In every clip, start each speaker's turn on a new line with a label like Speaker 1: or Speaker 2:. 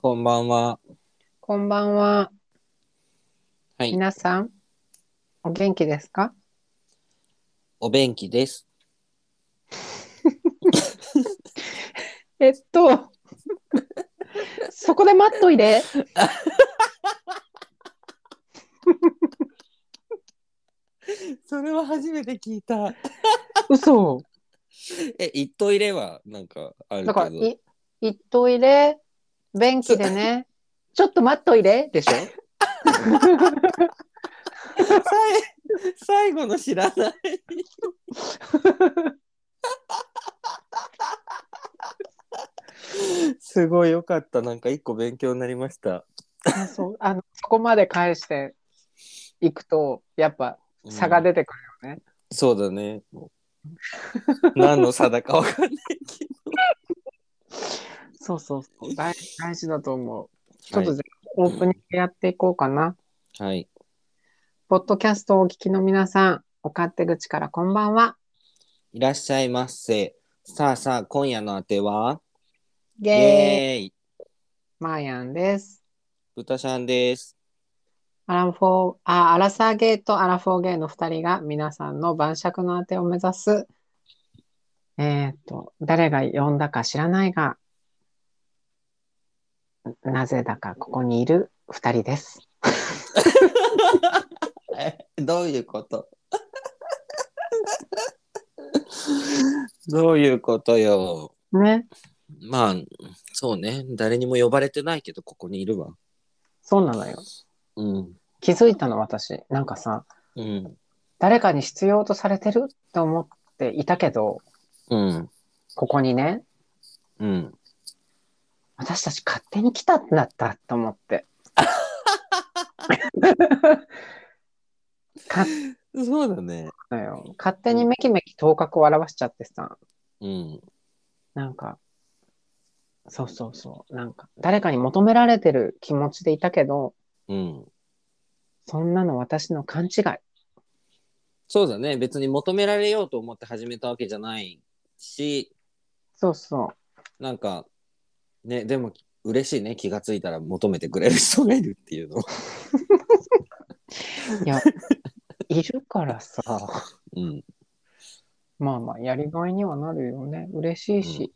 Speaker 1: こんばんは。
Speaker 2: こんばんは。
Speaker 1: はい。
Speaker 2: 皆さん、お元気ですか
Speaker 1: お便器です。
Speaker 2: えっと、そこで待っとい で。
Speaker 1: それは初めて聞い た。
Speaker 2: 嘘。
Speaker 1: え、一頭入れはなんかあるけ
Speaker 2: だから、
Speaker 1: ど。
Speaker 2: い、っといで、便器で ね、ちょっと待っといで、でしょ
Speaker 1: さい 最後の知らない。すごいよかった。なんか一個勉強になりました。
Speaker 2: あ そうあのそこまで返していくと、やっぱ差が
Speaker 1: うん
Speaker 2: 出てくる。
Speaker 1: そうだね。何の差だかわ かんないけ
Speaker 2: そうそうそう大、大事だと思う。ち
Speaker 1: ど。
Speaker 2: ょっとじゃあオープニングやっていこうかな。
Speaker 1: はい。
Speaker 2: ポッドキャストをお聞きの皆さん、お勝手口からこんばんは。
Speaker 1: いらっしゃいませ。さあさあ、今夜のあては
Speaker 2: イ
Speaker 1: イ
Speaker 2: エーイ。
Speaker 1: エーイ
Speaker 2: マーヤンです。
Speaker 1: 豚ちゃんです。
Speaker 2: アラフォー、あ、アラサーゲーとアラフォーゲーの2人が皆さんの晩酌のあてを目指す、えっと、誰が呼んだか知らないが、なぜだかここにいる2人です。
Speaker 1: えどういうことどういうことよ。
Speaker 2: ね、
Speaker 1: まあ、そうね。誰にも呼ばれてないけど、ここにいるわ。
Speaker 2: そうなのよ。
Speaker 1: うん。
Speaker 2: 気づいたの私。なんかさ、
Speaker 1: うん。
Speaker 2: 誰かに必要とされてるって思っていたけど、
Speaker 1: うん。
Speaker 2: ここにね、
Speaker 1: うん。
Speaker 2: 私たち勝手に来たんだったと思って。勝
Speaker 1: そうだね。
Speaker 2: のよ。勝手にめきめき頭角を現しちゃってさ、
Speaker 1: うん。
Speaker 2: なんか、そうそうそう、なんか、誰かに求められてる気持ちでいたけど、
Speaker 1: うん。
Speaker 2: そんなの私の勘違い。
Speaker 1: そうだね。別に求められようと思って始めたわけじゃないし、
Speaker 2: そうそ
Speaker 1: なんか、ね、でも嬉しいね。気がついたら求めてくれる人がいるっていうの。
Speaker 2: う。い や、いるからさ、
Speaker 1: うん。
Speaker 2: まあまあ、やりがいにはなるよね。嬉しいし、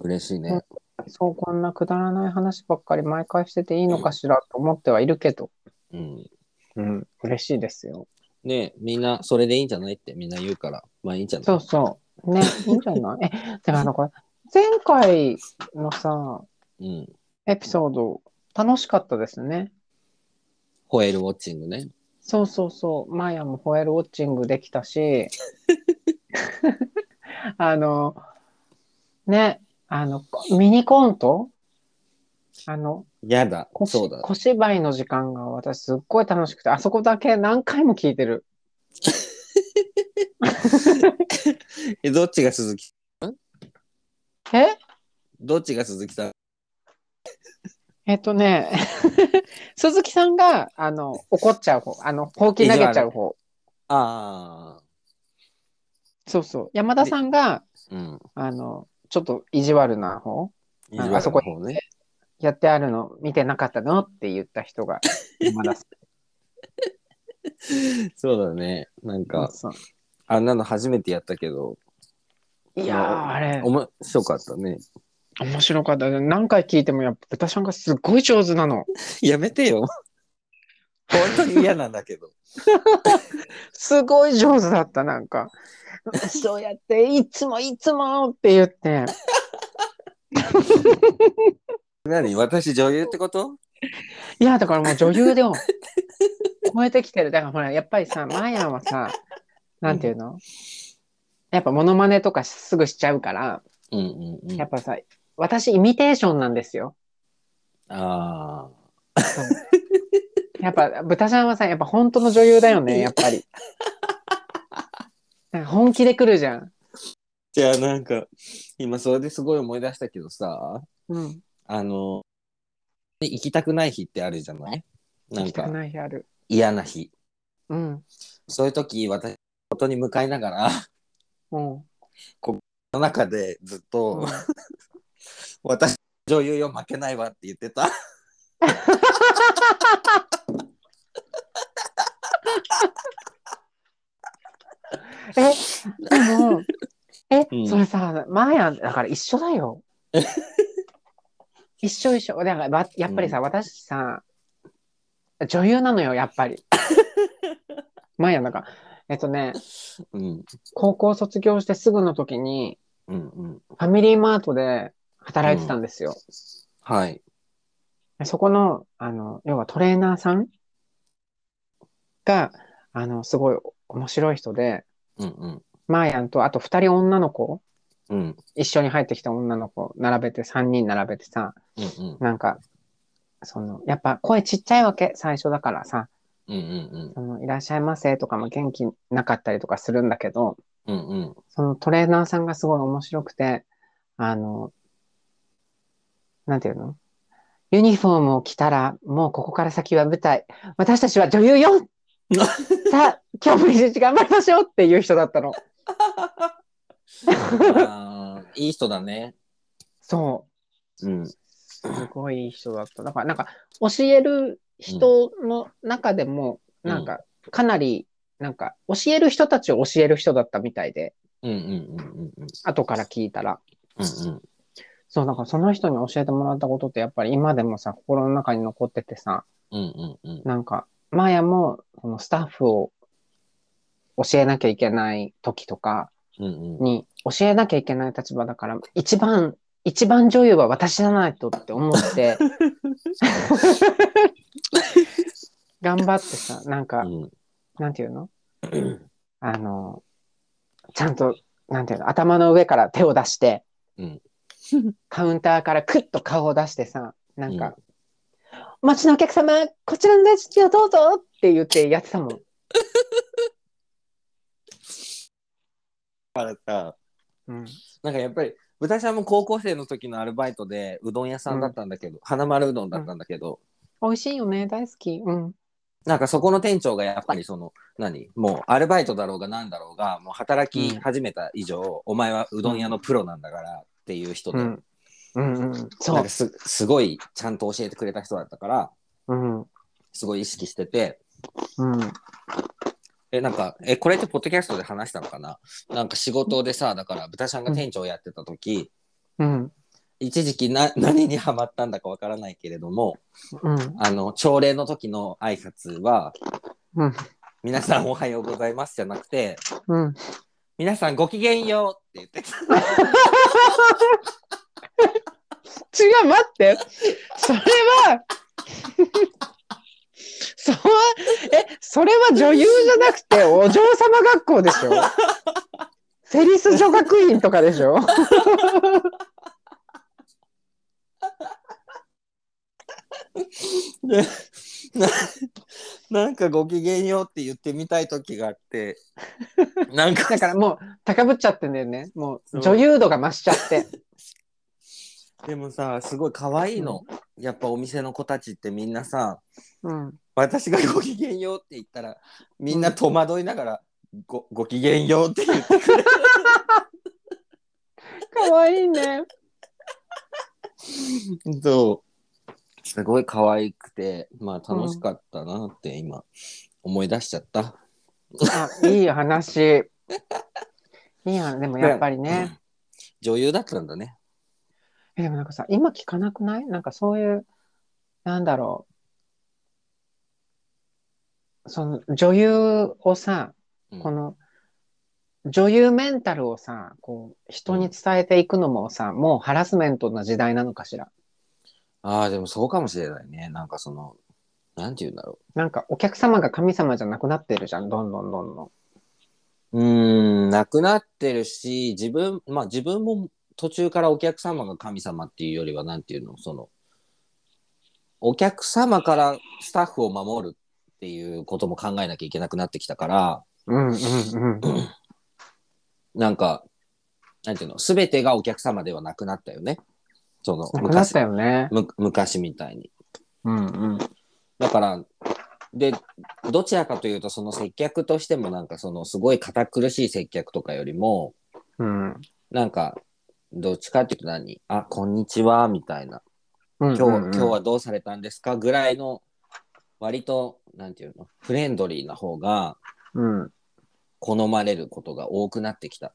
Speaker 1: 嬉しいね。
Speaker 2: そうこんなくだらない話ばっかり毎回してていいのかしらと思ってはいるけど、
Speaker 1: うん。
Speaker 2: うん、嬉しいですよ。
Speaker 1: ねみんなそれでいいんじゃないってみんな言うから、まあいいんじゃない
Speaker 2: そうそう。ね、いいんじゃない え、てかあの、これ、前回のさ、
Speaker 1: うん。
Speaker 2: エピソード楽しかったですね。
Speaker 1: ホエールウォッチングね。
Speaker 2: そうそうそう。マヤもホエールウォッチングでき たし、あの、ね、あの、ミニコントあの、
Speaker 1: やだ
Speaker 2: 小。
Speaker 1: そうだ。
Speaker 2: 小芝居の時間が私すっごい楽しくて、あそこだけ何回も聞いてる。
Speaker 1: え、どっちが鈴木
Speaker 2: え
Speaker 1: どっちが鈴木さん
Speaker 2: えっとね、 鈴木さんが、あの、怒っちゃう方、あの、ほうき投げちゃう方。
Speaker 1: ああ。
Speaker 2: そうそう。山田さんが、
Speaker 1: うん。
Speaker 2: あの、ちょっと意地悪な方。ああそこ
Speaker 1: 意地悪な方ね。
Speaker 2: やってあるの見てなかったのって言った人が山田さ
Speaker 1: そうだね。なん
Speaker 2: ん
Speaker 1: か、
Speaker 2: そう
Speaker 1: あんなの初めてやったけど、
Speaker 2: いやーあれ
Speaker 1: おも白かったね。
Speaker 2: 面白かったね何回聞いてもやっぱ豚ちゃんがすごい上手なの
Speaker 1: やめてよ。本当に嫌なんだけど。
Speaker 2: すごい上手だったなんか そうやっていつもいつもって言って
Speaker 1: 何私女優ってこと
Speaker 2: いやだからもう女優で も超えてきてるだからほらやっぱりさマーヤンはさなんていうの、やっぱモノマネとかすぐしちゃうから
Speaker 1: うんうんうん。
Speaker 2: やっ
Speaker 1: あ
Speaker 2: ぱさ私イミテーションなんですよ
Speaker 1: あー。
Speaker 2: やっぱ豚ちゃんはさやっぱ本当の女優だよねやっぱ り。なんか本気で来るじゃん。
Speaker 1: じゃあなんか、今それですごい思い出したけどさ、
Speaker 2: うん。
Speaker 1: あの、行きたくない日ってあるじゃないなん
Speaker 2: 行きたく
Speaker 1: か
Speaker 2: ない日ある。
Speaker 1: 嫌な日。
Speaker 2: うん。
Speaker 1: そういう時、私、音に向かいながら、
Speaker 2: うん。
Speaker 1: の中でずっと、
Speaker 2: うん
Speaker 1: 私、女優よ負けないわって言ってた。
Speaker 2: え、でも、え、
Speaker 1: うん
Speaker 2: それさ、マーヤン、だから一緒 だよ。一緒一緒。だからば、やっぱりさ、私さ、女優なのよ、やっ ぱり。マーヤン、なんか、えっとね、
Speaker 1: うん
Speaker 2: 高校卒業してすぐの時に、
Speaker 1: うんうん。
Speaker 2: ファミリーマートで働いてたんですよ。
Speaker 1: はい。
Speaker 2: そこの、あの、要はトレーナーさんが、あの、すごい面白い人で、
Speaker 1: うんうん
Speaker 2: マーヤンと、あと二人女の子、
Speaker 1: うん
Speaker 2: 一緒に入ってきた女の子並べて3人並べてさ
Speaker 1: うんうん
Speaker 2: なんかそのやっぱ声ちっちゃいわけ最初だからさ
Speaker 1: うんうん
Speaker 2: 「そのいらっしゃいませ」とかも元気なかったりとかするんだけど
Speaker 1: うんうん
Speaker 2: そのトレーナーさんがすごい面白くてあのなんていうのユニフォームを着たらもうここから先は舞台私たちは女優よさあ今日も一日頑張りましょうっていう人だったの。
Speaker 1: あーいい人だね。
Speaker 2: そう
Speaker 1: うん
Speaker 2: すごいいい人だった。だから、なんか、教える人の中でも、
Speaker 1: うん
Speaker 2: なんか、かなり、なんか、教える人たちを教える人だったみたいで、
Speaker 1: うんうんうんうんうん
Speaker 2: 後から聞いたら。
Speaker 1: うんうん
Speaker 2: そう、だからその人に教えてもらったことって、やっぱり今でもさ、心の中に残っててさ、
Speaker 1: うんうんうん
Speaker 2: なんか、マーヤも、そのスタッフを教えなきゃいけない時とか
Speaker 1: うんうん
Speaker 2: に、教えなきゃいけない立場だから、一番、一番女優は私じゃないとって思 って、頑張ってさ、なんか、
Speaker 1: うん
Speaker 2: なんていうのあの、ちゃんと、なんていうの頭の上から手を出して、
Speaker 1: うん
Speaker 2: カウンターからクッと顔を出してさ、なんか、お待ちのお客様、こちらの大臣をどうぞって言ってやってたもん。
Speaker 1: だからさ
Speaker 2: うん、
Speaker 1: なんかやっぱり私はもう高校生の時のアルバイトでうどん屋さんだったんだけど、花丸うどんだったんだけど、
Speaker 2: 美味しいよね、大好き。うん。
Speaker 1: なんかそこの店長がやっぱりその何もうアルバイトだろうがなんだろうがもう働き始めた以上、お前はうどん屋のプロなんだからっていう人で、
Speaker 2: うん。うんうん。
Speaker 1: な
Speaker 2: そ
Speaker 1: ん
Speaker 2: う
Speaker 1: か。すすごいちゃんと教えてくれた人だったから
Speaker 2: うん。うん。
Speaker 1: すごい意識しててえなんかえこれってポッドキャストで話したのかななんか仕事でさだから豚ちゃんが店長やってた時、
Speaker 2: うん。
Speaker 1: 一時期な 何にハマったんだかわからないけれども
Speaker 2: うん。
Speaker 1: あの朝礼の時の挨拶は
Speaker 2: うん。
Speaker 1: 「皆さんおはようございます」じゃなくて
Speaker 2: うん。
Speaker 1: 「皆さんごきげんよう」って言ってた。
Speaker 2: 違う、待って。それは、 そう、え、それは女優じゃなくて、お嬢様学校でしょフェリス女学院とかでしょ
Speaker 1: で ななんかごきげんようって言ってみたい時があってなんか
Speaker 2: だからもう、高ぶっちゃってんだよね。も、
Speaker 1: そうう
Speaker 2: 女優度が増しちゃって。
Speaker 1: でもさすごい可愛いの、やっぱお店の子たちってみんなさ
Speaker 2: うん。
Speaker 1: 私がごきげんようって言ったらみんな戸惑いながら、ごごきげんようって言ってくれる
Speaker 2: かわいいね。
Speaker 1: そうすごい可愛くてまあ楽しかったなって今思い出しちゃった、
Speaker 2: あ、いい話。いいや、でもやっぱりね。
Speaker 1: 女優だったんだね
Speaker 2: え、でもなんかさ、今聞かなくないなんかそういう、なんだろう。その女優をさ、
Speaker 1: うん
Speaker 2: この、女優メンタルをさ、こう、人に伝えていくのもさ、もうハラスメントな時代なのかしら。
Speaker 1: ああでもそうかもしれないねなんかそのなんて言うんだろう
Speaker 2: なんかお客様が神様じゃなくなってるじゃん、どんどんどんどん。
Speaker 1: うーん、なくなってるし、自分、まあ自分も途中からお客様が神様っていうよりは、なんていうの、その、お客様からスタッフを守るっていうことも考えなきゃいけなくなってきたから、
Speaker 2: うんうんうん。
Speaker 1: なんか、なんていうの、すべてがお客様ではなくなったよね。その、
Speaker 2: なくなっ
Speaker 1: 昔
Speaker 2: た、よね。
Speaker 1: む昔みたいに。
Speaker 2: うんうん。
Speaker 1: だから、で、どちらかというと、その接客としても、なんかその、すごい堅苦しい接客とかよりも、
Speaker 2: うん。
Speaker 1: なんか、どっちかっていうと何あ、こんにちは、みたいな。
Speaker 2: 今
Speaker 1: 今日,、今日はどうされたんですかぐらいの割となんていうのフレンドリーな方が
Speaker 2: うん。はい
Speaker 1: 好まれることが多くなってきた、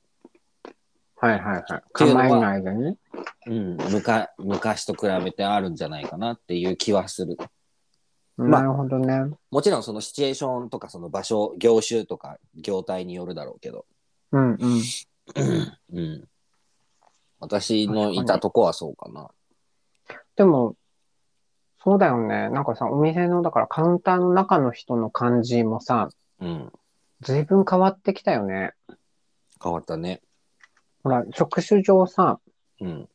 Speaker 2: はいはい。
Speaker 1: ていうのは
Speaker 2: 構えないでね。
Speaker 1: うん、むか昔と比べてあるんじゃないかなっていう気はするまあ
Speaker 2: なるほどね。
Speaker 1: もちろんそのシチュエーションとかその場所業種とか業態によるだろうけど、
Speaker 2: うんうん。
Speaker 1: うん、私のいたとこはそうかな
Speaker 2: でも、そうだよね。なんかさ、お店の、だからカウンターの中の人の感じもさ、
Speaker 1: うん
Speaker 2: 随分変わってきたよね。
Speaker 1: 変わったね
Speaker 2: ほら、職種上さ、
Speaker 1: うん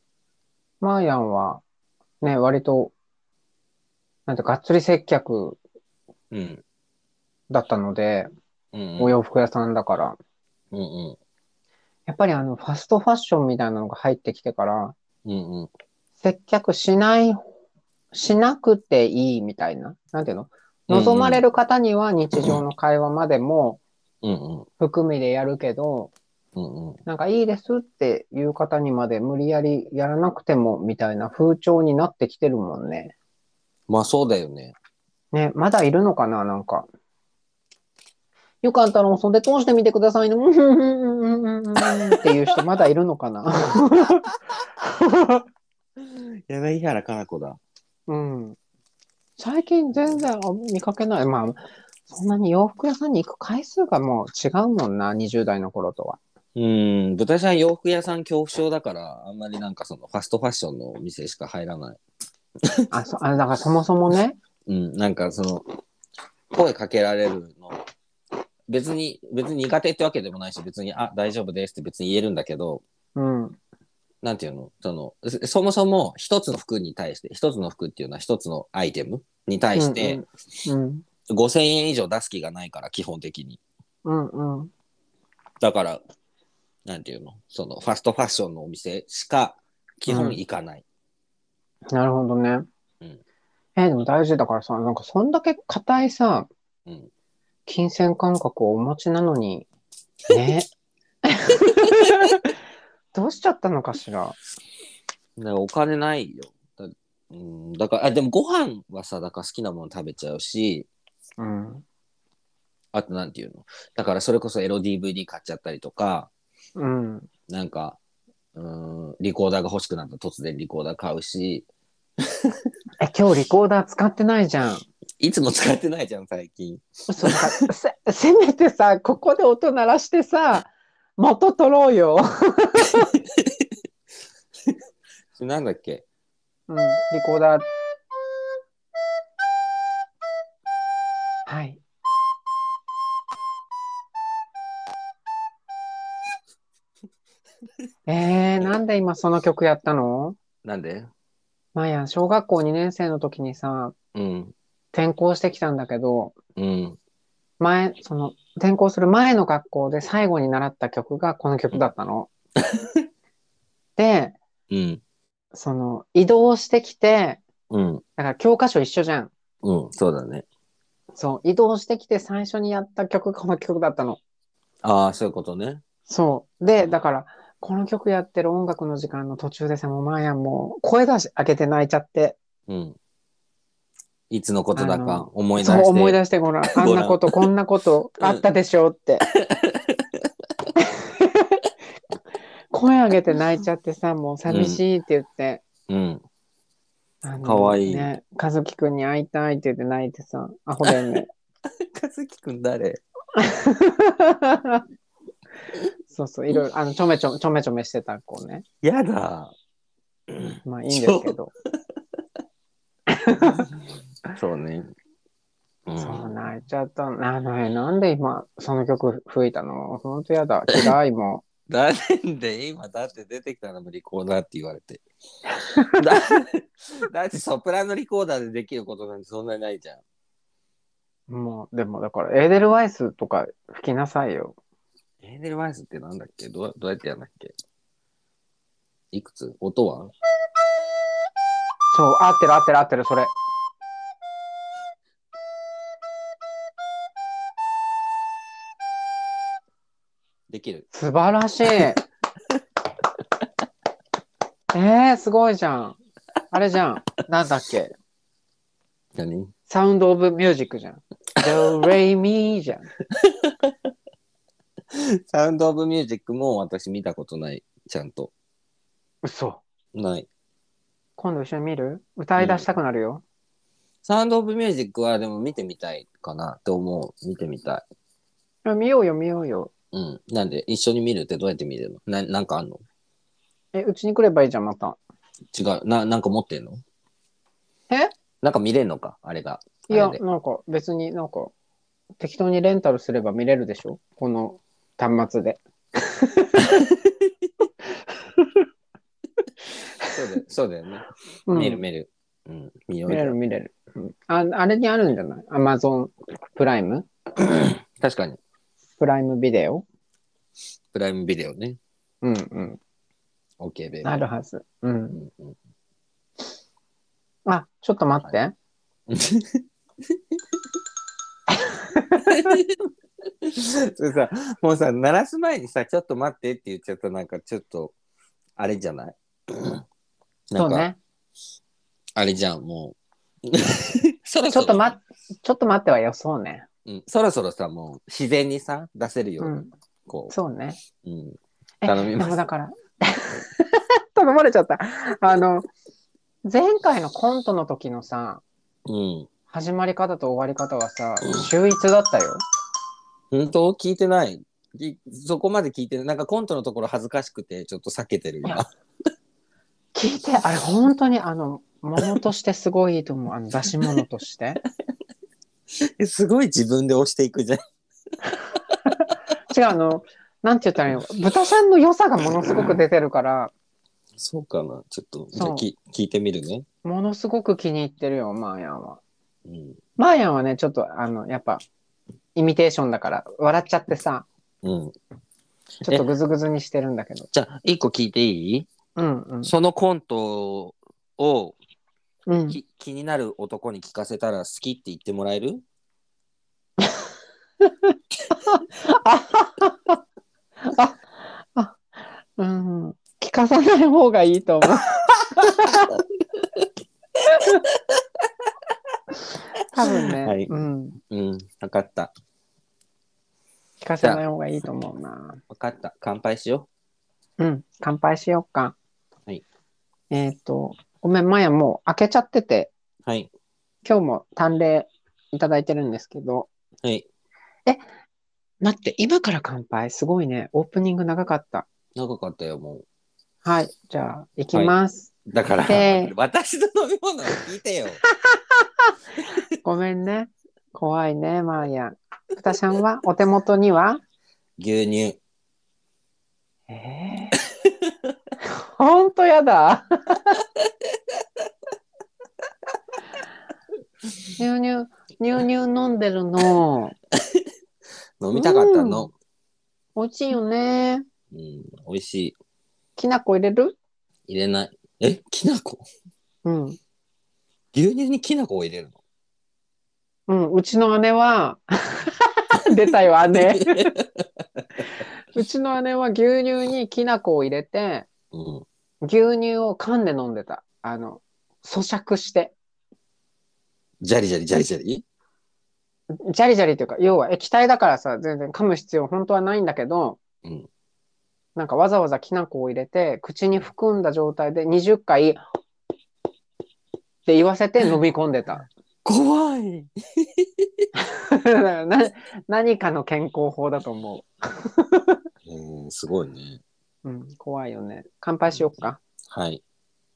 Speaker 2: マーヤンは、ね、割と、なんて、がっつり接客
Speaker 1: うん
Speaker 2: だったので、
Speaker 1: うん
Speaker 2: お洋服屋さんだから。
Speaker 1: うんうん
Speaker 2: やっぱりあの、ファストファッションみたいなのが入ってきてから、
Speaker 1: うんうん
Speaker 2: 接客しない、しなくていいみたいな。なんていうの望まれる方には日常の会話までも
Speaker 1: うんうん
Speaker 2: 含みでやるけど、
Speaker 1: うんうん
Speaker 2: なんかいいですっていう方にまで無理やりやらなくてもみたいな風潮になってきてるもんね。
Speaker 1: まあそうだよね
Speaker 2: ね、まだいるのかななんか。よかったら、そんで通してみてくださいね。うんうんうんうんうんうんっていう人まだいるのかな
Speaker 1: 柳原かな子だ
Speaker 2: うん。最近全然見かけない。まあ、そんなに洋服屋さんに行く回数がもう違うもんな、20代の頃とは。
Speaker 1: うん豚ちゃん洋服屋さん恐怖症だからあんまりなんかそのファストファッションのお店しか入らない
Speaker 2: あ、そあだからそもそもね。
Speaker 1: うん、なんかその、声かけられるの、別に、別に苦手ってわけでもないし、別に、あ、大丈夫ですって別に言えるんだけど、
Speaker 2: うん。
Speaker 1: なんていうのその、そそもそも一つの服に対して、一つの服っていうのは一つのアイテムに対して、
Speaker 2: うん
Speaker 1: 5000円以上出す気がないから、基本的に。
Speaker 2: うんうん
Speaker 1: だから、なんていうのその、ファストファッションのお店しか、基本行かない。
Speaker 2: なるほどね。
Speaker 1: うん
Speaker 2: えーでも大事だからさ、なんかそんだけ硬いさ、
Speaker 1: うん
Speaker 2: 金銭感覚をお持ちなのに、 ね。どうしちゃったのかしら。
Speaker 1: だからお金ないよ。だうん、だから、あ、でもご飯はさ、だから好きなもの食べちゃうし、
Speaker 2: うん。
Speaker 1: あとなんていうのだからそれこそエロ DVD 買っちゃったりとか、
Speaker 2: うん。
Speaker 1: なんか、うーん、リコーダーが欲しくなったら突然リコーダー買うし、
Speaker 2: え、今日リコーダー使ってないじゃん。
Speaker 1: いつも使ってないじゃん、最近。
Speaker 2: そうだからせ、せめてさ、ここで音鳴らしてさ、元取ろうよ。
Speaker 1: なんだっけ
Speaker 2: うん、リコーダー。はい。 えー、なんで今その曲やったの
Speaker 1: なんで
Speaker 2: まあやん、小学校2年生の時にさ、
Speaker 1: うん、
Speaker 2: 転校してきたんだけど、
Speaker 1: うん。
Speaker 2: 前、その、転校する前の学校で最後に習った曲がこの曲だったの。で、
Speaker 1: うん、
Speaker 2: その、移動してきて、
Speaker 1: うん、
Speaker 2: だから教科書一緒じゃん。
Speaker 1: うん、そうだね。
Speaker 2: そう、移動してきて最初にやった曲、この曲だったの。
Speaker 1: ああ、そういうことね。
Speaker 2: そう。で、だから、この曲やってる音楽の時間の途中でさ、もうマーヤンもう声出し開けて泣いちゃって、
Speaker 1: うん。いつのことだ
Speaker 2: あ
Speaker 1: か
Speaker 2: の
Speaker 1: 思い出して。
Speaker 2: そう思い出してごらん。あんなこと、こんなこと
Speaker 1: うん
Speaker 2: あったでしょ うって。声上げて泣いちゃってさ、もう寂しいって言って、
Speaker 1: うん。
Speaker 2: あの
Speaker 1: かわいい
Speaker 2: ね、和樹くんに会いたいって言って泣いてさ、アホだよ ね。
Speaker 1: かずきくん誰
Speaker 2: そうそう、いろいろ、あの、ちょめちょ、ちょめちょめしてた子ね。
Speaker 1: やだ。
Speaker 2: まあいいんですけど。
Speaker 1: そうね。う
Speaker 2: そう、
Speaker 1: ん。
Speaker 2: 泣いちゃったの。あのね、なんで今、その曲吹いたのほんとやだ。嫌いも
Speaker 1: だんで今だって出てきたのもリコーダーって言われてだ だってソプラノリコーダーでできることなんてそんなにないじゃん
Speaker 2: う。もう、でもだから、エーデルワイスとか吹きなさいよ。
Speaker 1: エーデルワイスってなんだっけどうどうやってやんだっけいくつ音は
Speaker 2: そう、合ってる合ってる合ってる、それ。
Speaker 1: できる
Speaker 2: 素晴 らしい。えー、すごいじゃん。あれじゃん。なんだっけ。
Speaker 1: 何
Speaker 2: サウンドオブミュージックじゃん。ドレミじゃん。
Speaker 1: サウンドオブミュージックも私見たことない。ちゃんと。
Speaker 2: 嘘。
Speaker 1: ない。
Speaker 2: 今度一緒に見る歌い出したくなるよ。
Speaker 1: サウンドオブミュージックはでも見てみたいかなって思う。見てみたい。
Speaker 2: いや見ようよ、見ようよ。
Speaker 1: うん。なんで、一緒に見るってどうやって見るのななんかあんの
Speaker 2: え、うちに来ればいいじゃん、また。
Speaker 1: 違う。な、なんか持ってんの
Speaker 2: え
Speaker 1: なんか見れんのかあれが。
Speaker 2: いや
Speaker 1: あ、れで
Speaker 2: なんか別になんか適当にレンタルすれば見れるでしょこの端末で。
Speaker 1: そうだよそうだよね。
Speaker 2: うん
Speaker 1: 見る見る。うん。見よう
Speaker 2: 見れ
Speaker 1: よ
Speaker 2: る見れる、うんあ。あれにあるんじゃない ?Amazon プライム
Speaker 1: 確かに。
Speaker 2: プライムビデオ
Speaker 1: プライムビデオね。
Speaker 2: うんうん。
Speaker 1: OK ベイビー
Speaker 2: あるはず。う。
Speaker 1: うんんうん
Speaker 2: あ、ちょっと待って。
Speaker 1: それさもうさ鳴らす前にさちょっと待ってって言っちゃったなんかちょっとあれじゃ ない
Speaker 2: そ
Speaker 1: な
Speaker 2: うん
Speaker 1: か、
Speaker 2: ね。
Speaker 1: あれじゃんもう そろ
Speaker 2: ち
Speaker 1: そろ
Speaker 2: ょっと待っ、ちょっと待ってはよ、そうね。
Speaker 1: うん、そろそろさもう自然にさ出せるよ
Speaker 2: う
Speaker 1: うに、
Speaker 2: ん。
Speaker 1: こ
Speaker 2: そうね。
Speaker 1: う、うん、
Speaker 2: え
Speaker 1: 頼みます
Speaker 2: でもだから。 頼まれちゃった。あの、前回のコントの時のさ、
Speaker 1: うん、
Speaker 2: 始まり方と終わり方はさ
Speaker 1: うん、
Speaker 2: 秀逸だったよ。
Speaker 1: 本当聞いてないきそこまで聞いてないなんかコントのところ恥ずかしくてちょっと避けてる
Speaker 2: い
Speaker 1: 今
Speaker 2: や聞いて、あれ本当にあの、ものとしてすごいいいと思う。あの、出し物として。
Speaker 1: え すごい自分で押していくじゃん
Speaker 2: 違う、あの、なんて言ったらいいの豚ちゃんの良さがものすごく出てるから、
Speaker 1: そうかなちょっとじゃあ
Speaker 2: そう
Speaker 1: き聞いてみるね、
Speaker 2: ものすごく気に入ってるよ、マーヤンは。
Speaker 1: うん
Speaker 2: マーヤンはね、ちょっとあの、やっぱ、イミテーションだから、笑っちゃってさ、
Speaker 1: うん、
Speaker 2: ちょっとグズグズにしてるんだけど。
Speaker 1: じゃあ、一個聞いていい、
Speaker 2: うんうん。
Speaker 1: そのコントを
Speaker 2: うん、
Speaker 1: き気になる男に聞かせたら好きって言ってもらえる
Speaker 2: うん。聞かさない方がいいと思 う。多分ね、
Speaker 1: はい
Speaker 2: うん。
Speaker 1: うん、わかった。
Speaker 2: 聞かさない方がいいと思うな。
Speaker 1: わかった。乾杯しよ
Speaker 2: うん。乾杯しようか。
Speaker 1: はい。
Speaker 2: えっ、と、ごめん、マヤもう開けちゃってて、
Speaker 1: う。はい。
Speaker 2: 今日も短礼いただいてるんですけど、
Speaker 1: はい。
Speaker 2: 待って、今から乾杯すごいね。オープニング長かった。
Speaker 1: 長かったよ、も
Speaker 2: はい。じゃあ、行きます。
Speaker 1: う。だから
Speaker 2: せー、
Speaker 1: 私の飲み物を聞いてよ。
Speaker 2: ごめんね。怖いね、マヤ。ふたちゃんは、お手元には
Speaker 1: 牛乳。
Speaker 2: え ー、ほんとや だ。牛乳、牛乳飲んでるの。
Speaker 1: 飲みたかったの。
Speaker 2: 美味しいよね。
Speaker 1: うん、美味しい。
Speaker 2: きな粉入れる
Speaker 1: 入れない。え、きな粉
Speaker 2: うん。
Speaker 1: 牛乳にきな粉を入れるの
Speaker 2: うん、うちの姉は、 出たよ、姉。うちの姉は牛乳にきな粉を入れて、
Speaker 1: うん。
Speaker 2: 牛乳を噛んで飲んでた。あの、咀嚼して。
Speaker 1: じゃりじゃりじゃりじゃり
Speaker 2: ジャリジャリというか、要は液体だからさ、全然噛む必要本当はないんだけど、
Speaker 1: うん
Speaker 2: なんかわざわざきな粉を入れて、口に含んだ状態で20回、って言わせて飲み込んでた。
Speaker 1: 怖い。
Speaker 2: な何かの健康法だと思
Speaker 1: うん、すごいね。
Speaker 2: う。うん、怖いよね。乾杯しよっか。
Speaker 1: はい。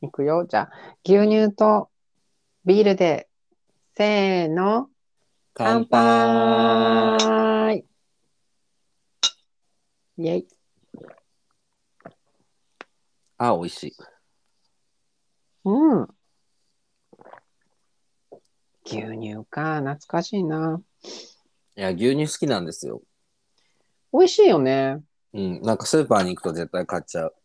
Speaker 2: いくよ。じゃあ、牛乳とビールで、せーの、乾杯イェイ。
Speaker 1: あ、美味しい。
Speaker 2: うん。牛乳か、懐かしいな。
Speaker 1: いや、牛乳好きなんですよ。
Speaker 2: 美味しいよね。
Speaker 1: うん。なんかスーパーに行くと絶対買っちゃう。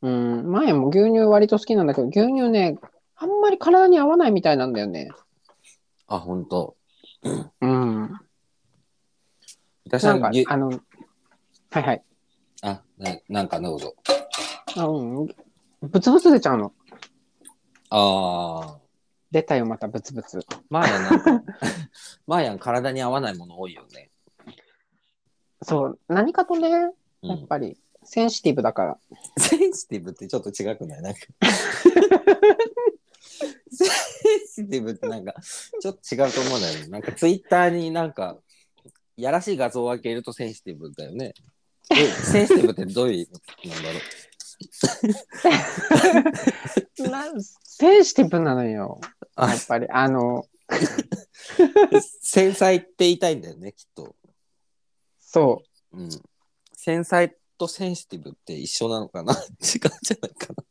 Speaker 2: うん、前も牛乳割と好きなんだけど、牛乳ね、あんまり体に合わないみたいなんだよね。
Speaker 1: あ、ほんと。
Speaker 2: うん。
Speaker 1: 私
Speaker 2: な
Speaker 1: は
Speaker 2: んか
Speaker 1: 牛、
Speaker 2: あの、はいはい。
Speaker 1: あな、なんかどうぞ。
Speaker 2: あうん。ぶつぶつ出ちゃうの。
Speaker 1: ああ。
Speaker 2: 出たよ、またブツブツ。
Speaker 1: マーヤなん か、マーヤン体に合わないもの多いよね。
Speaker 2: そう、何かとね、
Speaker 1: う
Speaker 2: やっ
Speaker 1: ん、
Speaker 2: ぱり、センシティブだから。
Speaker 1: センシティブってちょっと違くないなん か。センシティブってなんか、ちょっと違うと思うんだよね。なんかツイッターになんか、やらしい画像を開けるとセンシティブだよね。え、センシティブってどういう意味なんだろう。
Speaker 2: なんセンシティブなのよ。や
Speaker 1: あ
Speaker 2: っぱり、あの、
Speaker 1: 繊細って言いたいんだよね、きっと。
Speaker 2: そ
Speaker 1: うん。繊細とセンシティブって一緒なのかな 違うじゃないかな。
Speaker 2: う。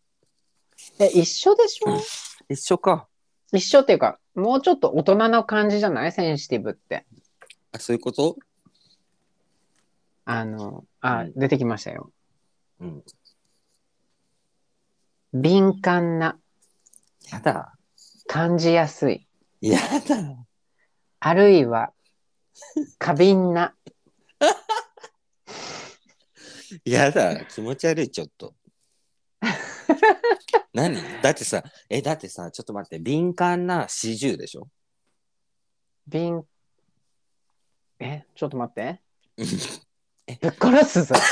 Speaker 2: え、一緒でしょ
Speaker 1: 一緒か。
Speaker 2: 一緒っていうか、もうちょっと大人の感じじゃないセンシティブって。
Speaker 1: あ、そういうこと
Speaker 2: あの、あ、
Speaker 1: うん
Speaker 2: 出てきましたよ。
Speaker 1: うん。
Speaker 2: 敏感な、
Speaker 1: やだ。
Speaker 2: 感じやすい、
Speaker 1: やだ。
Speaker 2: ある いは、過敏な。
Speaker 1: やだ。気持ち悪い、ちょっ と。何だってさ、え、だってさ、ちょっと待って、敏感な四十でしょ
Speaker 2: 敏、え、ちょっと待って。
Speaker 1: え
Speaker 2: ぶっ殺す ぞ。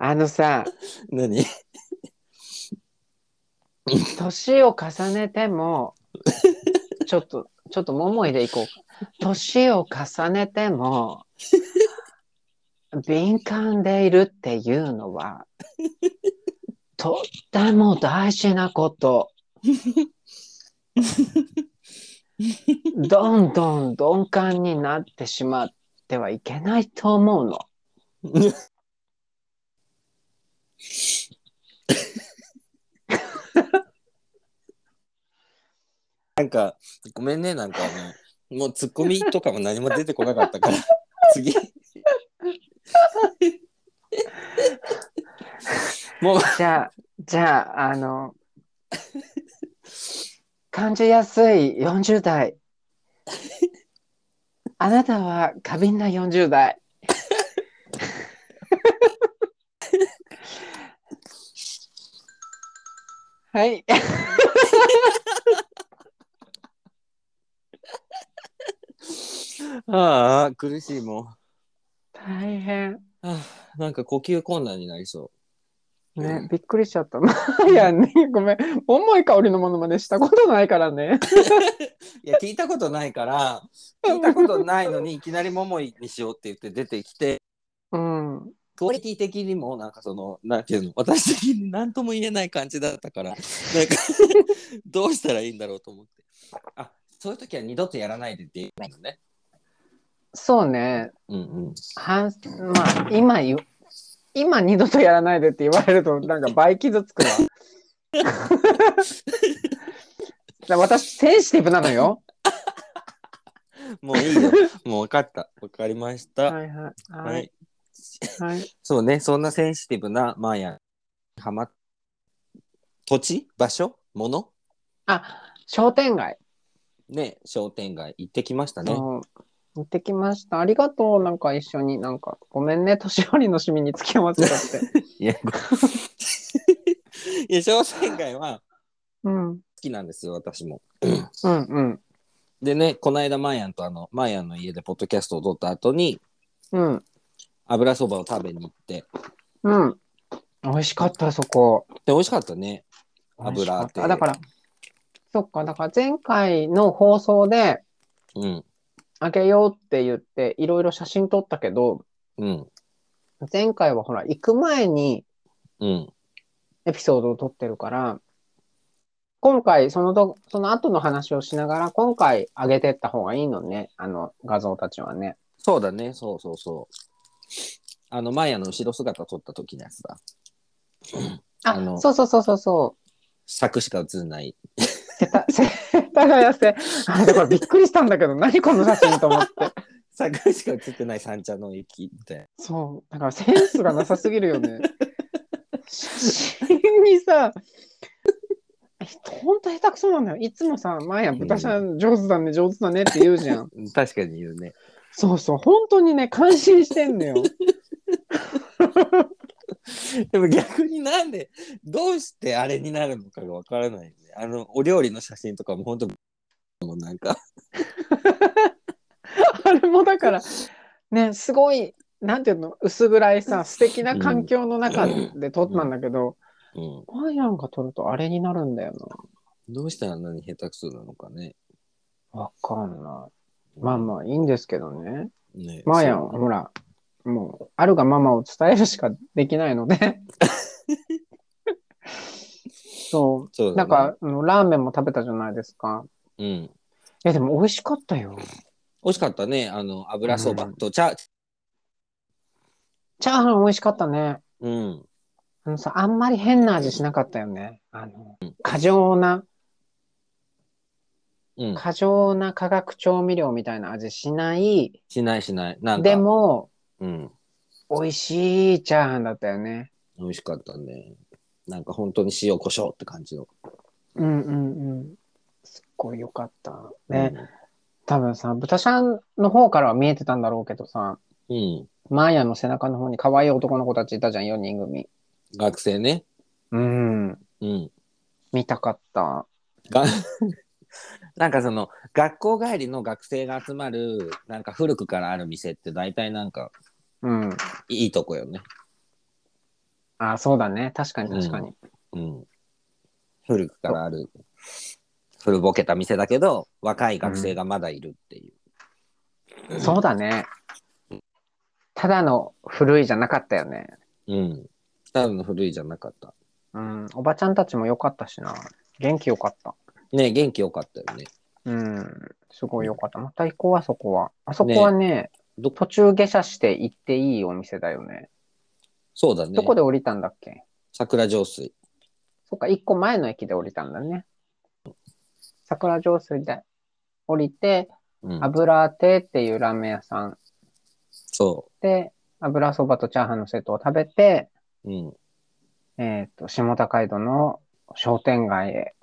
Speaker 2: あのさ、
Speaker 1: 何
Speaker 2: 年を重ねても、ちょっと、ちょっと桃井でいこうか。年を重ねても、敏感でいるっていうのは、とっても大事なこと。どんどん鈍感になってしまってはいけないと思うの。
Speaker 1: なんか、ごめんね、なんかあの、もうツッコミとかも何も出てこなかった から、次。もう、
Speaker 2: じゃあ、じゃあ、あの、感じやすい40代。あなたは過敏な40代。はい。
Speaker 1: ああ、苦しい、もう。
Speaker 2: 大変。
Speaker 1: ああなんか呼吸困難になりそ
Speaker 2: ね、びっくりしちゃった。まあ、いやね、ごめん。重い香りのものまでしたことないからね。
Speaker 1: う。いや、聞いたことないから、聞いたことないのに、いきなり桃井にしようって言って出てきて、
Speaker 2: うん。
Speaker 1: クオリティ的にも、なんかその、なんていうの、私的に何とも言えない感じだったから、なんか どうしたらいいんだろうと思って。あ、そういう時は二度とやらないでって言えないのね。
Speaker 2: そうね。
Speaker 1: うんうん。
Speaker 2: 反まあ今言う今二度とやらないでって言われる となんか倍傷つくわだから 私センシティブなのよ
Speaker 1: もういいよ。 もう分かった。分かりました。
Speaker 2: はいはいはい、はい、
Speaker 1: そうね、そんなセンシティブなマーヤンにハマっ土地場所物
Speaker 2: あ商店街
Speaker 1: ね、商店街行ってきましたね。
Speaker 2: の行ってきましたありがとうなんか一緒になんかごめんね年寄りの趣味に付き合わせちゃって
Speaker 1: いや、ご いや商店街は
Speaker 2: うんうん
Speaker 1: 好きなんですよ、私も。
Speaker 2: うん
Speaker 1: でね、この間、マーヤンとあの、マーヤンの家でポッドキャストを撮った後に、
Speaker 2: うん
Speaker 1: 油そばを食べに行って、
Speaker 2: うん美味しかったそこ
Speaker 1: で、美味しかったね。油って。
Speaker 2: あだから。そっかだから前回の放送で
Speaker 1: うん、
Speaker 2: あげようって言って、いろいろ写真撮ったけど、
Speaker 1: うん、
Speaker 2: 前回はほら、行く前に
Speaker 1: うん。
Speaker 2: エピソードを撮ってるから、今回、そのど、その後の話をしながら、今回上げてった方がいいのね、あの画像たちはね。
Speaker 1: そうだね、そうそうそう。あの、マーヤンの後ろ姿撮った時のやつだ。
Speaker 2: あ、
Speaker 1: あの
Speaker 2: そうそうそうそうそう。
Speaker 1: 柵しか映んない。
Speaker 2: 世田、 世田谷線。あれ、だからびっくりしたんだけど、何この写真と思って。
Speaker 1: 柵しか映ってない三茶の駅みたいな。
Speaker 2: そう、だからセンスがなさすぎるよね。写真にさ、ほんと下手くそなんだよ。いつもさ、前や豚さん上手だね、上手だねって言うじゃん。
Speaker 1: 確かに言うね。
Speaker 2: そうそう、本当にね、感心してんのよ。
Speaker 1: でも逆になんで、どうしてあれになるのかがわからないよね。あの、お料理の写真とかも本当もうなんか、
Speaker 2: あれもだから、ね、すごい、なんていうの、薄暗いさ、素敵な環境の中で撮ったんだけど、
Speaker 1: うん、
Speaker 2: マヤンが撮るとあれになるんだよな。
Speaker 1: どうしてあんなに下手くそなのかね。
Speaker 2: わかんない。まあまあ、いいんですけどね。
Speaker 1: ね
Speaker 2: マヤンは、
Speaker 1: そう
Speaker 2: ほら、もう、あるがままを伝えるしかできないの で。そ
Speaker 1: そう
Speaker 2: う。
Speaker 1: だ
Speaker 2: な
Speaker 1: ね
Speaker 2: んか、あのラーメンも食べたじゃないですか。
Speaker 1: うん。美
Speaker 2: いや、でも美味しかったよ。
Speaker 1: 味しかったね。あの、油そばとチャ、
Speaker 2: チャーハン美味しかったね。
Speaker 1: うん。
Speaker 2: あのさ、あんまり変な味しなかったよね。あの、過剰な、
Speaker 1: うん。
Speaker 2: 過剰な化学調味料みたいな味しない。
Speaker 1: しないしない。なんか、
Speaker 2: でも、
Speaker 1: うん。
Speaker 2: 美味しいチャーハンだったよね。
Speaker 1: 美味しかったね。なんか本当に塩、胡椒って感じの。
Speaker 2: うんうんうん。すっごい良かった。ね、多分さ、豚ちゃんの方からは見えてたんだろうけどさ、
Speaker 1: うん。
Speaker 2: マーヤの背中の方に可愛い男の子たちいたじゃん、4人組。
Speaker 1: 学生ね。
Speaker 2: うん。
Speaker 1: うん。
Speaker 2: 見たかった。
Speaker 1: が なんかその学校帰りの学生が集まるなんか古くからある店って大体なんか
Speaker 2: うん。
Speaker 1: いいとこよね。
Speaker 2: あ、そうだね。確かに確かに。
Speaker 1: うん。古くからある古ぼけた店だけど若い学生がまだいるっていう。
Speaker 2: そうだね。ただの古いじゃなかったよね。
Speaker 1: うん。ただの古いじゃなかった。
Speaker 2: うん。おばちゃんたちも良かったしな。元気良かった。
Speaker 1: ね元気よかったよね。
Speaker 2: うん。すごい良かった。また行こう、あそこは。あそこはね、
Speaker 1: ど
Speaker 2: 途中下車して行っていいお店だよね。
Speaker 1: そうだね。
Speaker 2: どこで降りたんだっけ
Speaker 1: 桜上水。
Speaker 2: そっか、一個前の駅で降りたんだね。桜上水で降りて、
Speaker 1: うん、
Speaker 2: 油亭っていうラーメン屋さん
Speaker 1: そ
Speaker 2: で、油そばとチャーハンのセットを食べて、
Speaker 1: う。うん。
Speaker 2: えっ、と、下高井戸の商店街へ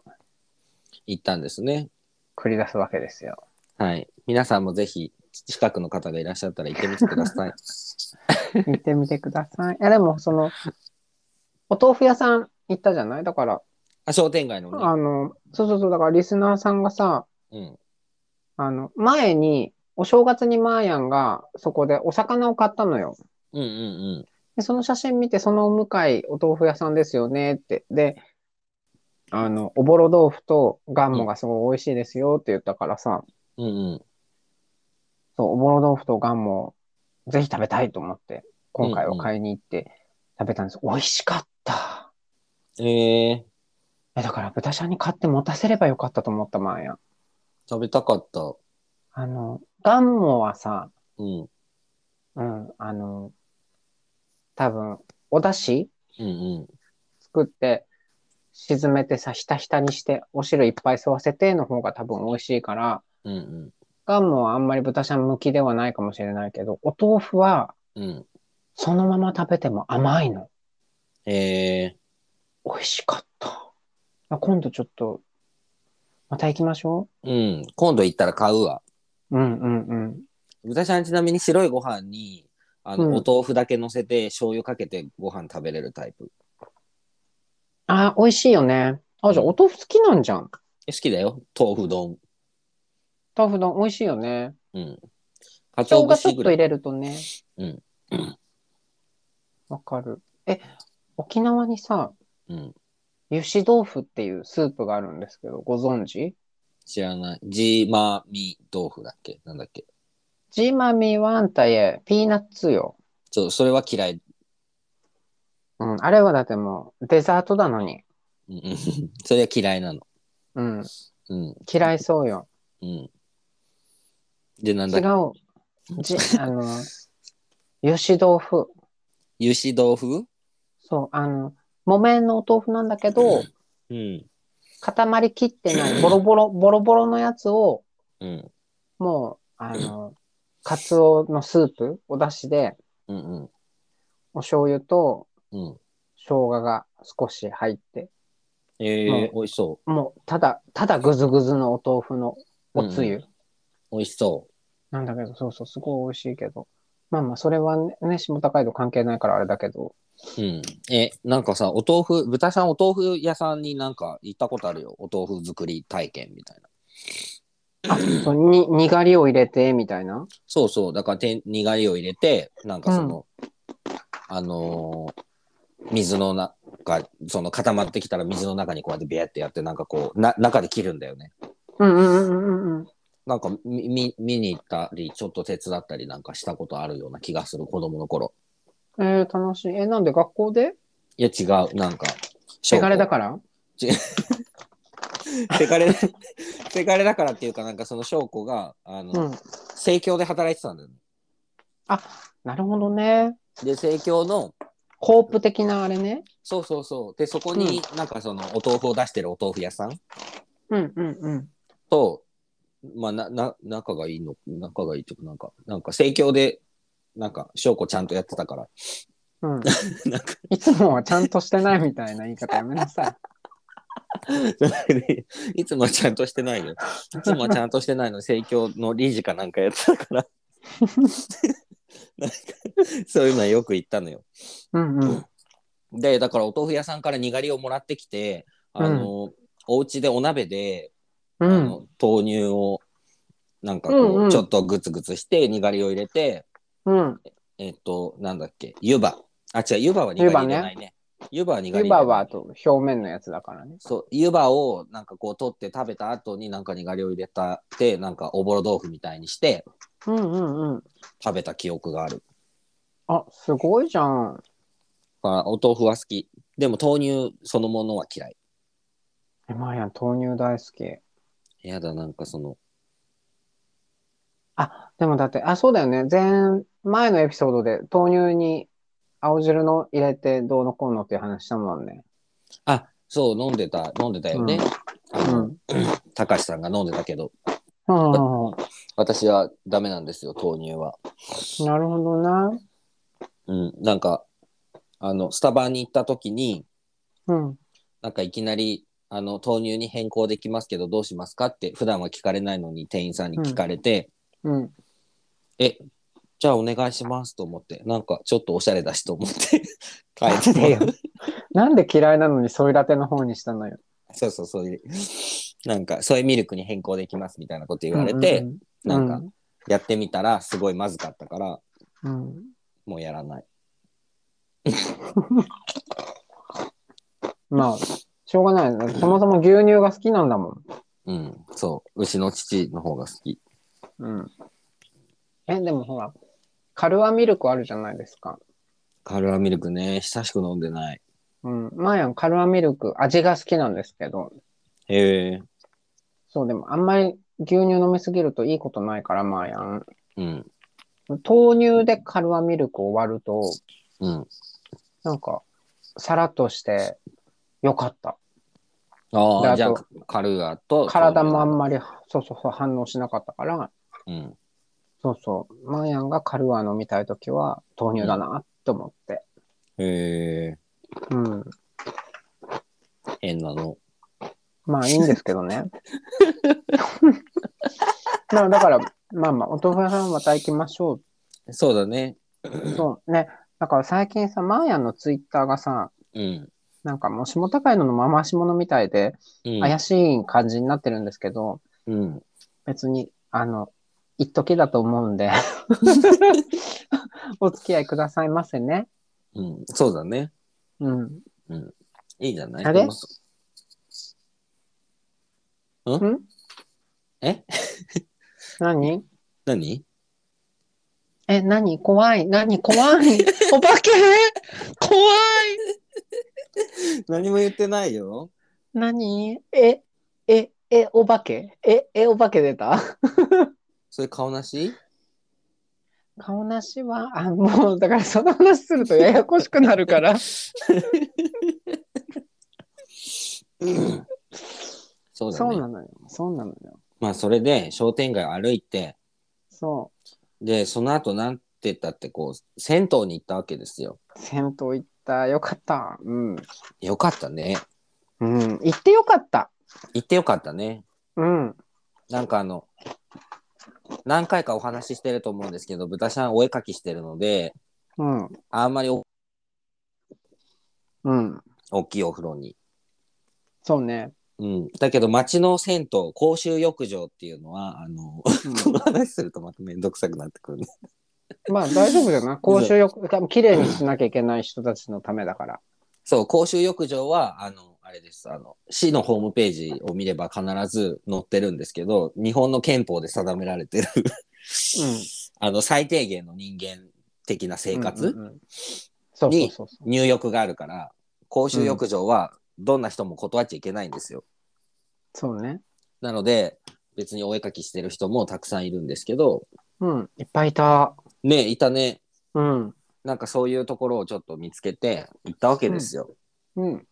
Speaker 1: 行ったんですね。
Speaker 2: 繰り出すわけで すよ。
Speaker 1: はい。皆さんもぜひ近くの方がいらっしゃったら行ってみてくだ さい。
Speaker 2: 行ってみてください。いや、でも、その、お豆腐屋さん行ったじゃないだから、
Speaker 1: あ商店街のね。
Speaker 2: あの、そうそうそう、だからリスナーさんがさ、
Speaker 1: うん。
Speaker 2: あの、前に、お正月にマーヤンがそこでお魚を買ったのよ。
Speaker 1: うんうん
Speaker 2: で、その写真見て、その向かい、お豆腐屋さんですよねって。で、あの、おぼろ豆腐とガンモがすごい美味しいですよって言ったからさ、
Speaker 1: うん。うんうん。
Speaker 2: そう、おぼろ豆腐とガンモ、ぜひ食べたいと思って、今回は買いに行って食べたんです。美味しかった。
Speaker 1: えー、
Speaker 2: え、だから豚しゃんに買って持たせればよかったと思ったまんや。
Speaker 1: 食べたかった。
Speaker 2: あの、ガンモはさ、
Speaker 1: うん。
Speaker 2: うん、あの、多分、お出汁
Speaker 1: うん
Speaker 2: 作って、沈めてさ、ひたひたにして、お汁いっぱい吸わせての方が多分美味しいから、
Speaker 1: うん。うん
Speaker 2: ガンモはあんまり豚しゃん向きではないかもしれないけど、お豆腐は
Speaker 1: うん。う
Speaker 2: そのまま食べても甘いの。
Speaker 1: ん。え
Speaker 2: 美味しかった。あ今度ちょっと、また行きましょ
Speaker 1: ー、うん。今度行ったら買うわ。
Speaker 2: う。うんうんうん。
Speaker 1: 豚ちゃんちなみに白いご飯に、あの、
Speaker 2: うん
Speaker 1: お豆腐だけ乗せて醤油かけてご飯食べれるタイプ。
Speaker 2: あ、美味しいよね。あ、じゃあお豆腐好きなんじゃん。
Speaker 1: え好きだよ。豆腐丼。
Speaker 2: 豆腐丼美味しいよね。
Speaker 1: うん。かつお
Speaker 2: 生姜ちょっ
Speaker 1: 節
Speaker 2: と
Speaker 1: ぐら
Speaker 2: 入
Speaker 1: い。
Speaker 2: れるとね。
Speaker 1: うん。
Speaker 2: わかる。え、沖縄にさ、
Speaker 1: うん。
Speaker 2: 油脂豆腐っていうスープがあるんですけど、ご存知
Speaker 1: 知らない。ジーマミ豆腐だっけなんだっけ
Speaker 2: ジーマミーワンタイピーナッツよ。
Speaker 1: そう、それは嫌い。
Speaker 2: うん、あれはだってもうデザートなのに。
Speaker 1: うん うん。それは嫌いなの。
Speaker 2: うん、
Speaker 1: うん。
Speaker 2: 嫌いそうよ。
Speaker 1: うん。で、なんだ
Speaker 2: 違
Speaker 1: っけ
Speaker 2: う。じ、あの、油脂豆腐。
Speaker 1: 油脂豆腐
Speaker 2: そう、あの、木綿のお豆腐なんだけど、
Speaker 1: うん。
Speaker 2: 固まりきってない、ボロボロ、ボロボロのやつを、
Speaker 1: うん。
Speaker 2: もう、あの、カツオのスープ、お出汁で、
Speaker 1: うんうん。
Speaker 2: お醤油と
Speaker 1: うん。
Speaker 2: 生姜が少し入って、
Speaker 1: え
Speaker 2: も
Speaker 1: え
Speaker 2: う
Speaker 1: 美味しそ
Speaker 2: もう、ただ、ただぐずぐずのお豆腐のおつゆ。
Speaker 1: う。美味しそ
Speaker 2: なんだけど、そうそう、すごい美味しいけど。まあまあ、それはね、下高井戸関係ないからあれだけど。
Speaker 1: うん、え、なんかさ、お豆腐、豚さんお豆腐屋さんになんか行ったことあるよ。お豆腐作り体験みたいな。
Speaker 2: あ、そう、に、にがりを入れて、みたいな。
Speaker 1: そうそう、だからてん、にがりを入れて、なんかその、あのー水の中、その固まってきたら水の中にこうやってビャってやって、なんかこう、な中で切るんだよね。
Speaker 2: うんうんうんうんうん。
Speaker 1: なんかみ見見に行ったり、ちょっと手伝ったりなんかしたことあるような気がする、子供の頃。
Speaker 2: えー、楽しい。え、なんで学校で
Speaker 1: いや、違う、なんか。
Speaker 2: せがれだから
Speaker 1: せがれ、 せがれだからっていうか、なんかその翔子が、あの、
Speaker 2: うん。
Speaker 1: 生協で働いてたんだよね。
Speaker 2: なるほどね。
Speaker 1: で、生協の、
Speaker 2: コープ的なあれね。
Speaker 1: そうそうそう。で、そこになんかその、お豆腐を出してるお豆腐屋さん
Speaker 2: うんうんうん。
Speaker 1: と、まあ、な、な、仲がいいの、仲がいいっていうか、なんか、なんか、生協で、なんか、翔子ちゃんとやってたから、
Speaker 2: うん、
Speaker 1: なんか、
Speaker 2: いつもはちゃんとしてないみたいな言い方やめな さい。
Speaker 1: いつもはちゃんとしてないよ。いつもはちゃんとしてないのに、生協の理事かなんかやってたから、 なんか、そういうのはよく言ったのよ。
Speaker 2: うんうん。
Speaker 1: でだからお豆腐屋さんからにがりをもらってきてあの、お家でお鍋で、
Speaker 2: う
Speaker 1: あ
Speaker 2: ん
Speaker 1: の豆乳をなんかこう、
Speaker 2: うんうん
Speaker 1: ちょっとグツグツしてにがりを入れて
Speaker 2: うん。
Speaker 1: えっとなんだっけ湯葉あ違う湯葉はにがり入れないね湯葉はにが
Speaker 2: 湯
Speaker 1: り入れな
Speaker 2: 葉
Speaker 1: い
Speaker 2: はあと表面のやつだからね。
Speaker 1: そう湯葉をなんかこう取って食べた後になんかにがりを入れたってなんかおぼろ豆腐みたいにして
Speaker 2: うんうんうん。
Speaker 1: 食べた記憶がある
Speaker 2: あ、すごいじゃん。
Speaker 1: だからお豆腐は好きでも豆乳そのものは嫌い
Speaker 2: え、まあやん、豆乳大好き。
Speaker 1: やだなんかその
Speaker 2: あ、でもだって、あ、そうだよね。前、前のエピソードで豆乳に青汁の入れてどうのこうのっていう話したもんね。
Speaker 1: あそう飲んでた飲んでたよね、
Speaker 2: うんう
Speaker 1: あの
Speaker 2: ん。
Speaker 1: たかしさんが飲んでたけど、
Speaker 2: うんうんうん
Speaker 1: 私はダメなんですよ、豆乳は。
Speaker 2: なるほどな。
Speaker 1: うん、なんか、あの、スタバに行った時に、
Speaker 2: うん。
Speaker 1: なんかいきなり、あの、豆乳に変更できますけど、どうしますかって、普段は聞かれないのに店員さんに聞かれて、
Speaker 2: うん。
Speaker 1: え、じゃあお願いしますと思って、なんかちょっとおしゃれだしと思って、 帰っ
Speaker 2: い
Speaker 1: て
Speaker 2: や。 なんで嫌いなのにソイラテの方にしたのよ。
Speaker 1: そうそう、そういう、なんか、ソイミルクに変更できますみたいなこと言われて、
Speaker 2: うん
Speaker 1: なんか、やってみたら、すごいまずかったから、
Speaker 2: うんうん。うん
Speaker 1: もうやらない。
Speaker 2: まあ、しょうがないよね。そもそも牛乳が好きなんだもん。
Speaker 1: うん、そう、牛の乳の方が好き。
Speaker 2: うん。え、でもほら、カルアミルクあるじゃないですか。
Speaker 1: カルアミルクね、久しく飲んでない。
Speaker 2: うん。まあやん、カルアミルク、味が好きなんですけど、
Speaker 1: へえ。
Speaker 2: そう、でもあんまり牛乳飲みすぎるといいことないから、まあやん。
Speaker 1: うん。
Speaker 2: 豆乳でカルアミルクを割ると、
Speaker 1: うん。
Speaker 2: なんか、さらっとして、よかった。
Speaker 1: あ
Speaker 2: で
Speaker 1: あ、
Speaker 2: あと
Speaker 1: じゃあ、カルアと。
Speaker 2: 体もあん
Speaker 1: ま。
Speaker 2: まり、そうそうそう、反応しなかったから、
Speaker 1: うん。
Speaker 2: そうそう、マーヤンがカルア飲みたいときは、豆乳だなって思って。
Speaker 1: へえ。
Speaker 2: うん。
Speaker 1: 変なの。
Speaker 2: まあいいんですけどね。まあだから、まあまあ、お豆腐屋さんまた行きましょ
Speaker 1: そうだね。
Speaker 2: う。そうね。だから最近さ、マーヤンのツイッターがさ、
Speaker 1: うん。
Speaker 2: なんかもう下高いののままし物みたいで、
Speaker 1: うん。
Speaker 2: 怪しい感じになってるんですけど、
Speaker 1: うん。
Speaker 2: 別に、あの、一時だと 思うんで、お付き合いくださいませね。
Speaker 1: うん。そうだね。
Speaker 2: うん。
Speaker 1: いいじゃない
Speaker 2: あれ
Speaker 1: でもそ
Speaker 2: ん
Speaker 1: え
Speaker 2: 何
Speaker 1: 何
Speaker 2: え、何怖い。何怖 い。お化け怖い。
Speaker 1: 何も言ってないよ。
Speaker 2: 何え、え、え、お化けえ、え、お化け出た
Speaker 1: それ顔なし
Speaker 2: 顔なしは、あ、もう、だからその話するとややこしくなるから。
Speaker 1: そうだ
Speaker 2: そう
Speaker 1: ね。
Speaker 2: なのよ。そうなのよ。
Speaker 1: まあ、それで商店街を歩いて、
Speaker 2: そ
Speaker 1: で、その後なんて言ったって、こう、銭湯に行ったわけですよ。
Speaker 2: う。銭湯行った。よかった。うん。
Speaker 1: よかったね。
Speaker 2: うん。行ってよかった。
Speaker 1: 行ってよかったね。
Speaker 2: うん。
Speaker 1: なんかあの、何回かお話ししてると思うんですけど、豚ちゃんお絵描きしてるので、
Speaker 2: うん。
Speaker 1: あんまりお
Speaker 2: うん。
Speaker 1: 大きいお風呂に。
Speaker 2: そうね。
Speaker 1: うん、だけど町の銭湯公衆浴場っていうのはあの この話するとまた面倒くさくなってくるね。
Speaker 2: うんまあ大丈夫だよ な。公衆浴、多分綺麗にしなきゃいけない人たちのためだから。
Speaker 1: そう公衆浴場はあのあれですあの市のホームページを見れば必ず載ってるんですけど日本の憲法で定められてる あの最低限の人間的な生活、
Speaker 2: うんうんうんそうそうそうそう。
Speaker 1: 入浴があるから公衆浴場はどんな人も断っちゃいけないんですよ。
Speaker 2: そうね。
Speaker 1: なので別にお絵描きしてる人もたくさんいるんですけど
Speaker 2: うん。いっぱいいた。
Speaker 1: ねいたね
Speaker 2: うん。
Speaker 1: なんかそういうところをちょっと見つけて行ったわけですよ。
Speaker 2: うん。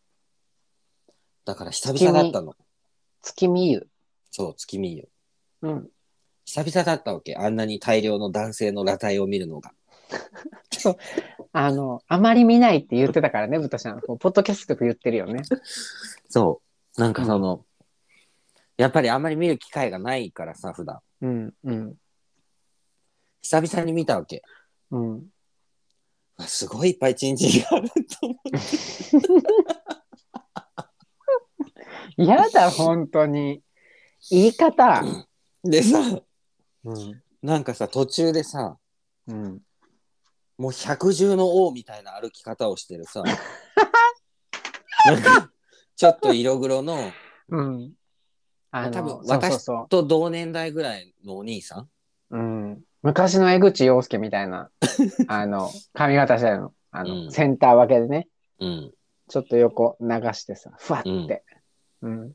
Speaker 1: だから久々だったの。
Speaker 2: 月見湯。
Speaker 1: そう、月見よ。
Speaker 2: うん。
Speaker 1: 久々だったわけ。あんなに大量の男性の裸体を見るのが。
Speaker 2: あの、あまり見ないって言ってたからね、ブタちゃん。こうポッドキャストで言ってるよね。
Speaker 1: そう。なんかその、やっぱりあんまり見る機会がないからさ、普段。
Speaker 2: うん。うん。
Speaker 1: 久々に見たわけ。
Speaker 2: うん。
Speaker 1: わすごいいっぱいチンチンがあると思う。
Speaker 2: 嫌だ、本当に。言い方。
Speaker 1: でさ、
Speaker 2: うん。
Speaker 1: なんかさ、途中でさ、
Speaker 2: うん。
Speaker 1: もう百獣の王みたいな歩き方をしてる さ、なんかちょっと色黒の、
Speaker 2: うん。あの、
Speaker 1: 多分
Speaker 2: そう
Speaker 1: 私
Speaker 2: そうそ
Speaker 1: と同年代ぐらいのお兄さん
Speaker 2: う。うん。昔の江口洋介みたい な、あの、髪型してるの。あの、
Speaker 1: うん
Speaker 2: センター分けでね、
Speaker 1: うん。
Speaker 2: ちょっと横流してさ、ふわって。うん。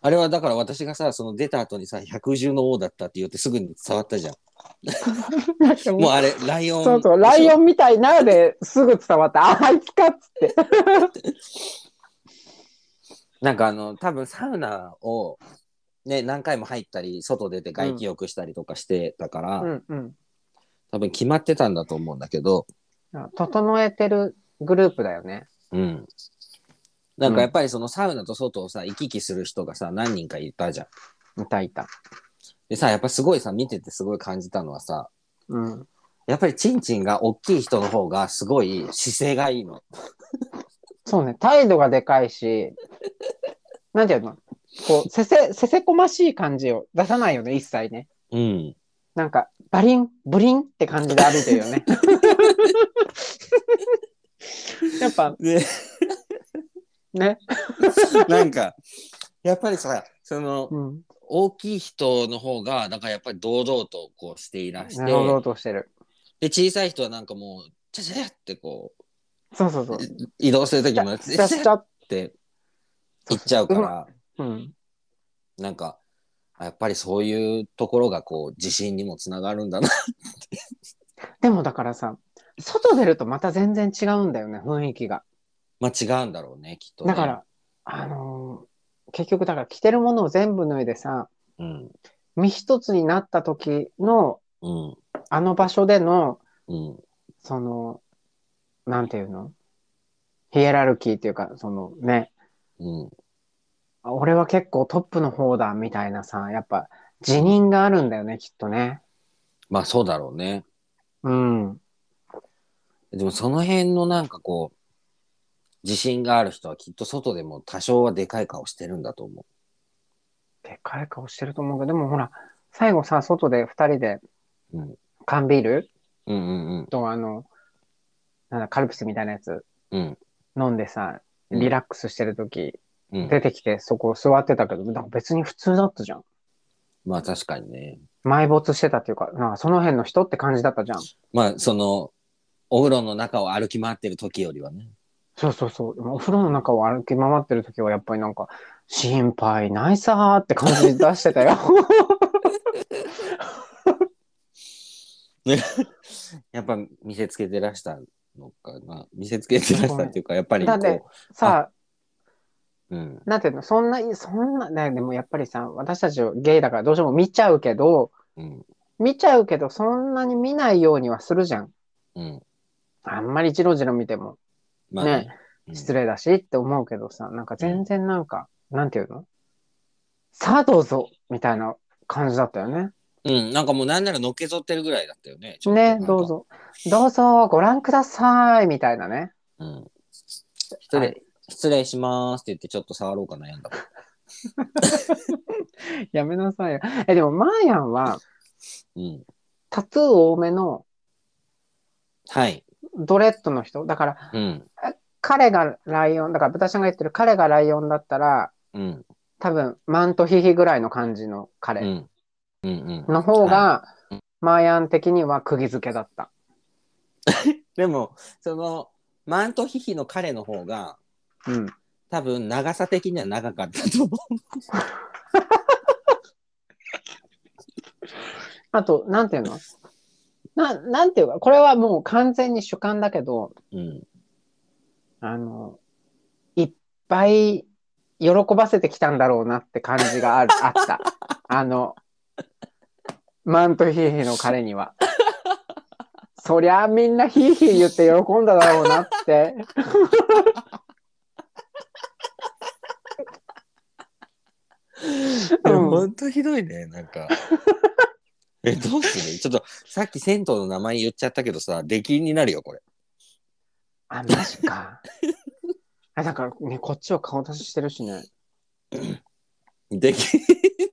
Speaker 1: あれはだから私がさ、その出た後にさ、百獣の王だったって言ってすぐに伝わったじゃん。
Speaker 2: なんかもう
Speaker 1: もうあれ、ライオン。
Speaker 2: そうそう、ライオ
Speaker 1: ン。
Speaker 2: ンみたいなのですぐ伝わった。あ、あいつかっつって。
Speaker 1: なんかあの、多分サウナを、ね、何回も入ったり、外出て外気浴したりとかしてたから、
Speaker 2: うんうん
Speaker 1: 多分決まってたんだと思うんだけど、
Speaker 2: あ。整えてるグループだよね。
Speaker 1: うん。なんかやっぱりそのサウナと外をさ、行き来する人がさ、何人かいたじゃん。
Speaker 2: いたいた。
Speaker 1: でさ、やっぱすごいさ、見ててすごい感じたのはさ、
Speaker 2: うん。
Speaker 1: やっぱりチンチンが大きい人の方がすごい姿勢がいいの。
Speaker 2: そうね、態度がでかいし、 なんていうのこう、せせ、せせこましい感じを出さないよね、一切ね。
Speaker 1: うん。
Speaker 2: なんか、バリン、ブリンって感じで歩いてるよね。やっぱ、
Speaker 1: で、
Speaker 2: ね。
Speaker 1: なんか、やっぱりさ、その、
Speaker 2: うん。
Speaker 1: 大きい人の方が、なんかやっぱり堂々とこうしていらし
Speaker 2: なるほど
Speaker 1: て、
Speaker 2: としてる。
Speaker 1: で、小さい人はなんかもう、ちゃちゃちゃってこう、
Speaker 2: そうそうそう。
Speaker 1: 移動するときも、
Speaker 2: し
Speaker 1: ち
Speaker 2: ちゃ
Speaker 1: ゃ
Speaker 2: っ
Speaker 1: ち
Speaker 2: ち
Speaker 1: ゃっ
Speaker 2: ゃ。
Speaker 1: て行っちゃうか
Speaker 2: ま
Speaker 1: ら、
Speaker 2: うん。
Speaker 1: なんか、やっぱりそういうところがこう、自信にもつながるんだな。
Speaker 2: でもだからさ、外出るとまた全然違うんだよね、雰囲気が。
Speaker 1: まあ違うんだろうね、きっと、ね。
Speaker 2: だから、あのー結局だから着てるものを全部脱いでさ、
Speaker 1: うん、
Speaker 2: 身一つになった時の、
Speaker 1: うん、
Speaker 2: あの場所での、
Speaker 1: うん、
Speaker 2: その、なんていうのヒエラルキーっていうか、そのね、
Speaker 1: うん、
Speaker 2: あ俺は結構トップの方だみたいなさ、やっぱ辞任があるんだよね、きっとね。
Speaker 1: まあそうだろうね。
Speaker 2: うん。
Speaker 1: でもその辺のなんかこう、自信がある人はきっと外でも多少はでかい顔してるんだと思
Speaker 2: でかい顔してると思うけど、でもほら、最後さ、外で二人で
Speaker 1: うん
Speaker 2: 缶ビール
Speaker 1: う。うんうん
Speaker 2: とあの、なんだ、カルピスみたいなやつ
Speaker 1: うん。うん。
Speaker 2: 飲んでさ、
Speaker 1: うん
Speaker 2: リラックスしてる時
Speaker 1: うん、
Speaker 2: 出てきてそこ座ってたけど、なんか別に普通だったじゃん。
Speaker 1: まあ確かにね。
Speaker 2: 埋没してたっていうか、なんかその辺の人って感じだったじゃん。
Speaker 1: まあその、お風呂の中を歩き回ってる時よりはね。
Speaker 2: そうそうそう。でもお風呂の中を歩き回ってる時はやっぱりなんか、心配ないさーって感じ出してたよ。
Speaker 1: ねやっぱ見せつけてらしたのかな。見せつけてらしたっていうか、やっぱりこ
Speaker 2: だって
Speaker 1: う。
Speaker 2: さ
Speaker 1: うん。
Speaker 2: あ、なんていうの、そんな、そんな、ね、でもやっぱりさ、私たちゲイだからどうしても見ちゃうけど、
Speaker 1: うん。
Speaker 2: 見ちゃうけど、そんなに見ないようにはするじゃん。
Speaker 1: うん。
Speaker 2: あんまりじろじろ見ても
Speaker 1: まあね。
Speaker 2: ね
Speaker 1: うん
Speaker 2: 失礼だしって思うけどさ、なんか全然なんか、なんていうのさあどうぞみたいな感じだったよね。
Speaker 1: うん、なんかもうなんならのけぞってるぐらいだったよね。ちょっとなんか
Speaker 2: ね、どう。ぞ。どうぞ、ご覧ください、みたいなね。
Speaker 1: うん、失
Speaker 2: は
Speaker 1: 礼、
Speaker 2: い
Speaker 1: 失礼しますって言ってちょっと触ろうか悩んだ。
Speaker 2: やめなさいよ。え、でも、マーヤンは、
Speaker 1: うん。
Speaker 2: タトゥー多めの
Speaker 1: はい。
Speaker 2: ドレッドの人。だから、
Speaker 1: うん。豚
Speaker 2: 彼がライオン、だから、豚ちゃんが言ってる彼がライオンだったら、
Speaker 1: うん。
Speaker 2: 多分、マントヒヒぐらいの感じの
Speaker 1: う
Speaker 2: 彼
Speaker 1: ん。うん。うん。
Speaker 2: の方が、マーヤン的には釘付けだった。
Speaker 1: でも、その、マントヒヒの彼の方が、
Speaker 2: うん。
Speaker 1: 多分長さ的には長かったと思う。
Speaker 2: あと、なんていうのな、なんていうか、これはもう完全に主観だけど、
Speaker 1: うん。
Speaker 2: あの、いっぱい喜ばせてきたんだろうなって感 じがあるあった。あの、マントヒーヒーの彼には。そりゃあみんなヒーヒー言って喜んだだろうな って。
Speaker 1: で
Speaker 2: うん
Speaker 1: も本当ひどい ね、なんか。え、どうするちょっと、さっき銭湯の名前言っちゃったけどさ、出禁になるよ、これ。
Speaker 2: あ、マジか。あだからね、こっちは顔出ししてるしね。
Speaker 1: 出禁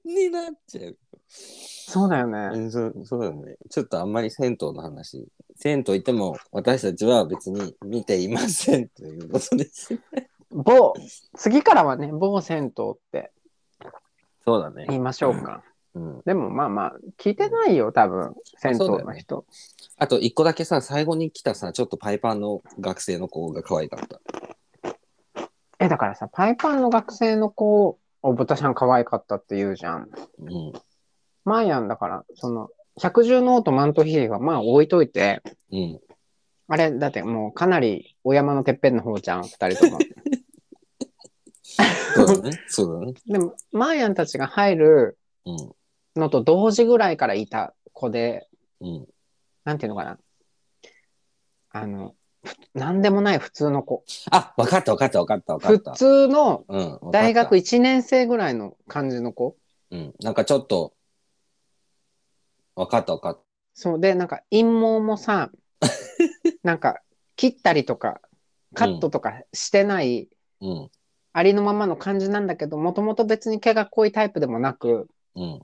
Speaker 1: になっちゃう。
Speaker 2: そうだよね。
Speaker 1: うん、そうそうだね。ちょっとあんまり銭湯の話。銭湯行っても私たちは別に見ていませんということです。
Speaker 2: 某、次からはね、某銭湯って
Speaker 1: そうだね
Speaker 2: 言いましょうか。
Speaker 1: うん、
Speaker 2: でもまあまあ、聞いてないよ、多分、銭湯
Speaker 1: そうだよ
Speaker 2: の
Speaker 1: ね
Speaker 2: 人。
Speaker 1: あと一個だけさ、最後に来たさ、ちょっとパイパンの学生の子が可愛かった。
Speaker 2: え、だからさ、パイパンの学生の子を、ブタちゃん可愛かったって言うじゃん。
Speaker 1: うん。
Speaker 2: マーヤンだから、その、百獣の王とマントヒヒはまあ置いといて、
Speaker 1: うん。
Speaker 2: あれ、だってもうかなりお山のてっぺんの方じゃん、二人とも。
Speaker 1: そうだね。そうだね。
Speaker 2: でも、マーヤンたちが入る
Speaker 1: う
Speaker 2: のと同時ぐらいからいた子で、
Speaker 1: ん。うん。
Speaker 2: なんていうのかな。あの、ふなんでもない普通の子。
Speaker 1: あ、わかったわかったわかったわかっ
Speaker 2: 普
Speaker 1: た。
Speaker 2: 通の
Speaker 1: うん。わかった
Speaker 2: 大学1年生ぐらいの感じの子。
Speaker 1: うん。なんかちょっと、わかったわかっ
Speaker 2: そうでなんか陰謀もさなんか切ったりとかカットとかしてない、
Speaker 1: た。うん。
Speaker 2: ありのままの感じなんだけどもともと別に毛が濃いタイプでもなく
Speaker 1: うん。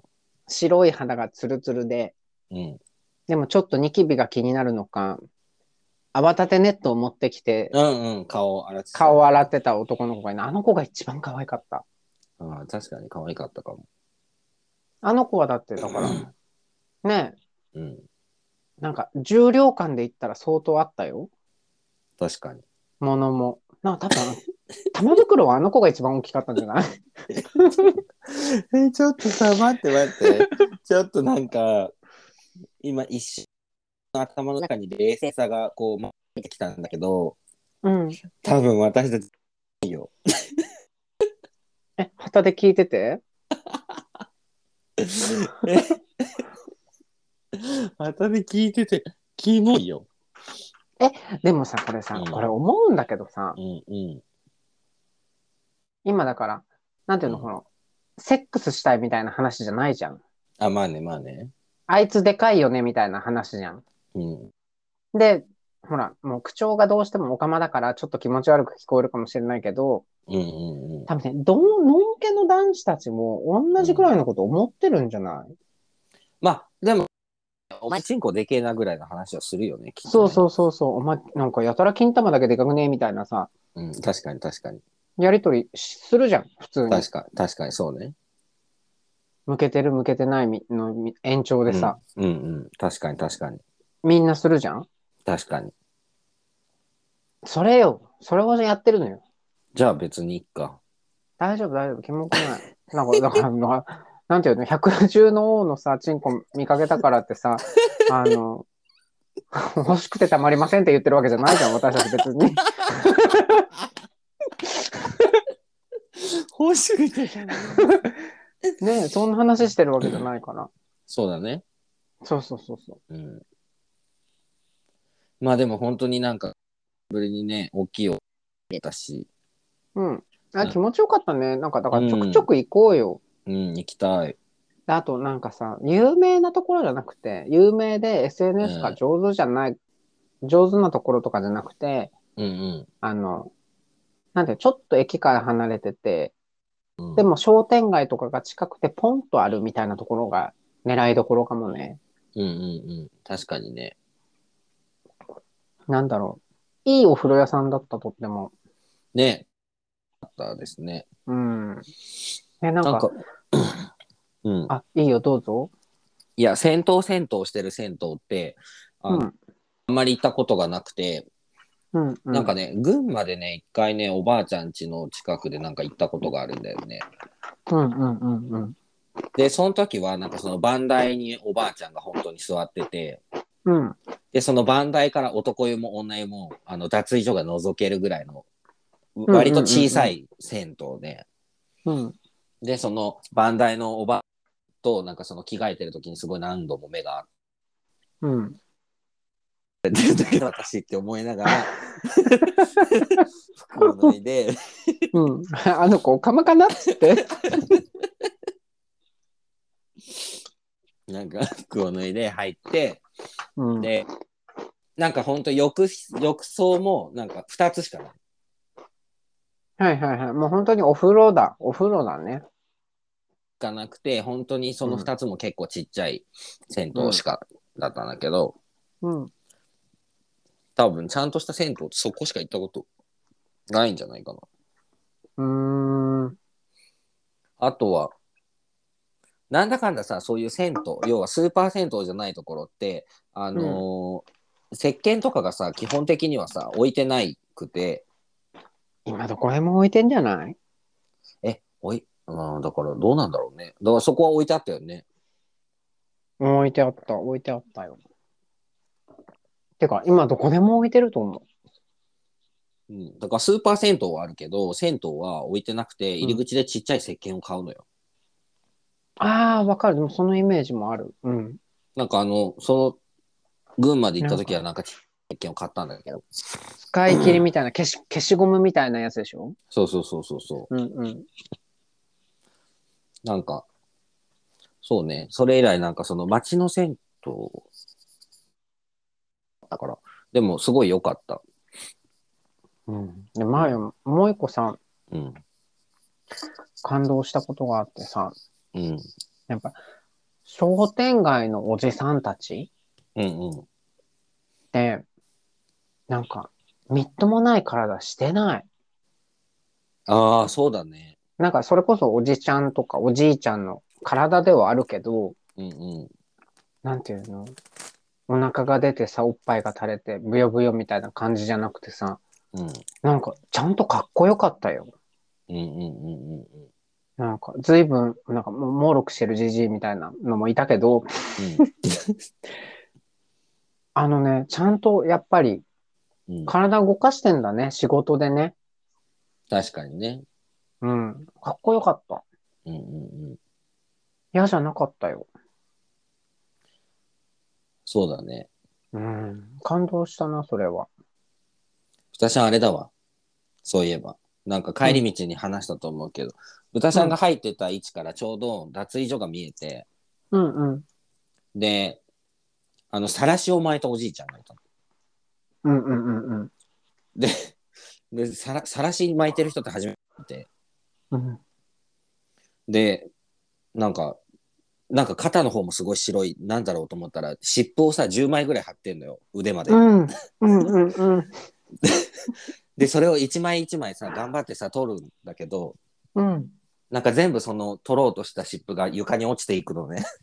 Speaker 2: 白い肌がツルツルで
Speaker 1: うん。
Speaker 2: でもちょっとニキビが気になるのか泡立てネットを持ってきて
Speaker 1: うんうん。顔を洗ってた
Speaker 2: 顔を洗ってた男の子がいないあの子が一番可愛かった
Speaker 1: あー確かに可愛かったかも。
Speaker 2: あの子はだってだからね
Speaker 1: うん。
Speaker 2: なんか重量感で言ったら相当あったよ
Speaker 1: 確かに。
Speaker 2: ものもなんか多分玉袋はあの子が一番大きかったんじゃない
Speaker 1: え、ちょっとさ、待って待って。 ちょっとなんか、今一瞬頭の中に冷静さがこう、出てきたんだけど、
Speaker 2: うん。
Speaker 1: 多分私 たち、
Speaker 2: え、旗で聞いてて
Speaker 1: またね、聞いてて、キモいよ。
Speaker 2: でもさ、これさ、
Speaker 1: うん
Speaker 2: これ思うんだけどさ
Speaker 1: う、んうん。
Speaker 2: 今だから、なんていうの、
Speaker 1: うん
Speaker 2: この、セックスしたいみたいな話じゃないじゃん。
Speaker 1: あ、まあね、まあね。
Speaker 2: あいつでかいよねみたいな話じゃん。
Speaker 1: うん。
Speaker 2: で、ほら、もう口調がどうしてもオカマだから、ちょっと気持ち悪く聞こえるかもしれないけど、
Speaker 1: うんうんうん。
Speaker 2: 多分ね、どん、のんけの男子たちも同じくらいのこと思ってるんじゃない、
Speaker 1: まあ、でも、お前、チンコでけえなぐらいの話をするよね、きっ
Speaker 2: そ
Speaker 1: と
Speaker 2: う
Speaker 1: ね
Speaker 2: そうそうそう、お前、なんかやたら金玉だけでかくねみたいなさ、
Speaker 1: うん、確かに確かに。
Speaker 2: やりとりするじゃん、普通に。
Speaker 1: 確か確かにそうね。
Speaker 2: 向けてる向けてないみのみ延長でさ、
Speaker 1: うん、うんうん。確かに確かに。
Speaker 2: みんなするじゃん
Speaker 1: 確かに。
Speaker 2: それよ。それをやってるのよ。
Speaker 1: じゃあ別にいっか。
Speaker 2: 大丈夫、大丈夫。キモくない。 なんか、だから、ななんていうの、百獣の王のさ、チンコ見かけたからっ てさ、あの、欲しくてたまりませんって言ってるわけじゃないじゃん、私たち別 に。
Speaker 1: 欲しくて。
Speaker 2: ねえそんな話してるわけじゃないから。
Speaker 1: そうだね。
Speaker 2: そうそうそうそ
Speaker 1: うん。まあでも本当になんか、ぶりにね、大きいを出たし、
Speaker 2: う。うん。
Speaker 1: う
Speaker 2: あ、
Speaker 1: ん
Speaker 2: 気持ちよかったね。なんか、だから、ちょくちょく行こうよ。
Speaker 1: うん、行きたい。
Speaker 2: であとなんかさ、有名なところじゃなくて、有名で SNS
Speaker 1: う
Speaker 2: が
Speaker 1: ん
Speaker 2: 上手じゃない、上手なところとかじゃなくて、
Speaker 1: うん
Speaker 2: あの、なんていうのちょっと駅から離れてて、
Speaker 1: うん。
Speaker 2: で、も商店街とかが近くてポンとあるみたいなところが狙いどころかもね。
Speaker 1: うんうんうん。確かにね。
Speaker 2: なんだろう。いいお風呂屋さんだったとっても。
Speaker 1: ね。あったですね。
Speaker 2: うん。え、なんか、
Speaker 1: なんか、うん。
Speaker 2: あ、いいよ、どうぞ。
Speaker 1: いや、銭湯銭湯してる銭湯って、あ
Speaker 2: うん。
Speaker 1: あんまり行ったことがなくて、
Speaker 2: うん、う
Speaker 1: なんか、ね、群馬でね、一回ね、おばあちゃん家の近くでなんか行ったことがあるんだよね。
Speaker 2: うんうんうんうん。
Speaker 1: で、その時は、なんかその番台におばあちゃんが本当に座ってて、
Speaker 2: うん。
Speaker 1: で、その番台から男湯も女湯も、あの、脱衣所が覗けるぐらいの、
Speaker 2: ん
Speaker 1: 割と小さい銭湯で、
Speaker 2: うん。
Speaker 1: で、その番台のおばと、なんかその着替えてる時にすごい何度も目が合って
Speaker 2: うん。
Speaker 1: 出るだけだ私って思いなが ら、服を脱いで、
Speaker 2: うん。 あの子、おかまかなっつって。
Speaker 1: なんか服を脱いで入って、
Speaker 2: うん。
Speaker 1: で、なんかほんと浴室浴槽もなんか2つしかない。
Speaker 2: はいはいはい。もう本当にお風呂だ。お風呂だね。
Speaker 1: かなくて、本当にその
Speaker 2: うん
Speaker 1: 2つも結構ちっちゃい銭湯しかだったんだけど、
Speaker 2: うん。
Speaker 1: 多分ちゃんとした銭湯ってそこしか行ったことないんじゃないかな。
Speaker 2: うーん。
Speaker 1: あとは、なんだかんださ、そういう銭湯、要はスーパー銭湯じゃないところって、あのー石鹸とかがさ、基本的にはさ、置いてないくて、
Speaker 2: 今どこへも置いてんじゃない
Speaker 1: え、おい、うん、だからどうなんだろうね。だからそこは置いてあったよね。
Speaker 2: 置いてあった。置いてあったよ。てか、今どこでも置いてると思
Speaker 1: うん、だからスーパー銭湯はあるけど、銭湯は置いてなくて、入り口でちっちゃい石鹸を買うのよ。
Speaker 2: う。ああ、わかる。でもそのイメージもある。うん。
Speaker 1: なんかあの、その、群馬で行った時はなんかちっちゃい石鹸を買ったんだけど。
Speaker 2: 使い切りみたいな、消し、消しゴムみたいなやつでしょ
Speaker 1: そうそうそうそうそう。
Speaker 2: うんうん。
Speaker 1: なんか、そうね、それ以来なんかその町の銭湯だから、でもすごい良かった。
Speaker 2: うん。で、前、もう一個さ、
Speaker 1: うん。
Speaker 2: 感動したことがあってさ、
Speaker 1: うん。
Speaker 2: やっぱ、商店街のおじさんたち
Speaker 1: うんうん。
Speaker 2: って、なんか、みっともない体してない。
Speaker 1: ああ、そうだね。
Speaker 2: なんか、それこそおじちゃんとかおじいちゃんの体ではあるけど、
Speaker 1: うんうん。
Speaker 2: なんていうのお腹が出てさ、おっぱいが垂れて、ぶよぶよみたいな感じじゃなくてさ、
Speaker 1: うん。
Speaker 2: なんか、ちゃんとかっこよかったよ。
Speaker 1: うんうんうんうんうん。
Speaker 2: なんか、随分、なんか、もう、もうろくしてるじじいみたいなのもいたけど、あのね、ちゃんと、やっぱり、
Speaker 1: うん、うん
Speaker 2: 体動かしてんだね、仕事でね。
Speaker 1: 確かにね。
Speaker 2: うん。かっこよかった。
Speaker 1: うんうんうん。
Speaker 2: 嫌じゃなかったよ。
Speaker 1: そうだね。
Speaker 2: うん。感動したな、それは。
Speaker 1: 豚ちゃんあれだわ。そういえば。なんか帰り道に話したと思うけど、豚ちゃんが入ってた位置からちょうど脱衣所が見えて、
Speaker 2: うんうん。
Speaker 1: で、あの、晒しを巻いたおじいちゃんがいたの。
Speaker 2: うんうんうんうん
Speaker 1: で、で、さら、さらし巻いてる人って初めて見て。
Speaker 2: うん。
Speaker 1: で、なんか、なんか肩の方もすごい白い、なんだろうと思ったら、湿布をさ、10枚ぐらい貼ってんのよ、腕まで。
Speaker 2: うん。うんうんうん。
Speaker 1: で、それを1枚1枚さ、頑張ってさ、取るんだけど、
Speaker 2: うん。
Speaker 1: なんか全部その、取ろうとした湿布が床に落ちていくのね。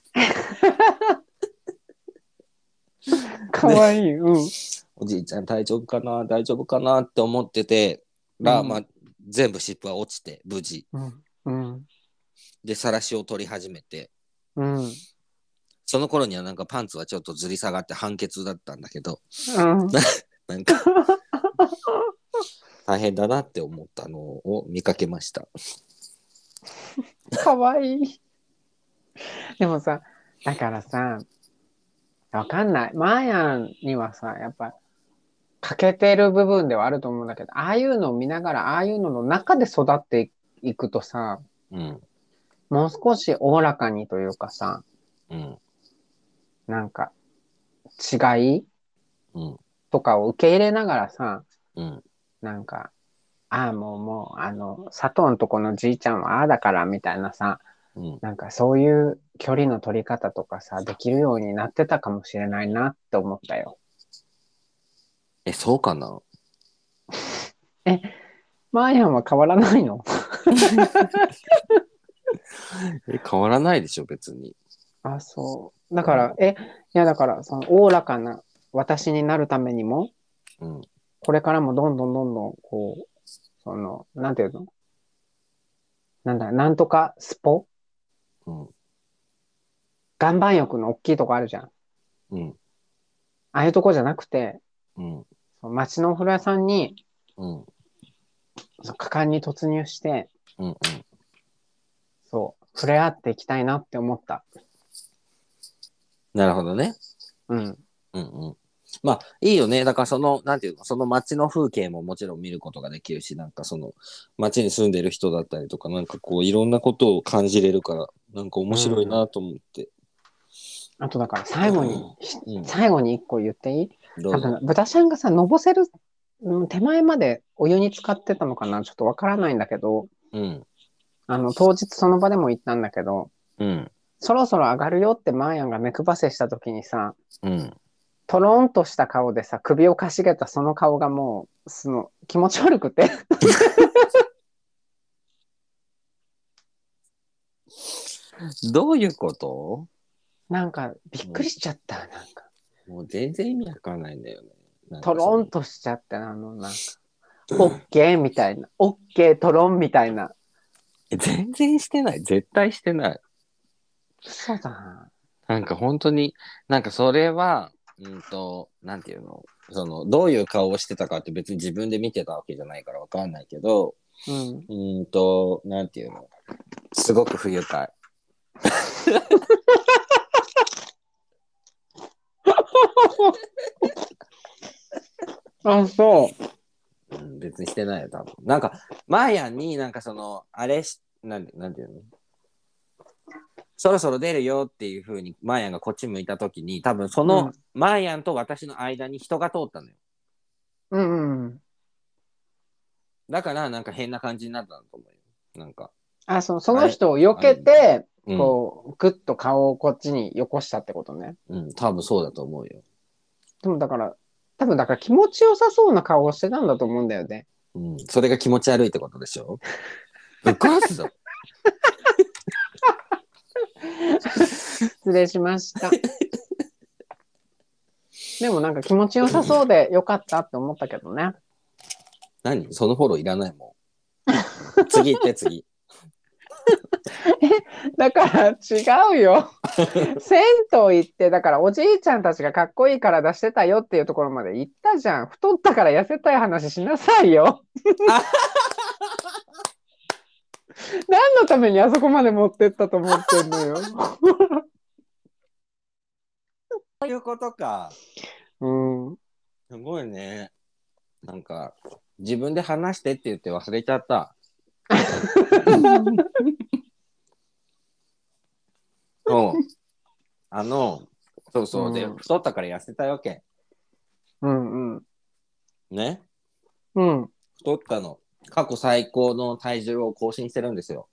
Speaker 2: かわいい。うん。
Speaker 1: おじいちゃん大丈夫かな大丈夫かなって思ってて、ら、
Speaker 2: うん
Speaker 1: まあ、全部湿布は落ちて、無事。
Speaker 2: うん。うん。
Speaker 1: で、さらしを取り始めて、
Speaker 2: うん。うん。
Speaker 1: その頃にはなんかパンツはちょっとずり下がって半血だったんだけど、なんか大変だなって思ったのを見かけました。
Speaker 2: かわいい。でもさ、だからさ、わかんない。マーヤンにはさ、やっぱ、欠けてる部分ではあると思うんだけど、ああいうのを見ながら、ああいうのの中で育っていくとさ、
Speaker 1: うん。
Speaker 2: もう少しおおらかにというかさ、
Speaker 1: うん。
Speaker 2: なんか、違い
Speaker 1: うん。
Speaker 2: とかを受け入れながらさ、
Speaker 1: うん。
Speaker 2: なんか、ああ、もうもう、あの、佐藤んとこのじいちゃんはああだからみたいなさ、
Speaker 1: うん。
Speaker 2: なんかそういう距離の取り方とかさ、できるようになってたかもしれないなって思ったよ。
Speaker 1: え、そうかな
Speaker 2: マーヤンは変わらないの
Speaker 1: え、変わらないでしょ、別に。
Speaker 2: あ、そう。だから、え、いやだから、その、おおらかな私になるためにも、
Speaker 1: うん。
Speaker 2: これからもどんどんどんどん、こう、その、なんていうのなんだ、なんとかスポ
Speaker 1: うん。
Speaker 2: 岩盤浴の大きいとこあるじゃん。あ
Speaker 1: うん。
Speaker 2: あいうとこじゃなくて、
Speaker 1: うん。
Speaker 2: その町のお風呂屋さんに、
Speaker 1: うん。
Speaker 2: その果敢に突入して、
Speaker 1: うん。うん。
Speaker 2: そう、触れ合っていきたいなって思った。
Speaker 1: なるほどね。
Speaker 2: うん。
Speaker 1: うんうん。まあ、いいよね。だから、その、なんていうの、その街の風景ももちろん見ることができるし、なんかその、街に住んでる人だったりとか、なんかこう、いろんなことを感じれるから、なんか面白いなと思って。
Speaker 2: あとだから最後に、
Speaker 1: うん。
Speaker 2: 最後に一個言っていい
Speaker 1: ど
Speaker 2: 多
Speaker 1: うぞ。
Speaker 2: 分、豚ちゃんがさ、のぼせるうん手前までお湯に浸かってたのかなちょっとわからないんだけど、
Speaker 1: うん。
Speaker 2: あの、当日その場でも言ったんだけど、
Speaker 1: うん。
Speaker 2: そろそろ上がるよってマーヤンが目くばせした時にさ、
Speaker 1: うん。
Speaker 2: トロンとした顔でさ、首をかしげたその顔がもう、その、気持ち悪くて。
Speaker 1: どういうこと
Speaker 2: なんか、びっくりしちゃった。なんか、
Speaker 1: もう全然意味わかんないんだよね。なんか
Speaker 2: ト
Speaker 1: その
Speaker 2: ロンとしちゃって、あの、なんか、オッケーみたいな。オッケートロンみたいな。
Speaker 1: え全然してない。絶対してない。
Speaker 2: そうだな。
Speaker 1: なんか本当に、なんかそれは、うんと、なんていうの、その、どういう顔をしてたかって別に自分で見てたわけじゃないからわかんないけど、
Speaker 2: うん。
Speaker 1: うんと、なんていうの、すごく不愉快。
Speaker 2: あ、そう。
Speaker 1: うん、別にしてないよ、多分。なんか、マーヤンになんかその、あれし、なんなんていうのそろそろ出るよっていう風にマーヤンがこっち向いた時に、多分その、
Speaker 2: うん
Speaker 1: マーヤンと私の間に人が通ったのよ。
Speaker 2: うんうん。
Speaker 1: だから、なんか変な感じになったんだと思うよ。なんか。
Speaker 2: あ、その、その人を避けて、
Speaker 1: うん
Speaker 2: こう、ぐっと顔をこっちによこしたってことね。
Speaker 1: うん、多分そうだと思うよ。
Speaker 2: でもだから、多分だから気持ちよさそうな顔をしてたんだと思うんだよね。
Speaker 1: うん、それが気持ち悪いってことでしょ ぶっ壊すぞ。
Speaker 2: 失礼しま した。でもなんか気持ちよさそうでよかったって思ったけどね。
Speaker 1: 何そのフォローいらないもん。次行って 次。
Speaker 2: だから違うよ。銭湯行って、だからおじいちゃんたちがかっこいい体してたよっていうところまで行ったじゃん。太ったから痩せたい話しなさいよ。何のためにあそこまで持ってったと思ってんのよ。
Speaker 1: ということか。
Speaker 2: うん。
Speaker 1: すごいね。なんか、自分で話してって言って忘れちゃった。 そう。あの、そうそうで、
Speaker 2: うん
Speaker 1: 太ったから痩せたいわけ。
Speaker 2: うんうん。
Speaker 1: ね。
Speaker 2: うん。
Speaker 1: 太ったの。過去最高の体重を更新してるんですよ。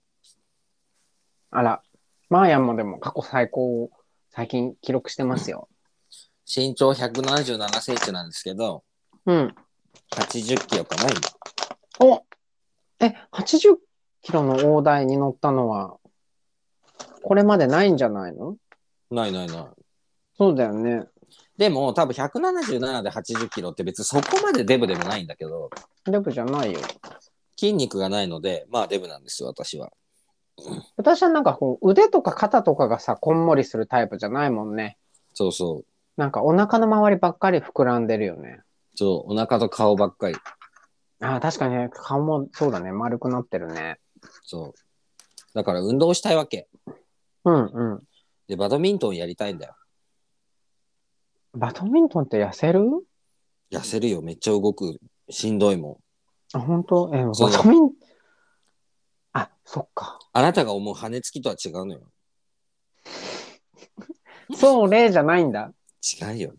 Speaker 2: あら、マーヤンもでも過去最高を最近記録してますよ。
Speaker 1: 身長177センチなんですけど、
Speaker 2: うん。
Speaker 1: 80キロかな、今。
Speaker 2: おえ、80キロの大台に乗ったのは、これまでないんじゃないの
Speaker 1: ないないない。
Speaker 2: そうだよね。
Speaker 1: でも、多分177で80キロって別にそこまでデブでもないんだけど、
Speaker 2: デブじゃないよ。
Speaker 1: 筋肉がないので、まあデブなんですよ、私は。
Speaker 2: 私はなんかこう腕とか肩とかがさ、こんもりするタイプじゃないもんね。
Speaker 1: そうそう。
Speaker 2: なんかお腹の周りばっかり膨らんでるよね。
Speaker 1: そう、お腹と顔ばっかり。
Speaker 2: ああ、確かにね、顔もそうだね、丸くなってるね。
Speaker 1: そう。だから運動したいわけ。
Speaker 2: うんうん。
Speaker 1: で、バドミントンやりたいんだよ。
Speaker 2: バドミントンって痩せる
Speaker 1: 痩せるよ、めっちゃ動く。しんどいも
Speaker 2: あ、本当え、
Speaker 1: そう
Speaker 2: バドミンあ、そっか。
Speaker 1: あなたが思う羽根つきとは違うのよ。
Speaker 2: そう、例じゃないんだ。
Speaker 1: 違うよ。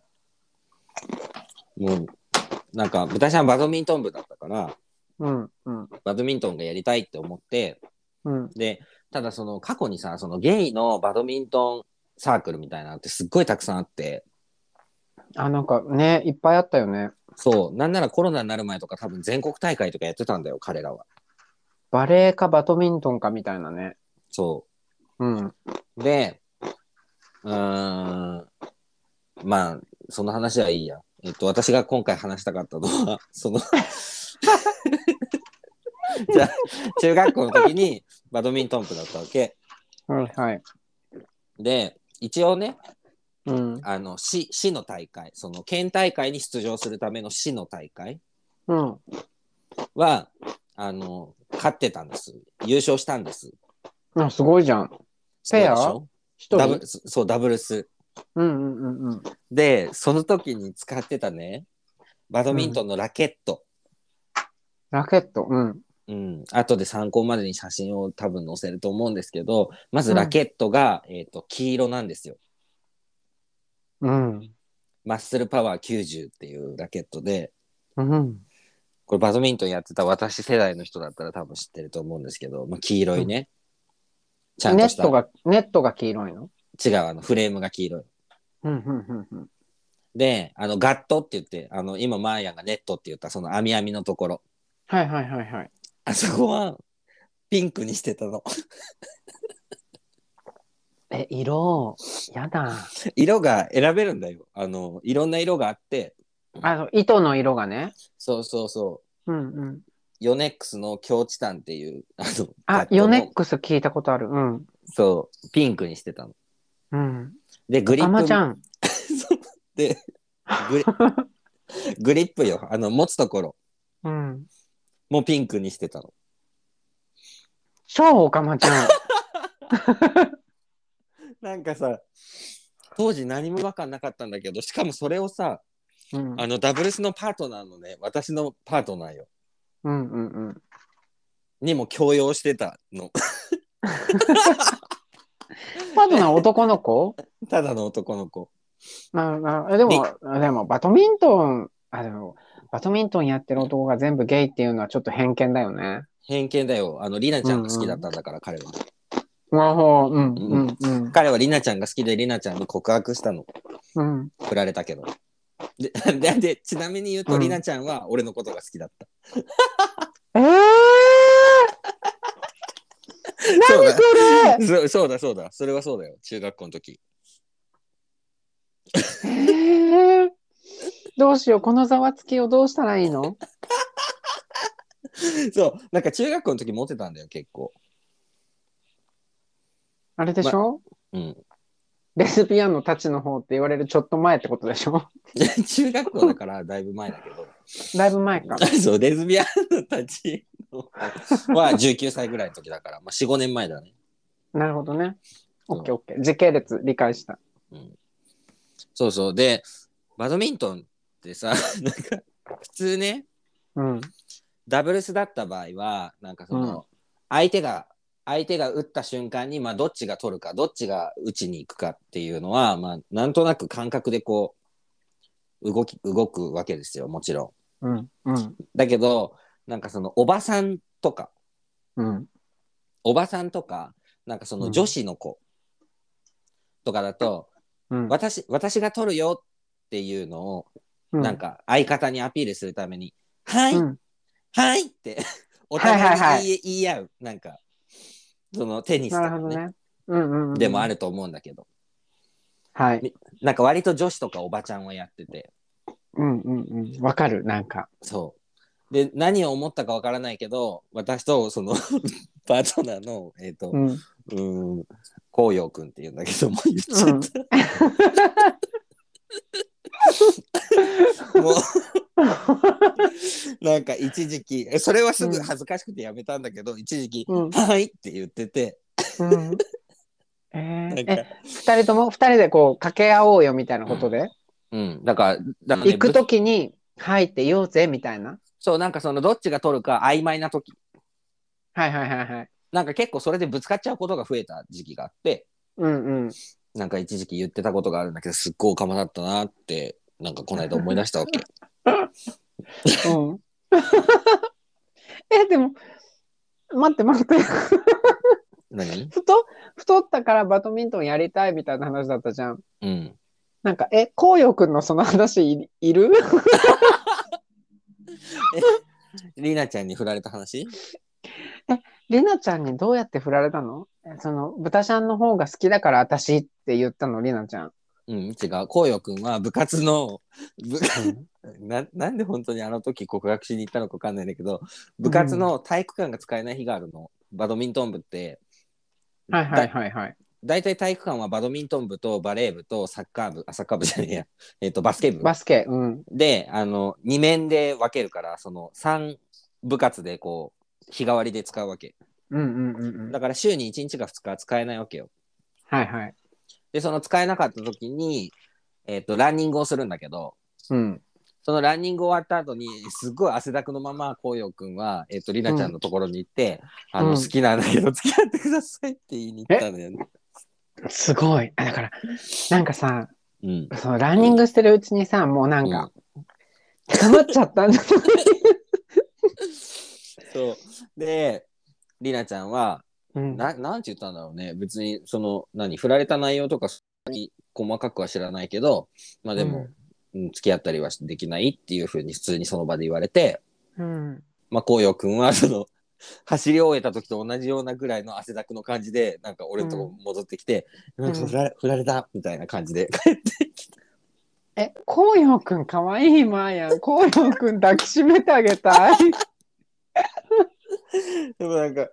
Speaker 1: もう、なんか、私はバドミントン部だったから、
Speaker 2: うん、うん、
Speaker 1: バドミントンがやりたいって思って、
Speaker 2: うん。
Speaker 1: で、ただその過去にさ、そのゲイのバドミントンサークルみたいなのってすっごいたくさんあって、
Speaker 2: あ、なんかね、いっぱいあったよね。
Speaker 1: そう、なんならコロナになる前とか多分全国大会とかやってたんだよ、彼らは。
Speaker 2: バレーかバドミントンかみたいなね。
Speaker 1: そう。
Speaker 2: うん、
Speaker 1: で、うーん、まあ、その話はいいや。えっと、私が今回話したかったのは、 その、じゃあ中学校の時にバドミントン部だったわけ。
Speaker 2: うん、はい。
Speaker 1: で、一応ね、
Speaker 2: うん、
Speaker 1: あの、市、市の大会、その県大会に出場するための市の大会
Speaker 2: うん、
Speaker 1: は、あの、勝ってたんです。優勝したんです。
Speaker 2: あ、すごいじゃん。ペア
Speaker 1: そう
Speaker 2: 一
Speaker 1: でしょダブ
Speaker 2: 人。
Speaker 1: ルスそう、ダブルス。
Speaker 2: うん、うん、うん、うん。
Speaker 1: で、その時に使ってたね、バドミントンのラケット。
Speaker 2: ラケット、うん、
Speaker 1: うん。後で参考までに写真を多分載せると思うんですけど、まずラケットが、えっ、と、黄色なんですよ。
Speaker 2: うん、
Speaker 1: マッスルパワー90っていうラケットで、
Speaker 2: うん。
Speaker 1: これバドミントンやってた私世代の人だったら多分知ってると思うんですけど、まあ、黄色いね。ちゃん
Speaker 2: ネ
Speaker 1: とし
Speaker 2: ッ
Speaker 1: た。
Speaker 2: トが、ネットが黄色いの
Speaker 1: 違う、あの、フレームが黄色い。
Speaker 2: うん、うん、うん、
Speaker 1: で、あの、ガットって言って、あの、今、マーヤンがネットって言った、その網網のところ。
Speaker 2: はい、はい、はい、はい。
Speaker 1: あそこは、ピンクにしてたの。
Speaker 2: え、色、やだ。
Speaker 1: 色が選べるんだよあのいろんな色があって
Speaker 2: あの、糸の色がね。
Speaker 1: そうそうそう
Speaker 2: うん、うん。
Speaker 1: ヨネックスの強チタンっていうあの
Speaker 2: あ
Speaker 1: ガッ、トの
Speaker 2: ヨネックス聞いたことある。うん、
Speaker 1: そうピンクにしてたの
Speaker 2: うん。
Speaker 1: でグリッ
Speaker 2: あ
Speaker 1: プ
Speaker 2: まちゃん。
Speaker 1: でグリ グリップよあの持つところ
Speaker 2: うん。
Speaker 1: もピンクにしてたの
Speaker 2: 超オカマ ちゃん。
Speaker 1: なんかさ当時何も違和感なかったんだけどしかもそれをさ
Speaker 2: うん
Speaker 1: あのダブルスのパートナーのね私のパートナーよ
Speaker 2: うんうんうん。
Speaker 1: にも強要してたの
Speaker 2: パートナー男の子
Speaker 1: ただの男の子
Speaker 2: まあまあ、でも、でも、バドミントン、あ、でも、バドミントンやってる男が全部ゲイっていうのはちょっと偏見だよね。
Speaker 1: 偏見だよあのリナちゃんが好きだったんだから、彼は
Speaker 2: なるほど。うんうんうん。
Speaker 1: 彼はリナちゃんが好きでリナちゃんに告白したの
Speaker 2: うん。
Speaker 1: 振られたけどで ででちなみに言うと、
Speaker 2: うん
Speaker 1: リナちゃんは俺のことが好きだった
Speaker 2: えー
Speaker 1: そうだ
Speaker 2: こ
Speaker 1: そうそうだそうだそれはそうだよ中学校の時
Speaker 2: れえーどうしよう、このざわつきをどうしたらいいの
Speaker 1: そうなんか中学校の時モテたんだよ結構
Speaker 2: あれでしょ、
Speaker 1: うん
Speaker 2: レズビアンのたちの方って言われるちょっと前ってことでしょ
Speaker 1: 中学校だからだいぶ前だけど
Speaker 2: だいぶ前か。
Speaker 1: そうレズビアンのたちのは19歳ぐらいの時だから、まあ、45年前だね
Speaker 2: なるほどね。オ
Speaker 1: そう
Speaker 2: ッケーオッケー。時系列理解した。
Speaker 1: そうそうでバドミントンってさなんか普通ね
Speaker 2: うん。
Speaker 1: ダブルスだった場合はなんかその、
Speaker 2: う
Speaker 1: 相手が相手が打った瞬間に、まあ、どっちが取るかどっちが打ちに行くかっていうのは、まあ、なんとなく感覚でこう動き動くわけですよもちろ
Speaker 2: うん。うん。
Speaker 1: ん。だけどなんかそのおばさんとか
Speaker 2: うん。
Speaker 1: おばさんとかなんかその女子の子とかだと、
Speaker 2: うん。
Speaker 1: 私私が取るよっていうのを、なんか相方にアピールするために「はい、
Speaker 2: うん、
Speaker 1: はいって、お互いに言い,、言い合う、なんか、そのテニスと
Speaker 2: なる
Speaker 1: か、
Speaker 2: ほど
Speaker 1: ね
Speaker 2: ね。うんうん、うん。
Speaker 1: でもあ
Speaker 2: る。
Speaker 1: ると思うんだけど、
Speaker 2: はい。
Speaker 1: なんか割と女子とかおばちゃんはやってて、
Speaker 2: うんうんうん。わかる、なんか。
Speaker 1: そう。で、何を思ったかわからないけど、私とその パートナーの、えっ、と
Speaker 2: う、ん。
Speaker 1: うーん、紅葉くんって言うんだけど、もう言っちゃった。もうなんか一時期えそれはすぐ恥ずかしくてやめたんだけど、一時期「
Speaker 2: うん
Speaker 1: はい」って言ってて
Speaker 2: うん。え
Speaker 1: な
Speaker 2: ー
Speaker 1: ん、か
Speaker 2: え、二人とも、二人でこう、掛け合おうよみたいなことで、
Speaker 1: うんだからだからね
Speaker 2: 行く時に、はいって言おうぜみたいな。
Speaker 1: そう、なんかそのどっちが取るか曖昧な時
Speaker 2: はいはいはいはい。
Speaker 1: なんか結構それでぶつかっちゃうことが増えた時期があって、
Speaker 2: うんうん。
Speaker 1: なんか一時期言ってたことがあるんだけど、すっごいおかまだったなって、なんかこの間思い出したわけ。
Speaker 2: うん、 えでも待って待って
Speaker 1: 何
Speaker 2: ふと太ったからバドミントンやりたいみたいな話だったじゃん
Speaker 1: うん。
Speaker 2: なんかえこうよくんのその話いいる
Speaker 1: りなちゃんに振られた話
Speaker 2: りなちゃんにどうやって振られたのえその豚ちゃんの方が好きだから私って言ったのりなちゃん
Speaker 1: うん、違う。こうよくんは部活の、部 ななんで本当にあの時告白しに行ったのかわかんないんだけど、部活の体育館が使えない日があるの。バドミントン部って、
Speaker 2: はいはいはいはい
Speaker 1: 大体体育館はバドミントン部とバレー部とサッカー部、あ、サッカー部じゃねえや、えっ、と、バスケ部。
Speaker 2: バスケうん
Speaker 1: で、あの、2面で分けるから、その3部活でこう、日替わりで使うわけ。
Speaker 2: うんうんうんうん
Speaker 1: だから週に1日か2日は使えないわけよ。
Speaker 2: はいはい
Speaker 1: で、その使えなかった時に、えっ、と、ランニングをするんだけど、
Speaker 2: うん
Speaker 1: そのランニング終わった後に、すごい汗だくのまま、こうよくんは、えっ、と、りなちゃんのところに行って、
Speaker 2: うん
Speaker 1: あの、
Speaker 2: うん
Speaker 1: 好きなんだけど、 付き合ってくださいって言いに行ったのよね。
Speaker 2: すごいあだからなんかさ
Speaker 1: うん。
Speaker 2: そのランニングしてるうちにさもうなんか、捕まっちゃったんだ
Speaker 1: そう。で、りなちゃんは、
Speaker 2: うん
Speaker 1: ななんて言ったんだろうね別にその何振られた内容とかそんなに細かくは知らないけどまあでも、うん付き合ったりはできないっていうふうに普通にその場で言われて
Speaker 2: うん
Speaker 1: まあこうよくんはその走り終えた時と同じようなぐらいの汗だくの感じでなんか俺のとこ戻ってきて、
Speaker 2: ん
Speaker 1: なんか振られ振られたみたいな感じで 帰って
Speaker 2: え、こうよくんかわいいマーヤン。こうよくん抱きしめてあげたい。
Speaker 1: でもなんか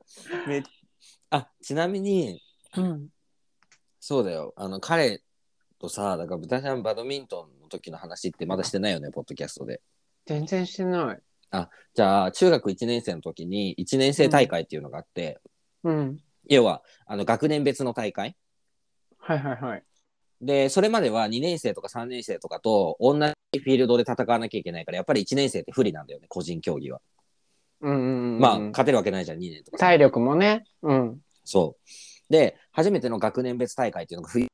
Speaker 1: めあちなみに
Speaker 2: うん。
Speaker 1: そうだよあの彼とさだから豚ちゃんバドミントンの時の話ってまだしてないよねポッドキャストで。
Speaker 2: 全然してない。
Speaker 1: じゃあ中学1年生の時に1年生大会っていうのがあって、
Speaker 2: うん。
Speaker 1: 要はあの学年別の大会
Speaker 2: はいはいはい。
Speaker 1: でそれまでは2年生とか3年生とかと同じフィールドで戦わなきゃいけないからやっぱり1年生って不利なんだよね個人競技は、
Speaker 2: うんうん、うん。
Speaker 1: まあ勝てるわけないじゃん2年とか
Speaker 2: 体力もね。うん。
Speaker 1: そうで初めての学年別大会っていうのが冬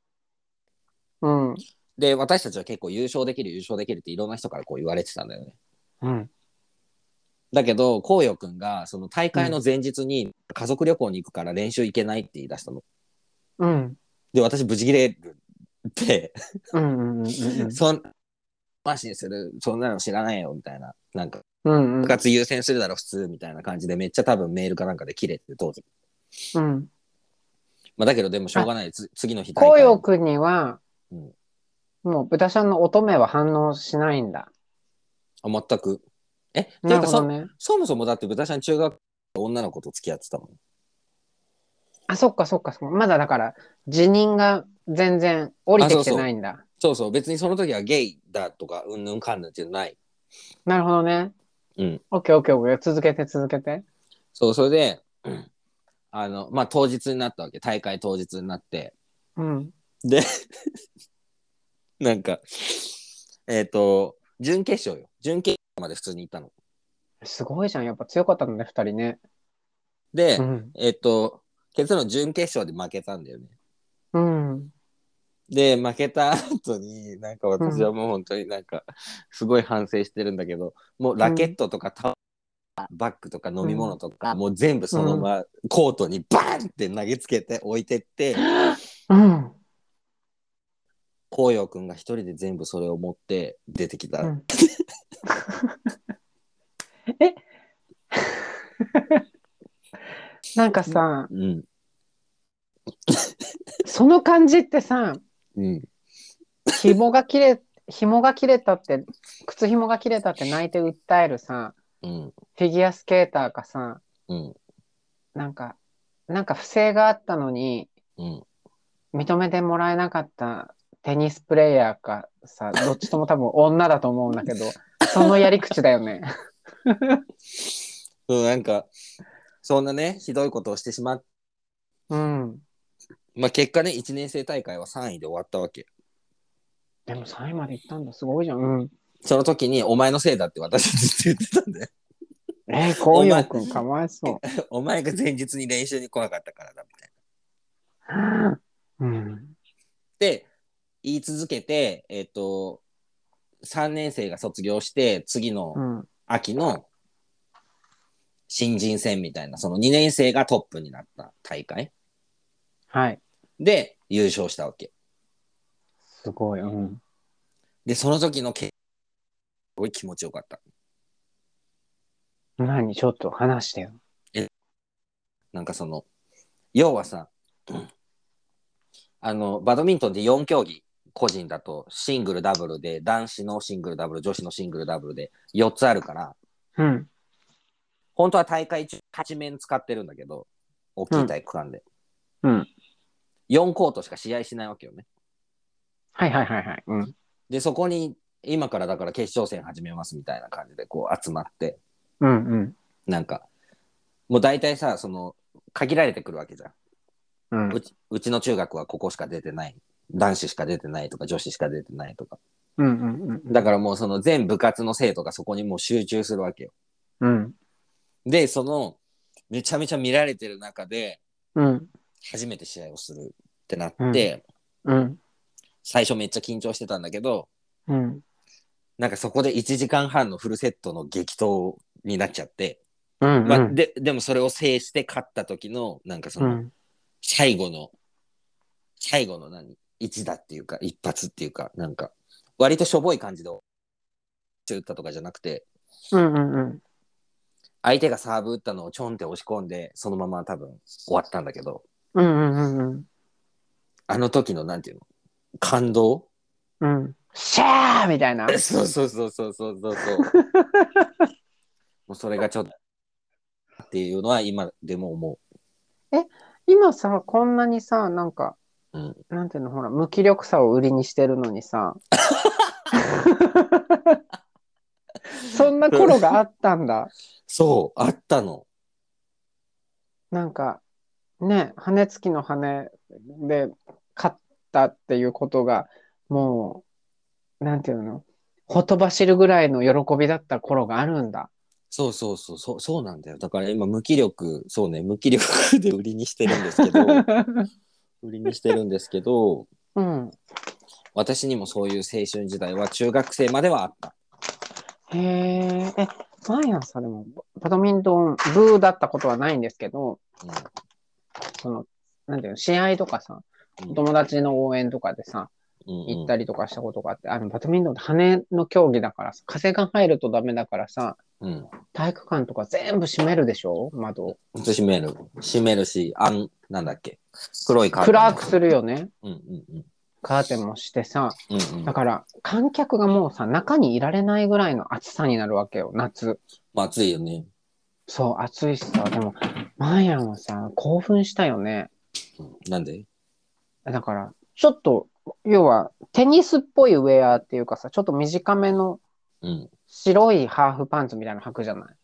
Speaker 2: うん。
Speaker 1: で私たちは結構優勝できる優勝できるっていろんな人からこう言われてたんだよね
Speaker 2: うん。
Speaker 1: だけどこうよくんがその大会の前日に家族旅行に行くから練習行けないって言い出したの
Speaker 2: うん。
Speaker 1: で私ブチギレるって
Speaker 2: うんうんうんうん
Speaker 1: そんマシにする、そんなの知らないよみたいな、なんか、
Speaker 2: うんうん
Speaker 1: 部活優先するだろ、普通みたいな感じで、めっちゃ多分メールかなんかで切れて、当時。
Speaker 2: うん
Speaker 1: まあ、だけど、でもしょうがない、つ次の日
Speaker 2: こうよくんには、
Speaker 1: うん
Speaker 2: もう豚ちゃんの乙女は反応しないんだ。
Speaker 1: あ、全く。え、ってい
Speaker 2: な
Speaker 1: う
Speaker 2: る
Speaker 1: か
Speaker 2: ほど
Speaker 1: そ、
Speaker 2: ね。
Speaker 1: そもそもだって、豚ちゃん中学女の子と付き合ってたもん。
Speaker 2: あ、そっかそっかそっか。まだだから、辞任が全然降りてきてないんだ。
Speaker 1: そうそう、別にその時はゲイだとか、うんぬんかんぬんっていうのない。
Speaker 2: なるほどね。
Speaker 1: うん。
Speaker 2: オッケーオッケーオッケー。続けて続けて。
Speaker 1: そう、それで、うんあの、まあ、当日になったわけ、大会当日になって、
Speaker 2: うん。
Speaker 1: で、なんか、えっ、と、準決勝よ。準決勝まで普通に行ったの。
Speaker 2: すごいじゃん。やっぱ強かったのね、二人ね。
Speaker 1: で、
Speaker 2: うん。
Speaker 1: えっ、と、結論準決勝で負けたんだよね。
Speaker 2: うん。
Speaker 1: で、負けた後に、なんか私はもう本当になんか、すごい反省してるんだけど、もうラケットとかタオルとかバッグとか飲み物とか、もう全部そのままコートにバーンって投げつけて置いてって、
Speaker 2: うん。
Speaker 1: こうよくんが一人で全部それを持って出てきた。
Speaker 2: うんえなんかさ、
Speaker 1: うん。
Speaker 2: その感じってさ、
Speaker 1: うん。
Speaker 2: 紐が切れ、紐が切れたって、靴紐が切れたって泣いて訴えるさ、
Speaker 1: うん。
Speaker 2: フィギュアスケーターかさ、
Speaker 1: うん。
Speaker 2: なんか、なんか不正があったのに、
Speaker 1: うん。
Speaker 2: 認めてもらえなかったテニスプレイヤーかさ、どっちとも多分女だと思うんだけど、そのやり口だよね。
Speaker 1: そうなんかそんなねひどいことをしてしまっ
Speaker 2: うん。
Speaker 1: まあ結果ね1年生大会は3位で終わったわけ
Speaker 2: でも3位まで行ったんだ、すごいじゃん。うん。
Speaker 1: その時に「お前のせいだ」って私ずっと言ってたんだよ
Speaker 2: ええー、こうよくんかわいそう。
Speaker 1: お前が前日に練習に来なかったからだみたいな。
Speaker 2: うん。
Speaker 1: で言い続けてえっ、と3年生が卒業して次の
Speaker 2: うん。
Speaker 1: 秋の新人戦みたいなその2年生がトップになった大会
Speaker 2: はい。
Speaker 1: で優勝したわけ。
Speaker 2: すごい。うん。
Speaker 1: でその時のけすごい気持ちよかった。
Speaker 2: 何ちょっと話してよ。
Speaker 1: なんかその要はさあのバドミントンって4競技個人だとシングルダブルで男子のシングルダブル女子のシングルダブルで4つあるから
Speaker 2: うん。
Speaker 1: 本当は大会中8面使ってるんだけど大きい体育館で、
Speaker 2: うん。
Speaker 1: 4コートしか試合しないわけよね
Speaker 2: はいはいはいはい。うん。
Speaker 1: でそこに今からだから決勝戦始めますみたいな感じでこう集まって
Speaker 2: うんうん。
Speaker 1: なんかもう大体さその限られてくるわけじゃん
Speaker 2: うん
Speaker 1: うちうちの中学はここしか出てない男子しか出てないとか女子しか出てないとか
Speaker 2: うんうん
Speaker 1: だからもうその全部活の生徒がそこにもう集中するわけよ
Speaker 2: うん。
Speaker 1: でそのめちゃめちゃ見られてる中で
Speaker 2: うん。
Speaker 1: 初めて試合をするってなって、
Speaker 2: うん。
Speaker 1: 最初めっちゃ緊張してたんだけど
Speaker 2: うん。
Speaker 1: なんかそこで1時間半のフルセットの激闘になっちゃって、
Speaker 2: うん。
Speaker 1: まあ、ででもそれを制して勝った時のなんかそうの
Speaker 2: ん。
Speaker 1: 最後の、最後の何一打っていうか一発っていうかなんか割としょぼい感じで打ったとかじゃなくて
Speaker 2: うんうんうん。
Speaker 1: 相手がサーブ打ったのをちょんって押し込んでそのまま多分終わったんだけど
Speaker 2: うんうんうん
Speaker 1: あの時のなんていうの感動
Speaker 2: うん。うん。シャーみたいな。
Speaker 1: そうそうそうそうそう そうそうもうそれがちょっとっていうのは今でも思う。
Speaker 2: 今さ、こんなにさ、なんか、
Speaker 1: うん
Speaker 2: なんていうの、ほら、無気力さを売りにしてるのにさ。そんな頃があったんだ。
Speaker 1: そう、あったの。
Speaker 2: なんか、ね、羽つきの羽で勝ったっていうことが、もう、なんていうの、ほとばしるぐらいの喜びだった頃があるん だ。
Speaker 1: そうそうそう、そうそうなんだよ。だから今、無気力、そうね、無気力で売りにしてるんですけど、売りにしてるんですけど、
Speaker 2: うん。
Speaker 1: 私にもそういう青春時代は中学生まではあった。
Speaker 2: へえ、え、毎朝でも、バドミントン部だったことはないんですけど、その、なんていうの、試合とかさ、
Speaker 1: うん
Speaker 2: お友達の応援とかでさ、
Speaker 1: うんうん
Speaker 2: 行ったりとかしたことがあって、あの、バドミントンって羽の競技だからさ、風が入るとダメだからさ、
Speaker 1: うん。
Speaker 2: 体育館とか全部閉めるでしょ窓を。
Speaker 1: 閉める。閉めるし、あん、なんだっけ。黒いカーテン。
Speaker 2: 暗くするよね。
Speaker 1: うんうんうん。
Speaker 2: カーテンもしてさ。
Speaker 1: うんうん
Speaker 2: だ、から、観客がもうさ、中にいられないぐらいの暑さになるわけよ、夏。
Speaker 1: まあ、暑いよね。
Speaker 2: そう、暑いしさ。でも、マーヤンはさ、興奮したよね。
Speaker 1: うんなんで
Speaker 2: だから、ちょっと、要は、テニスっぽいウェアっていうかさ、ちょっと短めの
Speaker 1: うん。
Speaker 2: 白いハーフパンツみたいなの履くじゃない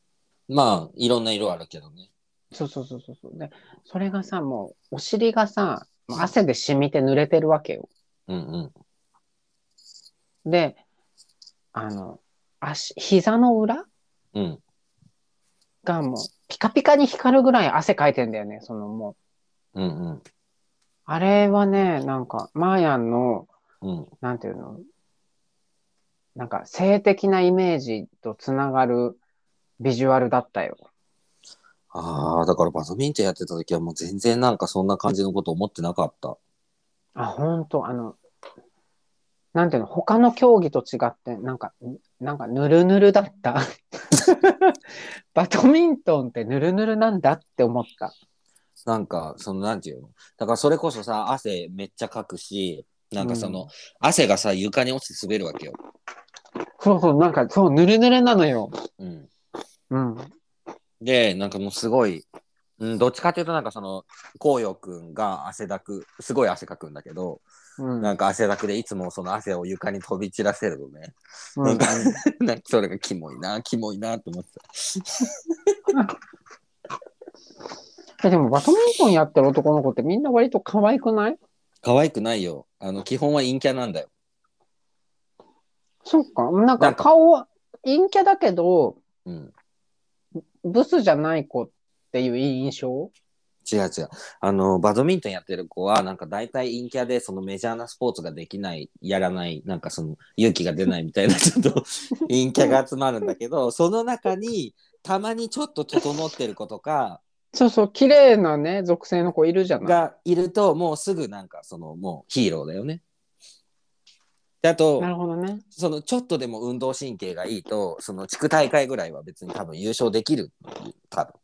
Speaker 1: まあ、いろんな色あるけどね。
Speaker 2: そうそうそうそうそう。で、それがさ、もう、お尻がさ、もう汗で染みて濡れてるわけよ。
Speaker 1: うんうん。
Speaker 2: で、あの、足、膝の裏
Speaker 1: うん。
Speaker 2: がもう、ピカピカに光るぐらい汗かいてんだよね、そのもう。
Speaker 1: うん
Speaker 2: あれはね、なんか、マーヤンの、
Speaker 1: うん。うん。
Speaker 2: なんていうの、なんか、性的なイメージとつながるビジュアルだったよ。
Speaker 1: ああ、だからバドミントンやってた時はもう全然なんかそんな感じのこと思ってなかった。
Speaker 2: あ、ほんと、あの、なんていうの、他の競技と違って、なんか、なんか、ぬるぬるだった。 バドミントンってぬるぬるなんだって思った。
Speaker 1: なんか、その、なんていうのだからそれこそさ、汗めっちゃかくし、なんかその、
Speaker 2: うん
Speaker 1: 汗がさ、床に落ちて滑るわけよ。
Speaker 2: そうそう、なんか、そう、ぬるぬるなのよ。
Speaker 1: うん。
Speaker 2: うん。
Speaker 1: で、なんかもうすごい、うん、どっちかっていうとなんかその、こうよくんが汗だく、すごい汗かくんだけど、
Speaker 2: うん
Speaker 1: なんか汗だくでいつもその汗を床に飛び散らせるのね。
Speaker 2: うん
Speaker 1: なんかなんかそれがキモいな、キモいなと思ってた。
Speaker 2: えでもバドミントンやってる男の子ってみんな割と可愛くない
Speaker 1: 可愛くないよ。あの、基本は陰キャなんだよ。
Speaker 2: そっか。なん
Speaker 1: な
Speaker 2: か
Speaker 1: んか
Speaker 2: 顔は陰キャだけど、
Speaker 1: うん。
Speaker 2: ブスじゃない子っていういい印象
Speaker 1: 違う違う。あの、バドミントンやってる子は、なんか大体陰キャで、そのメジャーなスポーツができない、やらない、なんかその勇気が出ないみたいな、ちょっと陰キャが集まるんだけど、その中に、たまにちょっと整ってる子とか
Speaker 2: そうそう、綺麗なね、属性の子いるじゃない。
Speaker 1: がいると、もうすぐなんか、その、もうヒーローだよね。であと
Speaker 2: な、るほどね。
Speaker 1: そのちょっとでも運動神経がいいと、その地区大会ぐらいは別に多分優勝できる。多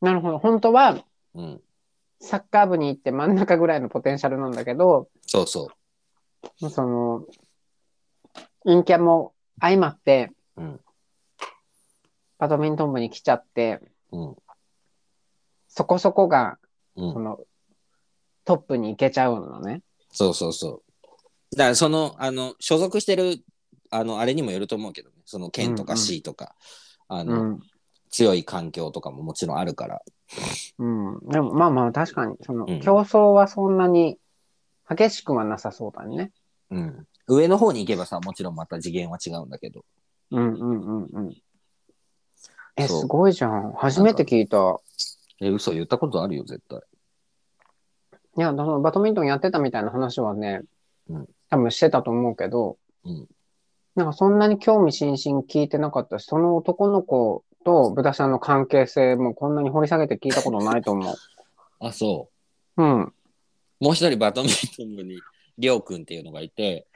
Speaker 2: なるほど。本当は、
Speaker 1: 分。うん。
Speaker 2: サッカー部に行って真ん中ぐらいのポテンシャルなんだけど、
Speaker 1: そうそ
Speaker 2: もうその、陰キャも相まって、
Speaker 1: うん
Speaker 2: バドミントン部に来ちゃって、
Speaker 1: う。うん。
Speaker 2: そこそこが、
Speaker 1: うん
Speaker 2: その、トップに行けちゃうのね。
Speaker 1: そうそうそう。だからその、あの、所属してる、あの、あれにもよると思うけどね。その県と
Speaker 2: う
Speaker 1: か
Speaker 2: んうん
Speaker 1: 市とか、あ
Speaker 2: う
Speaker 1: の、
Speaker 2: ん。
Speaker 1: 強い環境とかももちろんあるから。
Speaker 2: うん。でも、まあまあ、確かに、その、
Speaker 1: うん
Speaker 2: 競争はそんなに激しくはなさそうだね。
Speaker 1: うん。上の方に行けばさ、もちろんまた次元は違うんだけど。
Speaker 2: うんうんうんうん。え、
Speaker 1: そう
Speaker 2: すごいじゃん。初めて聞いた。
Speaker 1: え、嘘言ったことあるよ、絶対。
Speaker 2: いや、そのバドミントンやってたみたいな話はね、
Speaker 1: うん
Speaker 2: 多分してたと思うけど、
Speaker 1: うん
Speaker 2: なんかそんなに興味津々聞いてなかったし、その男の子とブダさんの関係性もこんなに掘り下げて聞いたことないと思。
Speaker 1: あ、そう
Speaker 2: うん。うん。
Speaker 1: う。もう一人バドミントン部に、りょうくんっていうのがいて、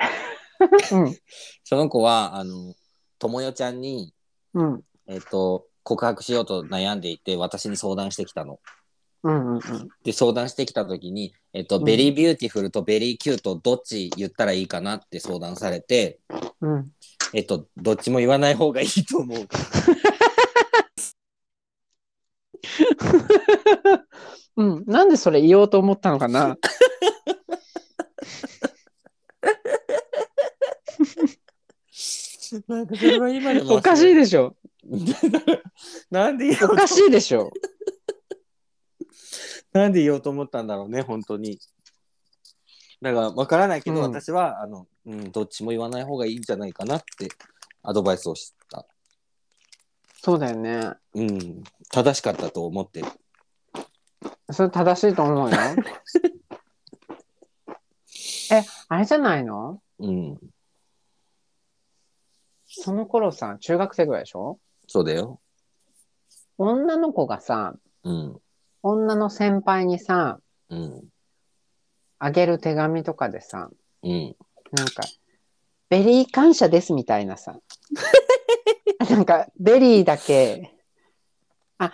Speaker 1: その子は、あの、ともよちゃんに、
Speaker 2: うん。
Speaker 1: えっと、告白しようと悩んでいて、私に相談してきたの。
Speaker 2: うん。うん。
Speaker 1: で、相談してきたときに、えっと、
Speaker 2: うん
Speaker 1: ベリービューティフルとベリーキュート、どっち言ったらいいかなって相談されて、
Speaker 2: うん。
Speaker 1: えっと、どっちも言わない方がいいと思う。
Speaker 2: うん。なんでそれ言おうと思ったのか な
Speaker 1: なんかそれは今で
Speaker 2: おかしい
Speaker 1: い。
Speaker 2: でしょ。
Speaker 1: なんで言
Speaker 2: お
Speaker 1: おう、
Speaker 2: かしいでしょ。
Speaker 1: なんで言おうと思ったんだろうね、本当に。だから、わからないけど、
Speaker 2: うん
Speaker 1: 私は、あの、うん、どっちも言わない方がいいんじゃないかなって、アドバイスをした。
Speaker 2: そうだよね。
Speaker 1: うん、正しかったと思ってる。
Speaker 2: それ正しいと思う よ。え、あれじゃないの
Speaker 1: うん、
Speaker 2: その頃さ、中学生ぐらいでしょ
Speaker 1: そうだよ。
Speaker 2: 女の子がさ、
Speaker 1: うん、
Speaker 2: 女の先輩にさ、
Speaker 1: うん、
Speaker 2: あげる手紙とかでさ、
Speaker 1: うん。
Speaker 2: なんか、ベリー感謝ですみたいな さ。なんか、ベリーだけ、あ、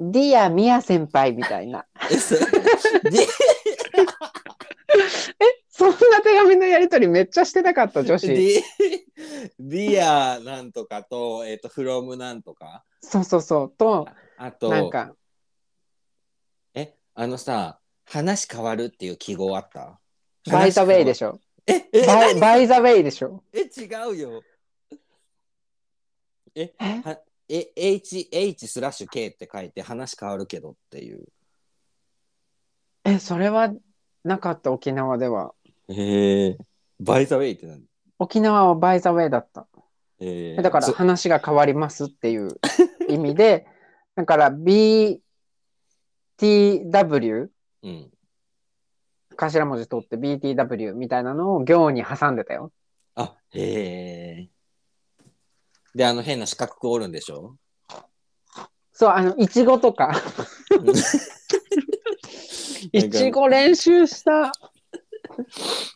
Speaker 2: ディア・ミヤ先輩みたいな。
Speaker 1: え、それ、
Speaker 2: そんな手紙のやりとりめっちゃしてなかった、女子。
Speaker 1: ディ ディアなんとかと、えっ、と、フロムなんとか、
Speaker 2: そうそうそう。と、
Speaker 1: あと、
Speaker 2: なんか、
Speaker 1: え、あのさ、話変わるっていう記号あった
Speaker 2: バイザウェイで
Speaker 1: ょ。
Speaker 2: しょ。
Speaker 1: え、え、
Speaker 2: バイ
Speaker 1: 何
Speaker 2: バイザウェイでしょ。
Speaker 1: え、違うよ。え、
Speaker 2: え
Speaker 1: はえ、H、H スラッシュ K って書いて話変わるけどっていう。
Speaker 2: え、それはなかった、沖縄では。
Speaker 1: へえ。バイザウェイって何
Speaker 2: 沖縄はバイザウェイだった。
Speaker 1: え
Speaker 2: だから話が変わりますっていう意味で、だから BTW、
Speaker 1: うん。
Speaker 2: 頭文字取って BTW みたいなのを行に挟んでたよ。
Speaker 1: あ、へえ。で、あの変な四角く折るんでし ょ
Speaker 2: そう、あの、いちごとか。いちご練習した。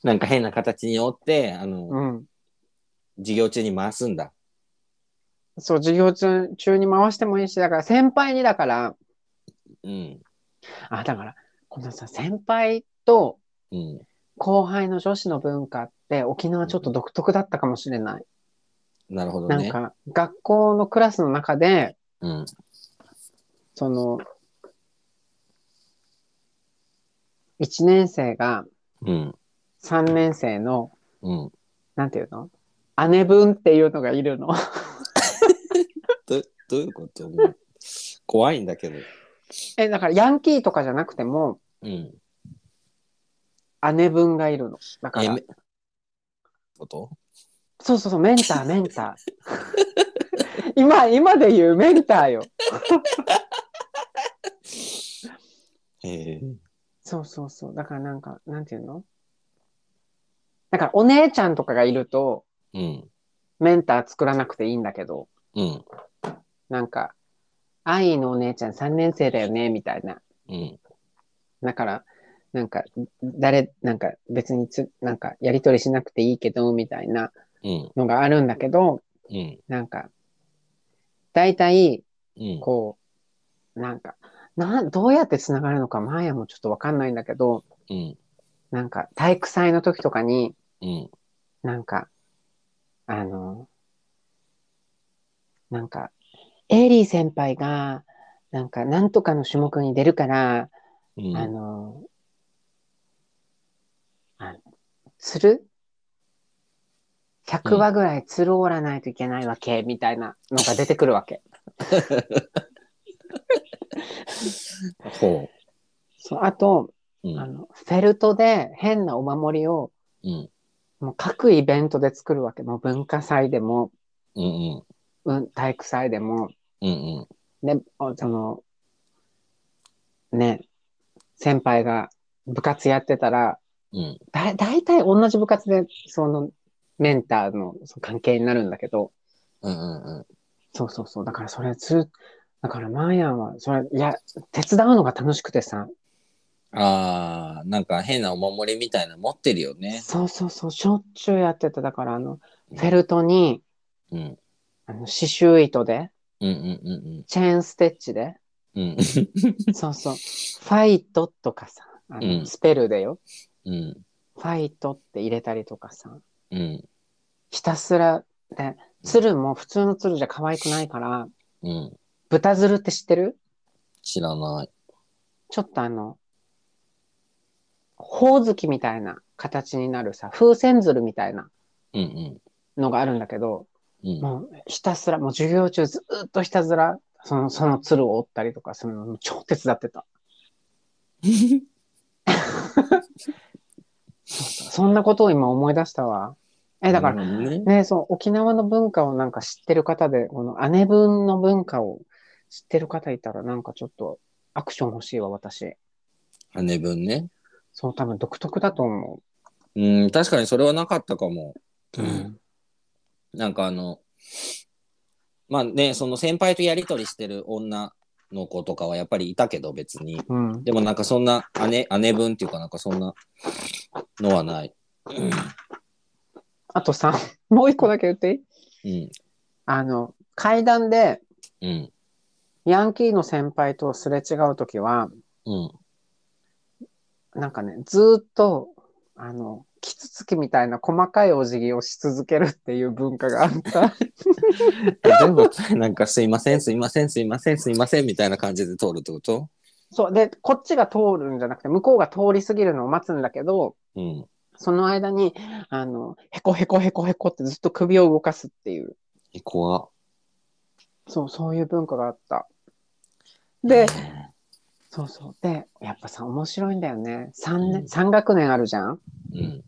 Speaker 1: なんか変な形に折って、あの、
Speaker 2: うん。
Speaker 1: 授業中に回すんだ。
Speaker 2: そう、授業中中に回してもいいし、だから先輩にだから、
Speaker 1: うん。
Speaker 2: あ、だから、このさ、先輩と
Speaker 1: うん。
Speaker 2: 後輩の女子の文化って沖縄ちょっと独特だったかもしれない。
Speaker 1: なるほど
Speaker 2: なん
Speaker 1: ね。
Speaker 2: か、学校のクラスの中で、
Speaker 1: うん。
Speaker 2: その、1年生が
Speaker 1: うん。
Speaker 2: 3年生の、
Speaker 1: うん。
Speaker 2: なんていうの姉分っていうのがいるの。
Speaker 1: どどういうこともう怖いんだけど。
Speaker 2: え、だからヤンキーとかじゃなくても、
Speaker 1: うん。
Speaker 2: 姉分がいるの。だか
Speaker 1: え
Speaker 2: ら
Speaker 1: め、こと
Speaker 2: そうそうそう、メンター、メンター。今、今で言うメンターよ。
Speaker 1: へえ。
Speaker 2: そうそうそう。だからなんか、なんていうのだからお姉ちゃんとかがいると、
Speaker 1: うん。
Speaker 2: メンター作らなくていいんだけど、
Speaker 1: うん。
Speaker 2: なんか、愛のお姉ちゃん3年生だよね、みたいな。
Speaker 1: うん。
Speaker 2: だから、なんか、誰、なんか別につ、なんかやりとりしなくていいけど、みたいな
Speaker 1: うん。
Speaker 2: のがあるんだけど、
Speaker 1: うん。
Speaker 2: なんか、大体、
Speaker 1: うん。
Speaker 2: こう、なんか、なん、どうやって繋がるのか、マーヤもちょっとわかんないんだけど、
Speaker 1: うん。
Speaker 2: なんか、体育祭の時とかに、
Speaker 1: うん。
Speaker 2: なんか、あの、なんか、エイリー先輩が、なんか、なんとかの種目に出るから、
Speaker 1: うん。
Speaker 2: あの、あ釣る ?100 話ぐらい釣るおらないといけないわけ、みたいなのが出てくるわけ。
Speaker 1: ほ
Speaker 2: そうあと、
Speaker 1: う。う
Speaker 2: あ
Speaker 1: ん。
Speaker 2: の、フェルトで変なお守りを、
Speaker 1: うん。
Speaker 2: もう各イベントで作るわけ。もう文化祭でも、
Speaker 1: うん。うん。
Speaker 2: うん、体育祭でも、
Speaker 1: うん。
Speaker 2: ね、あその、ね、先輩が部活やってたら、
Speaker 1: うん。
Speaker 2: だ、大体同じ部活で、その、メンターのその関係になるんだけど、
Speaker 1: うん。うん。
Speaker 2: そうそうそう。だからそれずっだからマーヤンは、それ、いや、手伝うのが楽しくてさ、
Speaker 1: ああ、なんか変なお守りみたいなの持ってるよね。
Speaker 2: そうそうそう、しょっちゅうやってた。だからあの、
Speaker 1: うん
Speaker 2: フェルトに、
Speaker 1: うん。
Speaker 2: あの、刺繍糸で、
Speaker 1: うん。うん。うん。
Speaker 2: チェーンステッチで、
Speaker 1: うん。
Speaker 2: そうそう、ファイトとかさ、あ
Speaker 1: うん
Speaker 2: のスペルでよ、
Speaker 1: うん。
Speaker 2: ファイトって入れたりとかさ、
Speaker 1: うん。
Speaker 2: ひたすら、で、鶴も普通の鶴じゃ可愛くないから、
Speaker 1: うん。
Speaker 2: 豚鶴って知ってる
Speaker 1: 知らない。
Speaker 2: ちょっとあの、ほおずきみたいな形になるさ、風船鶴みたいな
Speaker 1: うん。
Speaker 2: のがあるんだけど、
Speaker 1: うん。うん。
Speaker 2: もうひたすら、もう授業中ずーっとひたすら、その、その鶴を折ったりとかするのも超手伝ってた。そんなことを今思い出したわ。え、だから、
Speaker 1: ら。ね。
Speaker 2: ね、そう、沖縄の文化をなんか知ってる方で、この姉分の文化を知ってる方いたら、なんかちょっとアクション欲しいわ、私。
Speaker 1: 羽分ね。
Speaker 2: そう、多分独特だと思
Speaker 1: うん、確かにそれはなかったかも。
Speaker 2: う。
Speaker 1: なんかあの、まあね、その先輩とやりとりしてる女の子とかはやっぱりいたけど、別に。
Speaker 2: うん。
Speaker 1: でもなんかそんな姉、姉分っていうかなんかそんなのはない。
Speaker 2: あとさ、もう一個だけ言っていい
Speaker 1: うん、
Speaker 2: あの、階段で
Speaker 1: うん、
Speaker 2: ヤンキーの先輩とすれ違うときは、
Speaker 1: うん。
Speaker 2: なんかね、ずーっと、あの、キツツキみたいな細かいお辞儀をし続けるっていう文化があ った。
Speaker 1: 全部、なんかすいません、すいません、すいません、すいませんみたいな感じで通るってこと
Speaker 2: そう。で、こっちが通るんじゃなくて、向こうが通り過ぎるのを待つんだけど、
Speaker 1: うん。
Speaker 2: その間に、あの、へこへこへこへこってずっと首を動かすっていう、
Speaker 1: え、怖っ
Speaker 2: そう、そういう文化があった。で、
Speaker 1: ね
Speaker 2: そうそう。で、やっぱさ、面白いんだよね。3
Speaker 1: うん
Speaker 2: 年、三学年あるじゃん
Speaker 1: うん、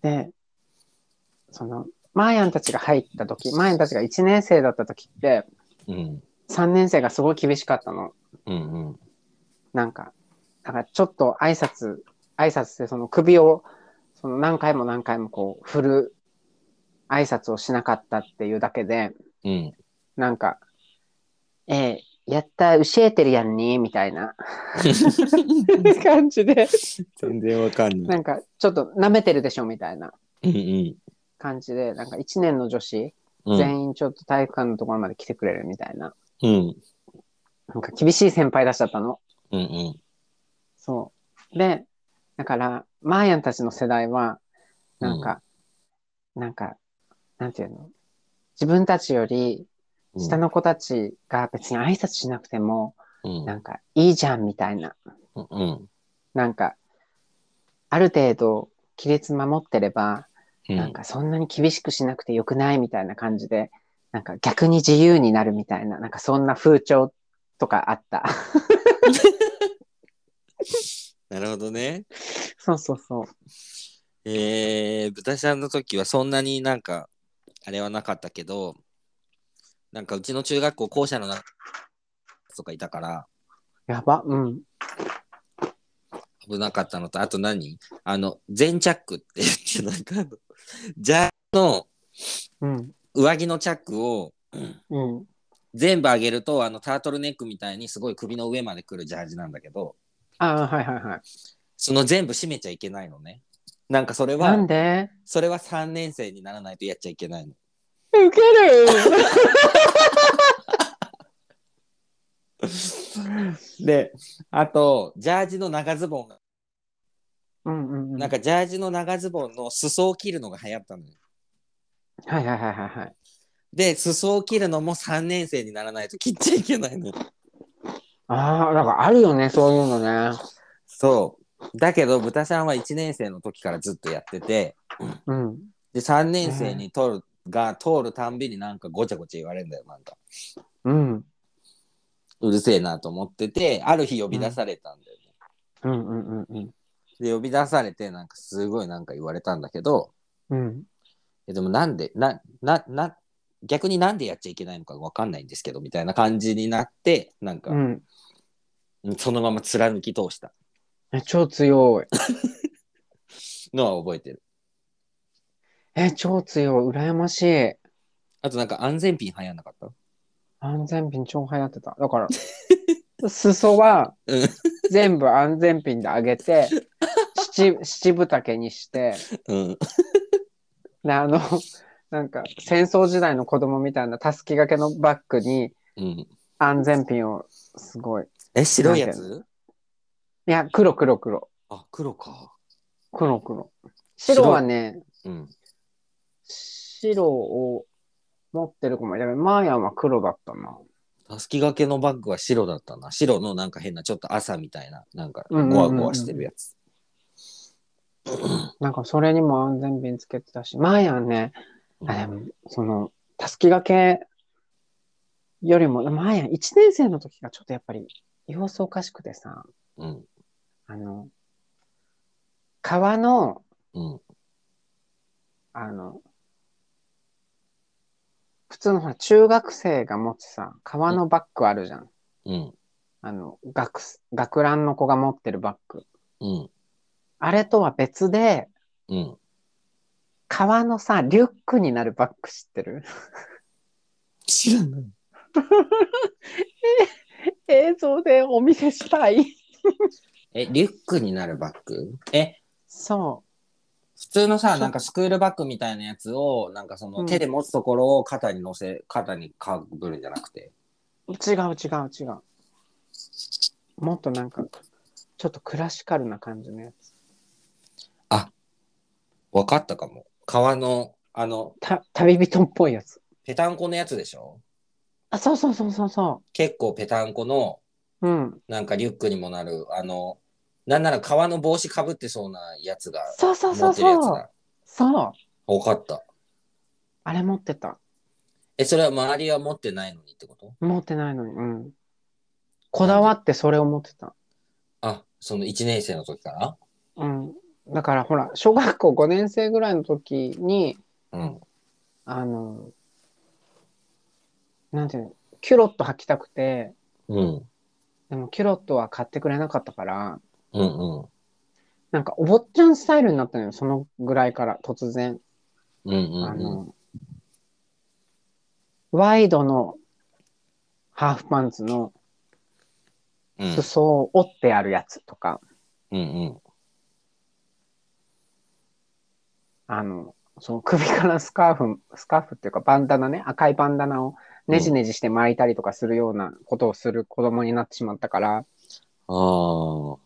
Speaker 2: で、その、マーヤンたちが入った時、マーヤンたちが1年生だった時って、
Speaker 1: うん、
Speaker 2: 3年生がすごい厳しかったの。
Speaker 1: うん、うん、
Speaker 2: なんか、だからちょっと挨拶、挨拶でその首を、その何回も何回もこう振る挨拶をしなかったっていうだけで、
Speaker 1: うん。
Speaker 2: なんか、えーやった、教えてるやんね、みたいな感じで、
Speaker 1: 全然わかんない。
Speaker 2: なんかちょっと舐めてるでしょ、みたいな
Speaker 1: うん、
Speaker 2: 感じで、なんか1年の女子、
Speaker 1: うん。
Speaker 2: 全員ちょっと体育館のところまで来てくれるみたいな、
Speaker 1: うん、
Speaker 2: なんか厳しい先輩出しちゃったの。
Speaker 1: うん、うん。
Speaker 2: そう。で、だから、マーヤンたちの世代は、なんか、なんか、なんていうの自分たちより下の子たちが別に挨拶しなくても、
Speaker 1: うん、
Speaker 2: なんか、いいじゃんみたいな。
Speaker 1: うん、うん。
Speaker 2: なんか、ある程度、規律守ってれば、
Speaker 1: うん
Speaker 2: なんかそんなに厳しくしなくてよくないみたいな感じで、なんか逆に自由になるみたいな、なんかそんな風潮とかあった。
Speaker 1: なるほどね。
Speaker 2: そうそうそう。
Speaker 1: えー、豚ちゃんの時はそんなになんか、あれはなかったけど、なんかうちの中学校校舎の中とかいたから
Speaker 2: やば、うん。
Speaker 1: 危なかったのとあと何あの全チャックって言ってなんかあのジャージの
Speaker 2: うん。
Speaker 1: 上着のチャックを
Speaker 2: うん。
Speaker 1: 全部上げるとあのタートルネックみたいにすごい首の上まで来るジャージなんだけど
Speaker 2: ああ、はいはいはい。
Speaker 1: その全部閉めちゃいけないのねなんかそれ
Speaker 2: な
Speaker 1: は
Speaker 2: んで
Speaker 1: それは3年生にならないとやっちゃいけないの
Speaker 2: ウケる
Speaker 1: であとジャージの長ズボンが
Speaker 2: うんうんうん。
Speaker 1: なんかジャージの長ズボンの裾を切るのが流行ったのよ
Speaker 2: はいはいはいはいはい。
Speaker 1: で裾を切るのも3年生にならないと切っちゃいけないの
Speaker 2: ああ、なんかあるよね、そういうのね。
Speaker 1: そうだけど豚さんは1年生の時からずっとやってて
Speaker 2: うん。
Speaker 1: で3年生に取る、が通るたんびになんかごちゃごちゃ言われるんだよなんか
Speaker 2: うん。
Speaker 1: うるせえなと思っててある日呼び出されたんだよね、
Speaker 2: うんうんうんうん。
Speaker 1: で呼び出されてなんかすごいなんか言われたんだけど
Speaker 2: うん。
Speaker 1: えでもなんでななな逆になんでやっちゃいけないのかわかんないんですけどみたいな感じになってなんか、
Speaker 2: うん。
Speaker 1: そのまま貫き通した
Speaker 2: え超強い。
Speaker 1: のは覚えてる
Speaker 2: え、超強い。羨ましい。
Speaker 1: あとなんか安全ピン流行んなかった
Speaker 2: 安全ピン超流行ってた。だ から、裾は
Speaker 1: うん
Speaker 2: 全部安全ピンで上げて、七、七分丈にして、
Speaker 1: うん
Speaker 2: で、あの、なんか戦争時代の子供みたいなたすきがけのバッグに
Speaker 1: うん
Speaker 2: 安全ピンをすごい。
Speaker 1: え白いや
Speaker 2: なん
Speaker 1: つ
Speaker 2: いや、黒黒黒。
Speaker 1: あ黒か
Speaker 2: 黒黒。白はね、
Speaker 1: うん
Speaker 2: 白を持ってる子もいるけど、マーヤンは黒だったな。
Speaker 1: たすきがけのバッグは白だったな白のなんか変なちょっと朝みたいななんか
Speaker 2: うんうんうんうん
Speaker 1: ゴワゴワしてるやつ、
Speaker 2: なんかそれにも安全ピンつけてたし、マーヤンね、
Speaker 1: うん
Speaker 2: あでも、その、たすきがけよりも、まあやん、1年生の時がちょっとやっぱり様子おかしくてさ、
Speaker 1: うん
Speaker 2: あの、川の、
Speaker 1: うん
Speaker 2: あの、普通のほら、中学生が持つさ、川のバッグあるじゃん。
Speaker 1: うん
Speaker 2: あの、学す、学ランの子が持ってるバッグ。
Speaker 1: うん
Speaker 2: あれとは別で、
Speaker 1: うん
Speaker 2: 川のさ、リュックになるバッグ知ってる
Speaker 1: 知らない
Speaker 2: 映像でお見せしたい。
Speaker 1: えリュックになるバッグえ
Speaker 2: そ
Speaker 1: 普通のさなんかスクールバッグみたいなやつをなんかその手で持つところを肩に乗せ、肩にかぶるんじゃなくて
Speaker 2: う。違う違う違う。もっとなんか、ちょっとクラシカルな感じのやつ。
Speaker 1: 分かったかも革のあの
Speaker 2: た、旅人っぽいやつ。
Speaker 1: ペタンコのやつでしょ
Speaker 2: あ、そうそうそうそうそ
Speaker 1: 結構ペタンコの
Speaker 2: う。うん。
Speaker 1: なんかリュックにもなるあのなんなら革の帽子かぶってそうなやつが
Speaker 2: そうそう
Speaker 1: 持
Speaker 2: そう
Speaker 1: ってるやつ
Speaker 2: そう。
Speaker 1: だ
Speaker 2: そう。
Speaker 1: 分かった
Speaker 2: あれ持ってた。
Speaker 1: えそれは周りは持ってないのにってこと
Speaker 2: 持ってないのに。うん。こだわってそれを持ってた。
Speaker 1: あその1年生の時から
Speaker 2: うん。だからほら、小学校5年生ぐらいの時に、
Speaker 1: うん
Speaker 2: あの、なんていうの、キュロット履きたくて、
Speaker 1: うん
Speaker 2: でもキュロットは買ってくれなかったから、
Speaker 1: うんうん
Speaker 2: なんかお坊ちゃんスタイルになったのよ、そのぐらいから突然。
Speaker 1: うんうん
Speaker 2: あ
Speaker 1: うん
Speaker 2: の、ワイドのハーフパンツの
Speaker 1: うん
Speaker 2: 裾を折ってあるやつとか、
Speaker 1: うん
Speaker 2: あの、その首からスカーフ、 スカーフっていうかバンダナね、赤いバンダナをねじねじして巻いたりとかするようなことをする子供になってしまったから、
Speaker 1: あー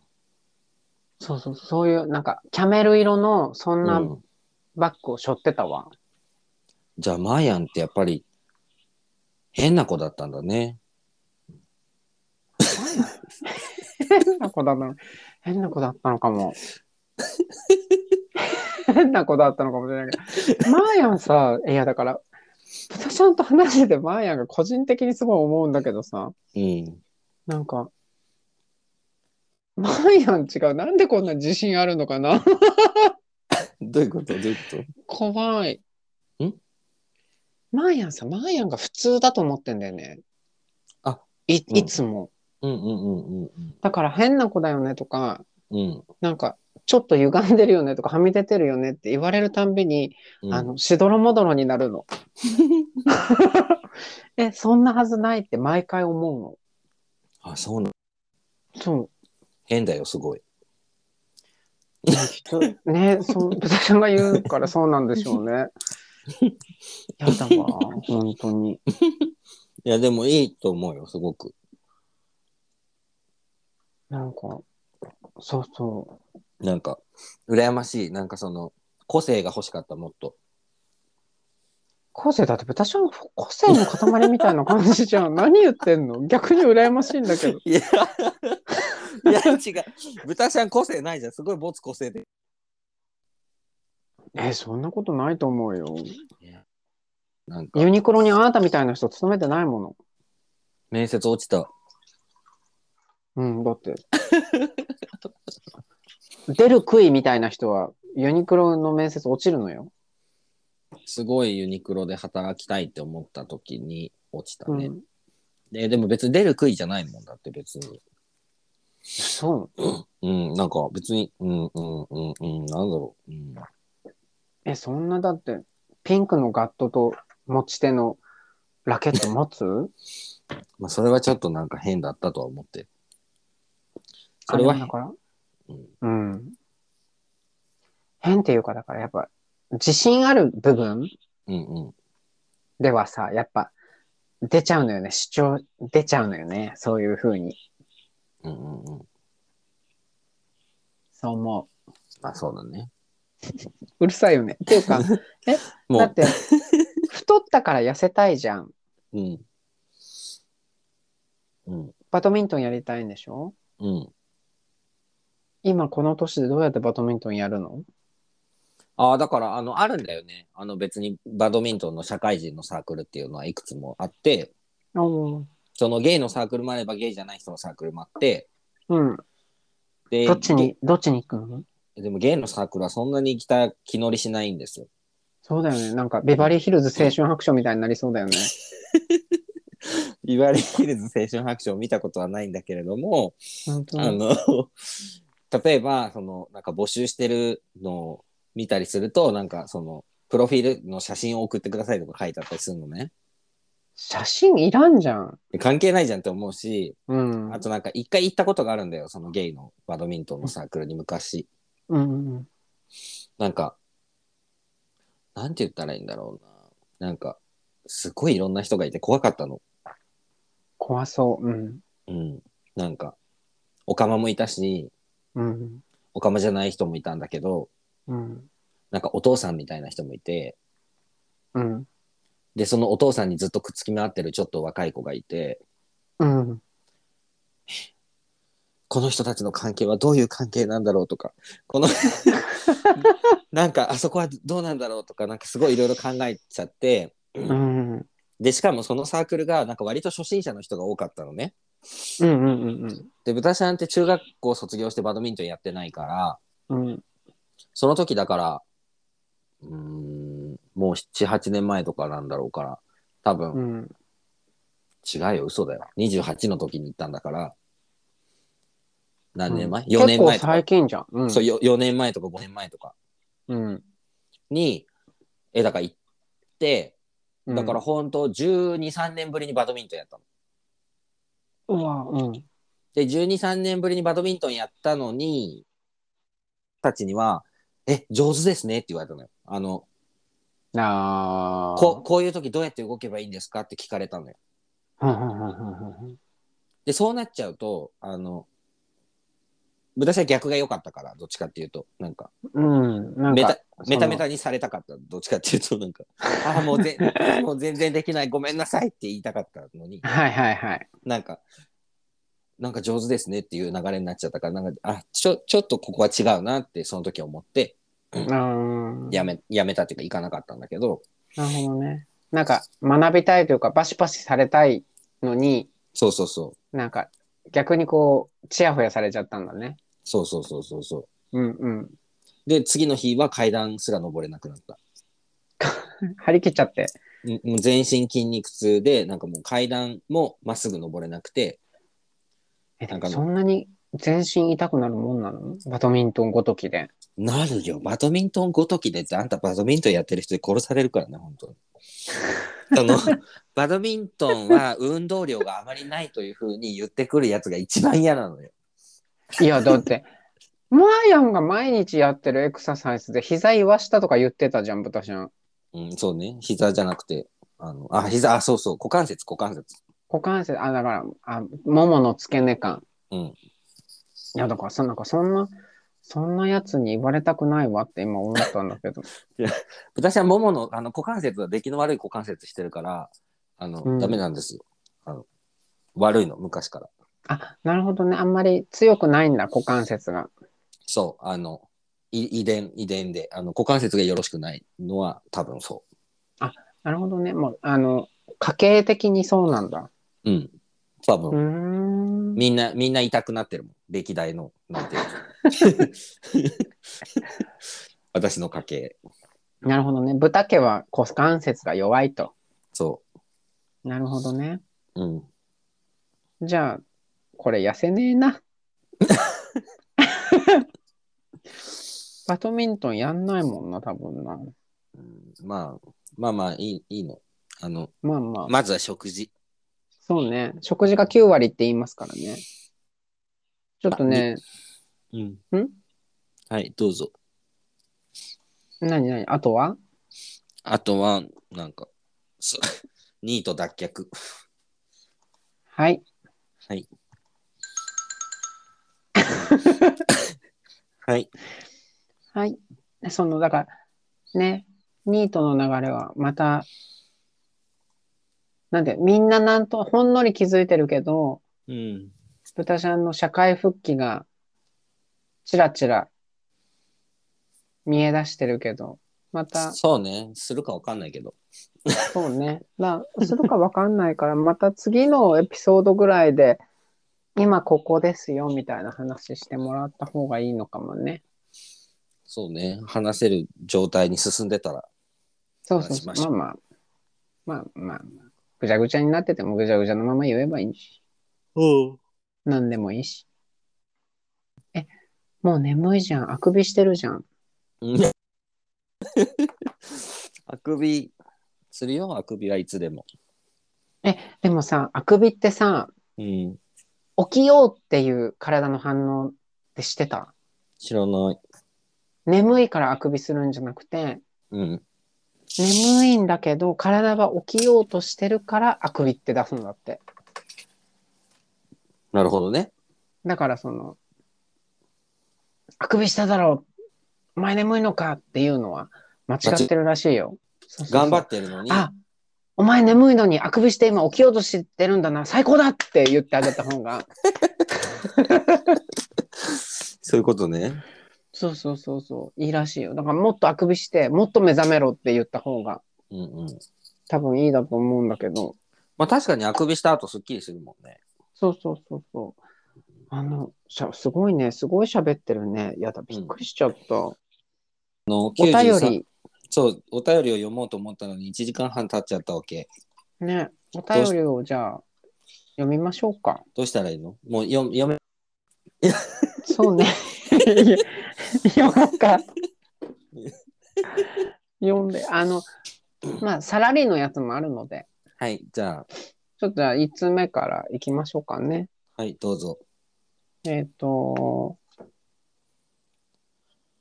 Speaker 2: そうそう、そういうなんかキャメル色のそんな
Speaker 1: うん
Speaker 2: バッグを背負ってたわ。
Speaker 1: じゃあ、マーヤンってやっぱり、変な子だったんだね。
Speaker 2: 変な子だな。変な子だったの かも。変な子だったのかもしれないけど。マーヤンさ、いやだから、ブタちゃんと話しててマーヤンが個人的にすごい思うんだけどさ、
Speaker 1: うん。
Speaker 2: なんか、マーヤン違う。なんでこんな自信あるのかな
Speaker 1: どういうことどういうこ
Speaker 2: 怖い。
Speaker 1: ん
Speaker 2: マーヤンさん、マーヤンが普通だと思ってんだよね。
Speaker 1: あ、
Speaker 2: い、
Speaker 1: うん
Speaker 2: いつも。
Speaker 1: うんうんうんうん
Speaker 2: だから変な子だよねとか、
Speaker 1: うん
Speaker 2: なんか、ちょっと歪んでるよねとか、はみ出てるよねって言われるたんびに、
Speaker 1: うん。
Speaker 2: あの、しどろもどろにな るの。 え、そんなはずないって毎回思
Speaker 1: あ、そうなの。
Speaker 2: うの。そう。
Speaker 1: 変だよ、すごい。
Speaker 2: 人ね、そう、豚ちゃんが言うからそうなんでしょうね。やだわ、本当に。
Speaker 1: いや、でもいいと思うよ、すごく。
Speaker 2: なんか、そうそ
Speaker 1: なんか、羨ましい。なんかその、個性が欲しかった、もっと。
Speaker 2: う。個性だって豚ちゃん個性の塊みたいな感じじゃ ん。何言ってんの逆に羨ましいんだけど。
Speaker 1: いや、いや、違う。豚ちゃん個性ないじゃん。すごい没個性で。
Speaker 2: え、そんなことないと思うよ。
Speaker 1: なんか、
Speaker 2: ユニクロにあなたみたいな人勤めてないもの。
Speaker 1: 面接落ちた。
Speaker 2: うん、だ って。出る杭みたいな人はユニクロの面接落ちるのよ。
Speaker 1: すごいユニクロで働きたいって思った時に落ちた
Speaker 2: う
Speaker 1: ね。
Speaker 2: ん。
Speaker 1: ででも別に出る杭じゃないもんだって別に。
Speaker 2: そう。
Speaker 1: うん、なんか別に、うんうんうんうん、なんだろう。うん、
Speaker 2: え、そんなだって、ピンクのガットと持ち手のラケット持つ
Speaker 1: まあそれはちょっとなんか変だったとは思ってる。それ
Speaker 2: あ
Speaker 1: は
Speaker 2: だから、
Speaker 1: うん
Speaker 2: うん。変っていうか、だからやっぱ、自信ある部分
Speaker 1: うんうん。
Speaker 2: ではさ、やっぱ、出ちゃうのよね。主張出ちゃうのよね。そういう風に。
Speaker 1: うんうんうん。
Speaker 2: そう思
Speaker 1: まあそうだね。
Speaker 2: う。うるさいよね。っていう か、
Speaker 1: も
Speaker 2: だっ
Speaker 1: う、
Speaker 2: て、太ったから痩せたいじゃん。
Speaker 1: うん。うん。
Speaker 2: バドミントンやりたいんでしょ
Speaker 1: うん。
Speaker 2: 今この年でどうやってバドミントンやるの
Speaker 1: ああ、だから、あの、あるんだよね。あの、別にバドミントンの社会人のサークルっていうのはいくつもあって、そのゲイのサークルもあればゲイじゃない人のサークルもあって、
Speaker 2: うん。
Speaker 1: で、
Speaker 2: どっちに、どっちに行くの
Speaker 1: でもゲイのサークルはそんなに行きた気乗りしないんですよ。
Speaker 2: そうだよね。なんか、ビバリーヒルズ青春白書みたいになりそうだよね。
Speaker 1: ビバリーヒルズ青春白書を見たことはないんだけれども、
Speaker 2: 本当
Speaker 1: あの、 例えば、その、なんか募集してるのを見たりすると、なんかその、プロフィールの写真を送ってくださいとか書いてあったりするのね。
Speaker 2: 写真いらんじゃん。
Speaker 1: 関係ないじゃんって思うし、
Speaker 2: うん。
Speaker 1: あとなんか一回行ったことがあるんだよ、そのゲイのバドミントンのサークルに昔。
Speaker 2: うんうん。
Speaker 1: なんか、なんて言ったらいいんだろうな。なんか、すごいいろんな人がいて怖かったの。
Speaker 2: 怖そう。うん。
Speaker 1: うん。なんか、オカマもいたし、
Speaker 2: うん。
Speaker 1: オカマじゃない人もいたんだけど、
Speaker 2: うん。
Speaker 1: なんかお父さんみたいな人もいて、
Speaker 2: うん。
Speaker 1: で、そのお父さんにずっとくっつき回ってるちょっと若い子がいて、
Speaker 2: うん。
Speaker 1: この人たちの関係はどういう関係なんだろうとか、この、なんかあそこはどうなんだろうとか、なんかすごいいろいろ考えちゃって、
Speaker 2: うん。うん。
Speaker 1: で、しかもそのサークルが、なんか割と初心者の人が多かったのね。
Speaker 2: うん。うん。
Speaker 1: で、豚さんって中学校卒業してバドミントンやってないから、
Speaker 2: うん。
Speaker 1: その時だから、うーん、もう7、8年前とかなんだろうから、多分、
Speaker 2: うん。
Speaker 1: 違うよ、嘘だよ。28の時に行ったんだから、何年前、
Speaker 2: うん
Speaker 1: ?4 年前
Speaker 2: 結
Speaker 1: と
Speaker 2: 構
Speaker 1: か、
Speaker 2: 最近じゃん。うん。
Speaker 1: そう、よ4年前とか5年前とか
Speaker 2: うん。
Speaker 1: に、え、だから行って、
Speaker 2: うん。
Speaker 1: だから、本当12、3年ぶりにバドミントンやったの。
Speaker 2: うわ、うん。
Speaker 1: で、12、3年ぶりにバドミントンやったのに、たちには、え、上手ですねって言われたのよ。あの、
Speaker 2: あー
Speaker 1: ここういう時どうやって動けばいいんですかって聞かれたのよ。
Speaker 2: うんうんうんうんうん
Speaker 1: で、そうなっちゃうと、あの、私は逆が良かったから、どっちかっていうと、なんか、
Speaker 2: うん。なん
Speaker 1: メ
Speaker 2: か
Speaker 1: タ、メタメタにされたかった、どっちかっていうと、なんか、 あーもうぜもう全然できない、ごめんなさいって言いたかったのに
Speaker 2: そ、のはいはいはい。
Speaker 1: なんか、なんか上手ですねっていう流れになっちゃったから、なんか、あ、ちょ、ちょっとここは違うなって、その時思って、
Speaker 2: うん。
Speaker 1: やめ、やめたっていうか行かなかったんだけど、
Speaker 2: なるほどね。なんか学びたいというかバシバシされたいのに
Speaker 1: そうそうそう。
Speaker 2: なんか逆にこうチヤホヤされちゃったんだね。
Speaker 1: そうそうそうそうそ
Speaker 2: うんうん。
Speaker 1: う。で、次の日は階段すら登れなくなった。
Speaker 2: 張り切っちゃって。
Speaker 1: んもう全身筋肉痛で、なんかもう階段もまっすぐ登れなくて、
Speaker 2: え、で
Speaker 1: なん
Speaker 2: も
Speaker 1: か
Speaker 2: そんなに全身痛くなるもんなのバドミントンごときで。
Speaker 1: なるよ、バドミントンごときでって、あんたバドミントンやってる人で殺されるからね、本当 に。その、バドミントンは運動量があまりないというふうに言ってくるやつが一番嫌なのよ。
Speaker 2: いや、だって、 マーヤンが毎日やってるエクササイズで膝言わしたとか言ってたじゃん、ブタちゃん。
Speaker 1: うん、そうね、膝じゃなくて、あの、あ、膝、あ、そうそう、股関節、股関節。
Speaker 2: 股関節、あ、だから、あ、ももの付け根感。
Speaker 1: うん。
Speaker 2: いや、だからさ、なんかそんな、そんなやつに言われたくないわって今思ったんだけど。
Speaker 1: 私はももの、あの、股関節は出来の悪い股関節してるから、あの、
Speaker 2: うん
Speaker 1: ダメなんですよ。あの、悪いの、昔から。
Speaker 2: あ、なるほどね。あんまり強くないんだ、股関節が。
Speaker 1: そう、あの、い遺伝、遺伝で、あの、股関節がよろしくないのは多分そ
Speaker 2: なるほどね。もう、あの、家系的にそうなんだ。
Speaker 1: う。うん。多
Speaker 2: う
Speaker 1: 分、
Speaker 2: ーん。
Speaker 1: みんな、みんな痛くなってるもん。歴代の、なんていうの私の家系。
Speaker 2: なるほどね。豚毛は股関節が弱いと。
Speaker 1: そ
Speaker 2: なるほどね。
Speaker 1: う。うん。
Speaker 2: じゃあ、これ痩せねえな。バドミントンやんないもんな、多分な。
Speaker 1: うんまあ、まあまあ、いい、いいの。あの、
Speaker 2: まあまあ、
Speaker 1: まずは食事。
Speaker 2: そうね。食事が9割って言いますからね。ちょっとね、
Speaker 1: うん
Speaker 2: ん
Speaker 1: はい、どうぞ。
Speaker 2: 何何あとは
Speaker 1: あとは、なんか、そ ニート脱却。
Speaker 2: はい。
Speaker 1: はい。はい。
Speaker 2: はい。その、だから、ね、ニートの流れはまた、なんで、みんななんと、ほんのり気づいてるけど、
Speaker 1: うん。
Speaker 2: ブタちゃんの社会復帰がちらちら見え出してるけど、また、
Speaker 1: そうね。するかわかんないけど。
Speaker 2: そうね、まあ、するかわかんないから、 また次のエピソードぐらいで、今ここですよみたいな話してもらった方がいいのかもね。
Speaker 1: そうね。話せる状態に進んでたら。
Speaker 2: そうそうそう
Speaker 1: 話しましょう
Speaker 2: まあまあ、まあまあ、ぐちゃぐちゃになっててもぐちゃぐちゃのまま言えばいいし、
Speaker 1: うん。
Speaker 2: 何でもいいし。え、もう眠いじゃん。あくびしてるじゃん。
Speaker 1: あくびするよ。あくびはいつでも。
Speaker 2: でもさ、あくびってさ、
Speaker 1: うん。
Speaker 2: 起きようっていう体の反応ってしてた
Speaker 1: 知らない。
Speaker 2: 眠いからあくびするんじゃなくて
Speaker 1: うん。
Speaker 2: 眠いんだけど体は起きようとしてるからあくびって出すんだって
Speaker 1: なるほどね。
Speaker 2: だからそのあくびしただろうお前眠いのかっていうのは間違ってるらしいよそうそうそ
Speaker 1: 頑
Speaker 2: う
Speaker 1: 張ってるのに。
Speaker 2: あお前眠いのにあくびして今起きようとしてるんだな最高だって言ってあげた方が
Speaker 1: そういうことね。
Speaker 2: そうそうそうそういいらしいよだからもっとあくびしてもっと目覚めろって言った方が
Speaker 1: うんうん。
Speaker 2: 多分いいだと思うんだけど
Speaker 1: まあ確かにあくびした後すっきりするもんね。
Speaker 2: そうそうそうそう。あの、しゃすごいね、すごい喋ってるね。やだ、びっくりしちゃった。お
Speaker 1: あのお
Speaker 2: 便り、
Speaker 1: そう、お便りを読もうと思ったのに1時間半経っちゃったわけ。
Speaker 2: ね、お便りをじゃあ、読みましょうか。
Speaker 1: どうしたらいいのもう読読め、
Speaker 2: そう ね。よかった。読んで、あの、まあ、サラリーのやつもあるので、
Speaker 1: はい、じゃあ、
Speaker 2: ちょっとじゃあ、1通目からいきましょうかね。
Speaker 1: はい、どうぞ。
Speaker 2: えっ、と、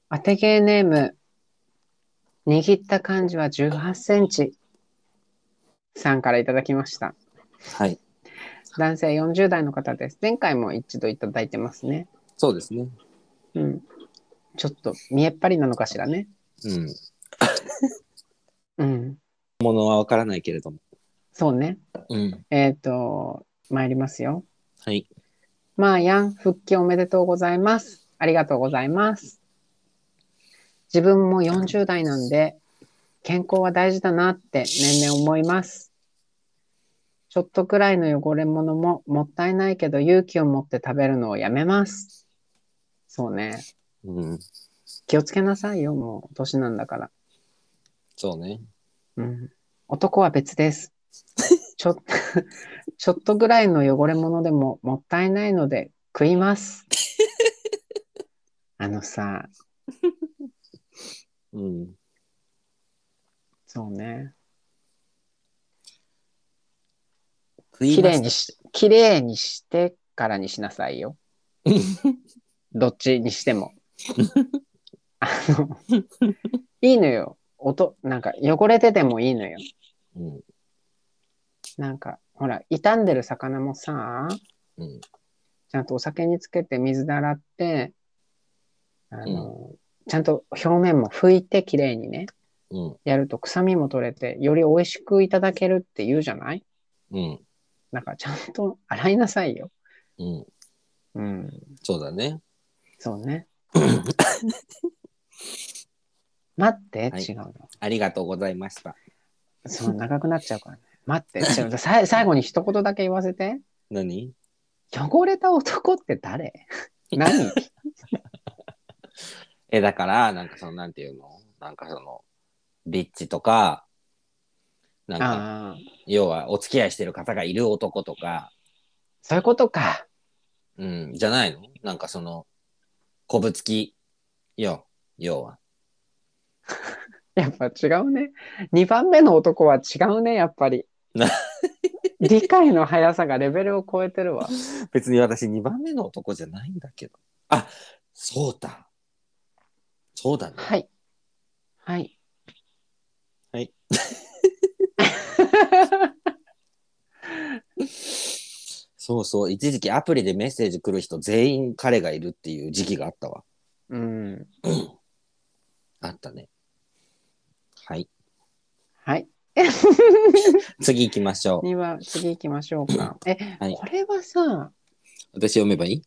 Speaker 2: 当てゲーネーム、握った漢字は18センチさんからいただきました。
Speaker 1: はい、
Speaker 2: 男性40代の方です。前回も一度いただいてますね。
Speaker 1: そうですね。
Speaker 2: うん。ちょっと見えっ張りなのかしらね。
Speaker 1: うん。
Speaker 2: うん。
Speaker 1: ものはわからないけれども。
Speaker 2: そうね。
Speaker 1: うん。
Speaker 2: えっ、と、参りますよ。
Speaker 1: はい。
Speaker 2: まあやん、復帰おめでとうございます。ありがとうございます。自分も40代なんで、健康は大事だなって年々思います。ちょっとくらいの汚れ物ももったいないけど勇気を持って食べるのをやめます。そうね。
Speaker 1: うん。
Speaker 2: 気をつけなさいよ、もう年なんだから。
Speaker 1: そうね。
Speaker 2: うん、男は別 です。ちょ、 ちょっとぐらいの汚れ物でももったいないので食 います。あのさ、
Speaker 1: うん。
Speaker 2: そうね。
Speaker 1: 食
Speaker 2: 綺
Speaker 1: いま
Speaker 2: 麗
Speaker 1: す
Speaker 2: にし、綺麗にしてからにしなさ いよ。どっちにしても。あの、いいのよ。音、なんか汚れててもいいのよ。
Speaker 1: うん。
Speaker 2: なんか、ほら、傷んでる魚もさ、
Speaker 1: うん。
Speaker 2: ちゃんとお酒につけて水で洗って、あの、ちゃんと表面も拭いてきれいにね、
Speaker 1: うん。
Speaker 2: やると臭みも取れて、より美味しくいただけるって言うじゃない
Speaker 1: うん。
Speaker 2: だからちゃんと洗いなさいよ。
Speaker 1: うん。
Speaker 2: うん。
Speaker 1: そうだね。
Speaker 2: そう ね。待って、
Speaker 1: はい
Speaker 2: 違うの。
Speaker 1: ありがとうございました。
Speaker 2: そう、長くなっちゃうからね。待って、違う。さい最後に一言だけ言わせて。
Speaker 1: 何
Speaker 2: 汚れた男って誰 何
Speaker 1: え、だから、なんかその、なんていうのなんかその、ビッチとか、なんか、
Speaker 2: ああ、
Speaker 1: 要はお付き合いしてる方がいる男とか、
Speaker 2: そういうことか。
Speaker 1: うん、じゃないのなんかその、こぶつきよ、要は。
Speaker 2: やっぱ違うね。2番目の男は違うね、やっぱり
Speaker 1: な。
Speaker 2: 理解の速さがレベルを超えてるわ。
Speaker 1: 別に私2番目の男じゃないんだけど。あ、そうだ。そうだね。
Speaker 2: はい。はい。
Speaker 1: はい。そうそう。一時期アプリでメッセージ来る人全員彼がいるっていう時期があったわ。
Speaker 2: うん。
Speaker 1: あったね。はい。
Speaker 2: はい。
Speaker 1: 次行きましょう。
Speaker 2: では、次行きましょうか。え、
Speaker 1: はい
Speaker 2: これはさ、
Speaker 1: 私読めばいい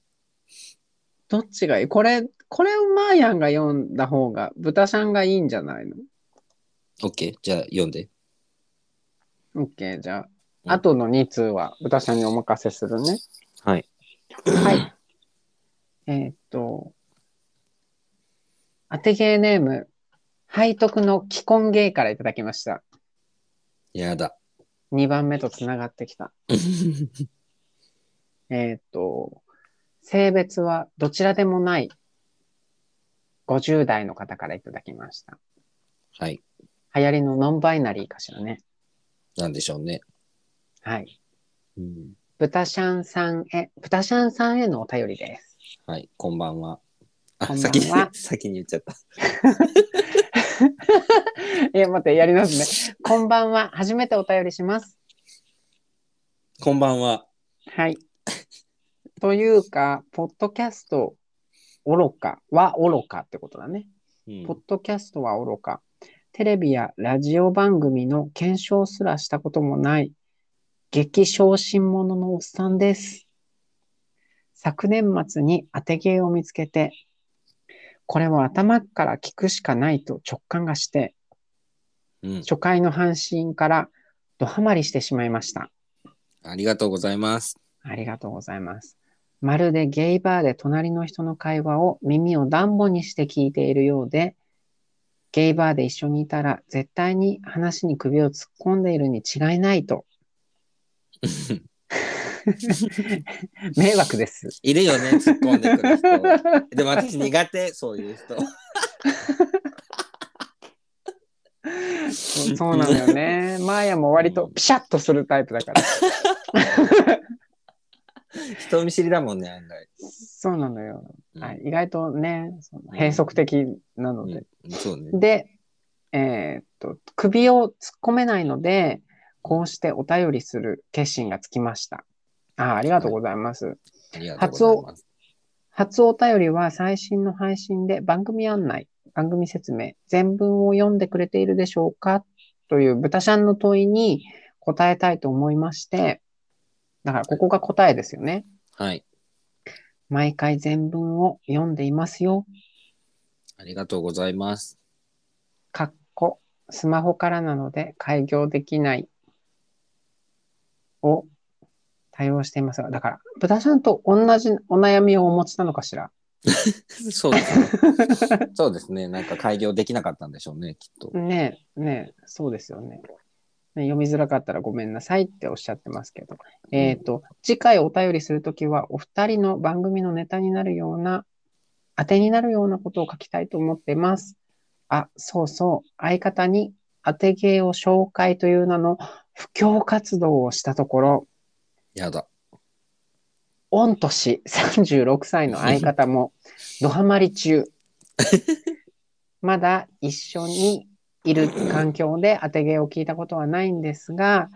Speaker 2: どっちがいいこれ、これをマーヤンが読んだ方が、豚さんがいいんじゃないの
Speaker 1: ?OK。じゃあ読んで。
Speaker 2: ?OK、じ
Speaker 1: う
Speaker 2: ゃ
Speaker 1: ん
Speaker 2: あ、後の2通は豚さんにお任せするね。
Speaker 1: はい。
Speaker 2: はい。えーっと、当てゲーネーム、背徳の既婚ゲイからいただきました。
Speaker 1: やだ。
Speaker 2: 2番目とつながってき た。えーっと、性別はどちらでもない50代の方からいただきました。
Speaker 1: はい。
Speaker 2: 流行りのノンバイナリーかしらね。
Speaker 1: なんでしょうね。
Speaker 2: はい。
Speaker 1: うん、
Speaker 2: ブタシャンさんへ、ブタシャンさんへのお便りです。
Speaker 1: はい。こんばんは。あ、
Speaker 2: こんばんは
Speaker 1: 先に、先に言っちゃった。
Speaker 2: いや、待って、やりますね。こんばんは。初めてお便りします。
Speaker 1: こんばんは。
Speaker 2: はい。というか、ポッドキャスト愚かは愚かってことだね。
Speaker 1: うん
Speaker 2: ポッドキャストは愚か。テレビやラジオ番組の検証すらしたこともない、激小心者のおっさんです。昨年末に当て芸を見つけて、これを頭から聞くしかないと直感がして、
Speaker 1: うん。
Speaker 2: 初回の阪神からドハマりしてしまいました。
Speaker 1: ありがとうございます。
Speaker 2: ありがとうございます。まるでゲイバーで隣の人の会話を耳を暖房にして聞いているようで、ゲイバーで一緒にいたら絶対に話に首を突っ込んでいるに違いないと。迷惑です。
Speaker 1: いるよね、突っ込んでくる人。 でも私苦手、そういう人。
Speaker 2: そうそうなんだよね。マーヤも割とピシャッとするタイプだから。
Speaker 1: 人見知りだもんね、案外。
Speaker 2: そうなのよ。
Speaker 1: うん
Speaker 2: はい、意外とね、その変則的なので。
Speaker 1: うんそうね。
Speaker 2: で、えーっと、首を突っ込めないので、こうしてお便りする決心がつきました。あーありがとうございます。
Speaker 1: ありがとうございます。
Speaker 2: 初お便りは最新の配信で番組案内、番組説明、全文を読んでくれているでしょうかという豚ちゃんの問いに答えたいと思いまして、だからここが答えですよね。
Speaker 1: はい。
Speaker 2: 毎回全文を読んでいますよ。
Speaker 1: ありがとうございます。
Speaker 2: かっこ、スマホからなので開業できないを対応していますが、だから、豚さんと同じお悩みをお持ちなのかしら
Speaker 1: そうですね。そうですね。なんか開業できなかったんでしょうね、きっと。
Speaker 2: ねえ、ねえ、そうですよね。ね読みづらかったらごめんなさいっておっしゃってますけど。えっ、と、次回お便りするときは、お二人の番組のネタになるような、当てになるようなことを書きたいと思ってます。あ、そうそう。相方に当て芸を紹介という名の布教活動をしたところ、
Speaker 1: やだ。
Speaker 2: 御年36歳の相方もドハマり中。まだ一緒にいる環境で当て芸を聞いたことはないんですが、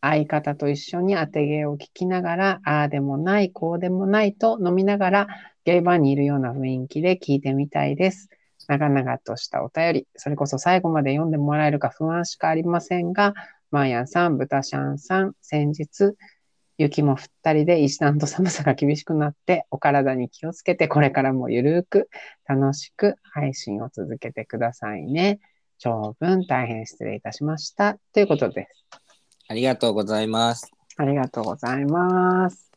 Speaker 2: 相方と一緒に当て芸を聞きながら、ああでもない、こうでもないと飲みながら、ゲイバーにいるような雰囲気で聞いてみたいです。長々としたお便り、それこそ最後まで読んでもらえるか不安しかありませんが、マーヤンさん、ブタシャンさん、先日、雪も降ったりで一段と寒さが厳しくなって、お体に気をつけて、これからもゆるーく楽しく配信を続けてくださいね。長文大変失礼いたしました。ということです。
Speaker 1: ありがとうございます。
Speaker 2: ありがとうございます。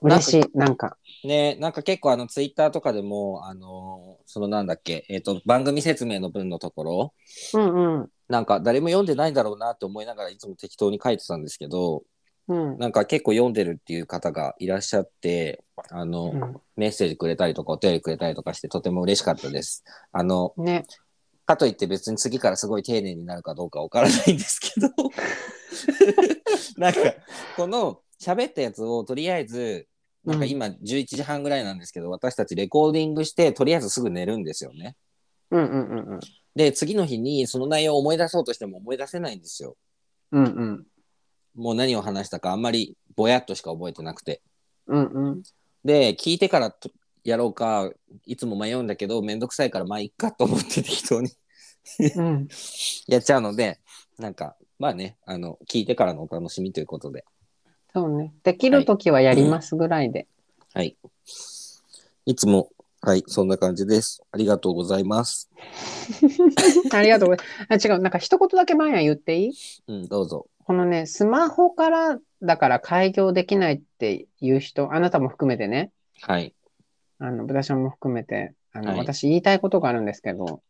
Speaker 2: 嬉しい。なんか、
Speaker 1: ねなんか結構あのツイッターとかでも、あのーそのなんだっけ、えっ、と、番組説明の文のところ、
Speaker 2: うんうん。
Speaker 1: なんか誰も読んでないんだろうなって思いながらいつも適当に書いてたんですけど、
Speaker 2: うん。
Speaker 1: なんか結構読んでるっていう方がいらっしゃって、あの、メッセージくれたりとかお便りくれたりとかしてとても嬉しかったです。あの、
Speaker 2: うん、ね。
Speaker 1: かといって別に次からすごい丁寧になるかどうかわからないんですけど、 なんかこの喋ったやつをとりあえず、なんか今11時半ぐらいなんですけど、私たちレコーディングしてとりあえずすぐ寝るんですよね。
Speaker 2: うんうんうんうん。
Speaker 1: で、次の日にその内容を思い出そうとしても思い出せないんですよ。
Speaker 2: うんうん。
Speaker 1: もう何を話したかあんまりぼやっとしか覚えてなくて。
Speaker 2: うんうん。
Speaker 1: で聞いてからとやろうかいつも迷うんだけどめんどくさいからまあいっかと思って適当に
Speaker 2: うん。
Speaker 1: やっちゃうのでなんかまあねあの聞いてからのお楽しみということで
Speaker 2: そうね。できるときはやりますぐら いで。
Speaker 1: はいいつもはいそんな感じですありがとうございます
Speaker 2: ありがとうございます。あ、違う。なんか一言だけ前は言っていい
Speaker 1: うんどうぞ
Speaker 2: このね、スマホからだから開業できないっていう人、あなたも含めてね、
Speaker 1: はい
Speaker 2: あの、ブダシャンも含めて、あの、
Speaker 1: はい
Speaker 2: 私言いたいことがあるんですけど、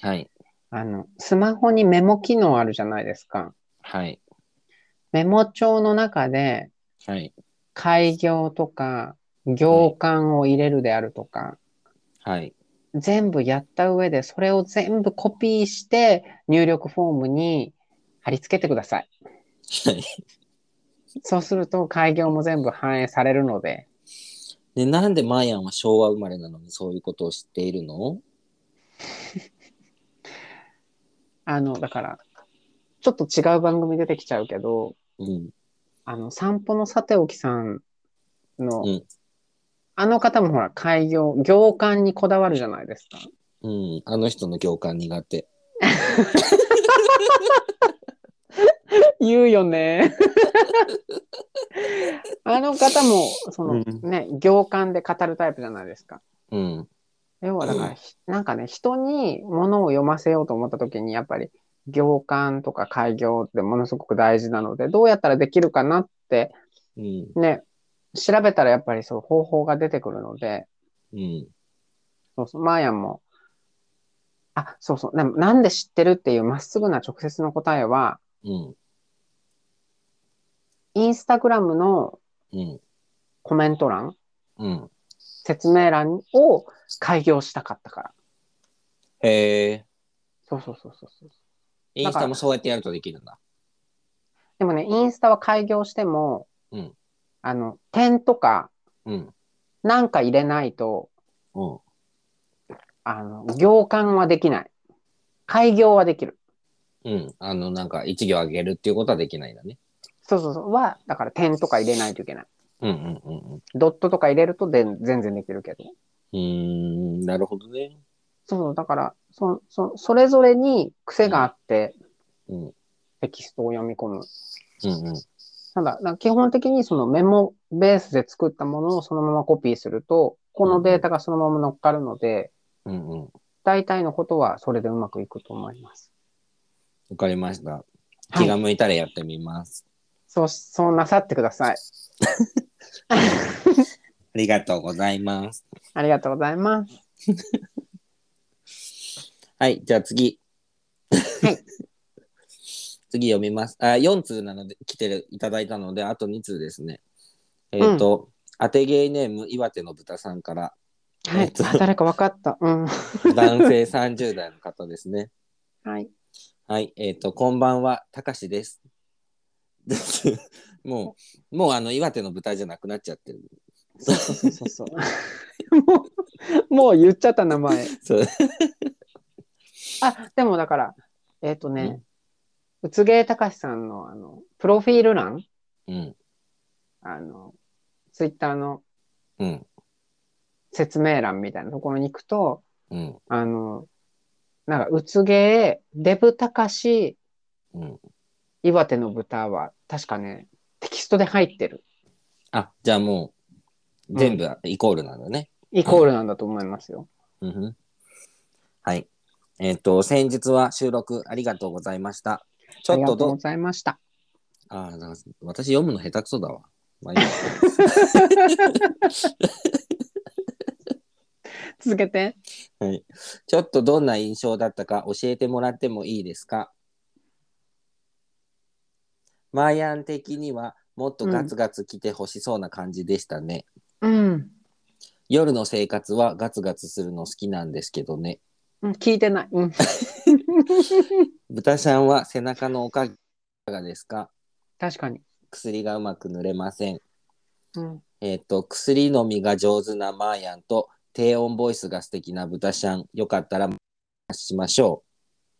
Speaker 1: はい
Speaker 2: あの、スマホにメモ機能あるじゃないですか。
Speaker 1: はい
Speaker 2: メモ帳の中で、
Speaker 1: はい
Speaker 2: 開業とか、行間を入れるであるとか、
Speaker 1: はい
Speaker 2: 全部やった上で、それを全部コピーして、入力フォームに貼り付けてください。
Speaker 1: はい
Speaker 2: そうすると、開業も全部反映されるので、
Speaker 1: でなんでマーヤンは昭和生まれなのにそういうことを知っているの
Speaker 2: あの、だから、ちょっと違う番組出てきちゃうけど、
Speaker 1: うん
Speaker 2: あの、散歩のさておきさんの、
Speaker 1: うん
Speaker 2: あの方もほら、開業、行間にこだわるじゃないですか。
Speaker 1: うんあの人の行間苦手
Speaker 2: 言うよね。 あの方も、その、
Speaker 1: うん
Speaker 2: ね、行間で語るタイプじゃないですか。
Speaker 1: うん
Speaker 2: 要はだから、ひなんかね、人に物を読ませようと思った時に、やっぱり行間とか開業ってものすごく大事なので、どうやったらできるかなって、
Speaker 1: うん
Speaker 2: ね、調べたらやっぱりそう方法が出てくるので、
Speaker 1: うん
Speaker 2: そうそう、マーヤンも、あ、そうそう、でもなんで知ってるっていうまっすぐな直接の答えは、
Speaker 1: うん
Speaker 2: インスタグラムの
Speaker 1: うん
Speaker 2: コメント欄、
Speaker 1: うん
Speaker 2: 説明欄を開業したかったから。
Speaker 1: へえ。
Speaker 2: そうそうそうそうそう。
Speaker 1: インスタもそうやってやるとできるんだ。
Speaker 2: でもね、インスタは開業しても、
Speaker 1: うん
Speaker 2: あの、点とか、
Speaker 1: うん。
Speaker 2: なんか入れないと、
Speaker 1: うん。
Speaker 2: あの、行間はできない。開業はできる。
Speaker 1: うん。あの、なんか、一行あげるっていうことはできないんだね。
Speaker 2: そうそうそう。は、だから点とか入れないといけない。
Speaker 1: うんうんうんうん。
Speaker 2: ドットとか入れるとで全然できるけど。
Speaker 1: うーん、なるほどね。
Speaker 2: そうそう。だから、そ、そ、それぞれに癖があって、
Speaker 1: うん。うん
Speaker 2: テキストを読み込む。
Speaker 1: うん。
Speaker 2: ただ、だから基本的にそのメモベースで作ったものをそのままコピーすると、このデータがそのまま乗っかるので、
Speaker 1: うんうん。
Speaker 2: 大体のことはそれでうまくいくと思います。
Speaker 1: わかりました。
Speaker 2: はい
Speaker 1: 気が向いたらやってみます。
Speaker 2: そう、そうなさってください。
Speaker 1: ありがとうございます。
Speaker 2: ありがとうございます。
Speaker 1: はい、じゃあ次。
Speaker 2: はい
Speaker 1: 次読みます。あ、4通なので、来てるいただいたので、あと2通ですね。えっ、と、当てゲイネーム、岩手の豚さんから、
Speaker 2: は
Speaker 1: えっ
Speaker 2: い。
Speaker 1: と
Speaker 2: あ誰か分かった。うん。
Speaker 1: 男性30代の方ですね。
Speaker 2: はい。
Speaker 1: はい、えっ、と、こんばんは、たかしです。 もう、もうあの、岩手の豚じゃなくなっちゃってる。
Speaker 2: そうそうそうそう。もう、もう言っちゃった名前。
Speaker 1: そう
Speaker 2: あ、でもだから、えっ、とね、うつげたかしさんの、あの、プロフィール欄、
Speaker 1: うん、
Speaker 2: あの、ツイッターの
Speaker 1: うん、
Speaker 2: 説明欄みたいなところに行くと、
Speaker 1: うん、
Speaker 2: あの、なんか、うつげデブたかし、
Speaker 1: うん。
Speaker 2: 岩手の豚は、確かね、テキストで入ってる。
Speaker 1: あ、じゃあもう、全部イコールなんだね。
Speaker 2: イコールなんだと思いますよ。
Speaker 1: うんふんはい。えっ、と、先日は収録ありがとうございました。ち
Speaker 2: あり
Speaker 1: ょっ
Speaker 2: がと
Speaker 1: と
Speaker 2: うご
Speaker 1: ど、
Speaker 2: ざいま した。
Speaker 1: ああー、なんか私読むの下手くそだわ。まあいいや
Speaker 2: 続けて。
Speaker 1: はい、ちょっとどんな印象だったか教えてもらってもいいですかマーヤン的にはもっとガツガツ来てほしそうな感じでしたね、
Speaker 2: うん。
Speaker 1: 夜の生活はガツガツするの好きなんですけどね。
Speaker 2: うん聞いてない。うん。
Speaker 1: 豚ちゃんは背中のおかげいかがですか
Speaker 2: 確かに。
Speaker 1: 薬がうまく塗れません。
Speaker 2: うん。
Speaker 1: えっ、と、薬飲みが上手なマーヤンと低音ボイスが素敵な豚ちゃん。よかったらしましょ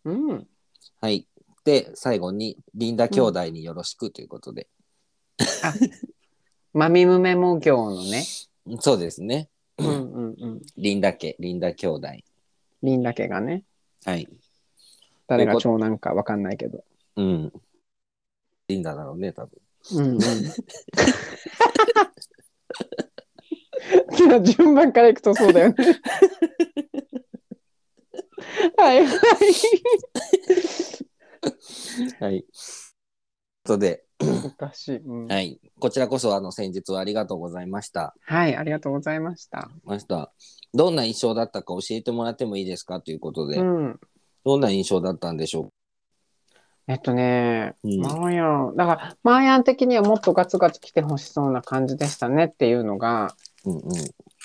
Speaker 1: う。
Speaker 2: うん。
Speaker 1: はい。で、最後に、リンダ兄弟によろしくということで。
Speaker 2: まみむめも行のね。
Speaker 1: そうですね。
Speaker 2: うんうんうん。
Speaker 1: リンダ家、リンダ兄弟。
Speaker 2: りんだけがね。
Speaker 1: はい。
Speaker 2: 誰が長男かわかんないけど。
Speaker 1: うん。リンダだろうね、多分。
Speaker 2: うん うん。今順番からいくとそうだよね。はいはい。
Speaker 1: はい。ということで、
Speaker 2: おかしい。うん
Speaker 1: はい。こちらこそ、あの、先日はありがとうございました。
Speaker 2: はい、ありがとうございました。
Speaker 1: ました。どんな印象だったか教えてもらってもいいですかということで、
Speaker 2: うん。
Speaker 1: どんな印象だったんでしょ
Speaker 2: えっとね、
Speaker 1: うん
Speaker 2: マーヤン、だから、マーヤン的にはもっとガツガツ来てほしそうな感じでしたねっていうのが、
Speaker 1: ううんう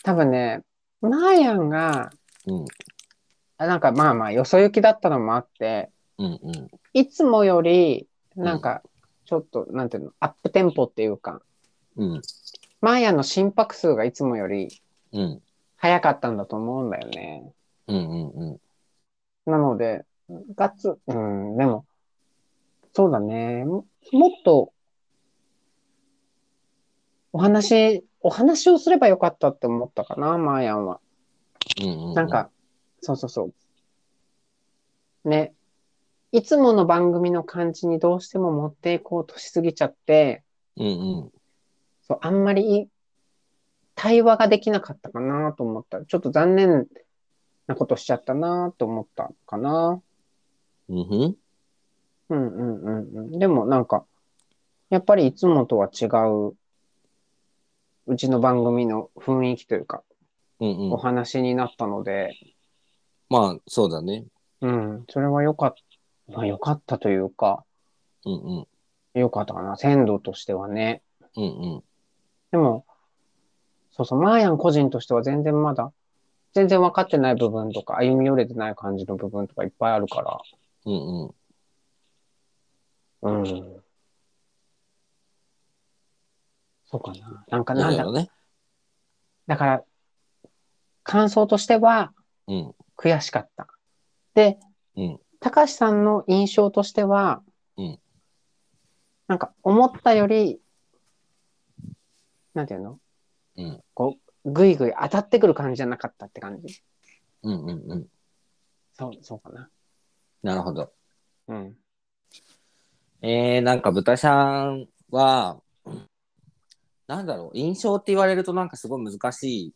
Speaker 2: 多分ね、マーヤンが、
Speaker 1: ん。うん。
Speaker 2: なんかまあまあ、よそ行きだったのもあって、
Speaker 1: うんうん。
Speaker 2: いつもより、なんか、ちょっと、なんていうの、アップテンポっていうか、
Speaker 1: うん。
Speaker 2: マーヤンの心拍数がいつもより
Speaker 1: うん。
Speaker 2: 早かったんだと思うんだよね。
Speaker 1: うんうんうん。
Speaker 2: なので、ガツ、うん、でも、そうだね。ももっと、お話、お話をすればよかったって思ったかな、マーヤンは。
Speaker 1: うんうん。
Speaker 2: なん、か、そうそうそう。ね。いつもの番組の感じにどうしても持っていこうとしすぎちゃって、
Speaker 1: うんうん。
Speaker 2: そう、あんまりいい対話ができなかったかなと思った。ちょっと残念なことしちゃったなと思ったかな。
Speaker 1: うんふん。
Speaker 2: うんうんうんうん。でもなんか、やっぱりいつもとは違う、うちの番組の雰囲気というか、
Speaker 1: うんう
Speaker 2: お
Speaker 1: ん。
Speaker 2: 話になったので、
Speaker 1: まあ、そうだね。
Speaker 2: うん、それは良かった、まあ良かったというか、
Speaker 1: うんうん。
Speaker 2: 良かったかな、鮮度としてはね。
Speaker 1: うんうん。
Speaker 2: でも、そうそう、マーヤン個人としては全然まだ、全然分かってない部分とか、歩み寄れてない感じの部分とかいっぱいあるか
Speaker 1: うんうん。
Speaker 2: ら、うん。そうかな。なんか、
Speaker 1: な
Speaker 2: なん
Speaker 1: だ
Speaker 2: んだ
Speaker 1: ろうね。
Speaker 2: だから、感想としては
Speaker 1: うん。
Speaker 2: 悔しかった。で
Speaker 1: うん、
Speaker 2: たかしさんの印象としては、
Speaker 1: うん
Speaker 2: なんか思ったより、なんていうの
Speaker 1: うん。
Speaker 2: こう、ぐいぐい当たってくる感じじゃなかったって感じ。
Speaker 1: うんうんうん。
Speaker 2: そう、そうかな。
Speaker 1: なるほど。
Speaker 2: うん。
Speaker 1: えー、なんか豚さんは、なんだろう、印象って言われるとなんかすごい難しい。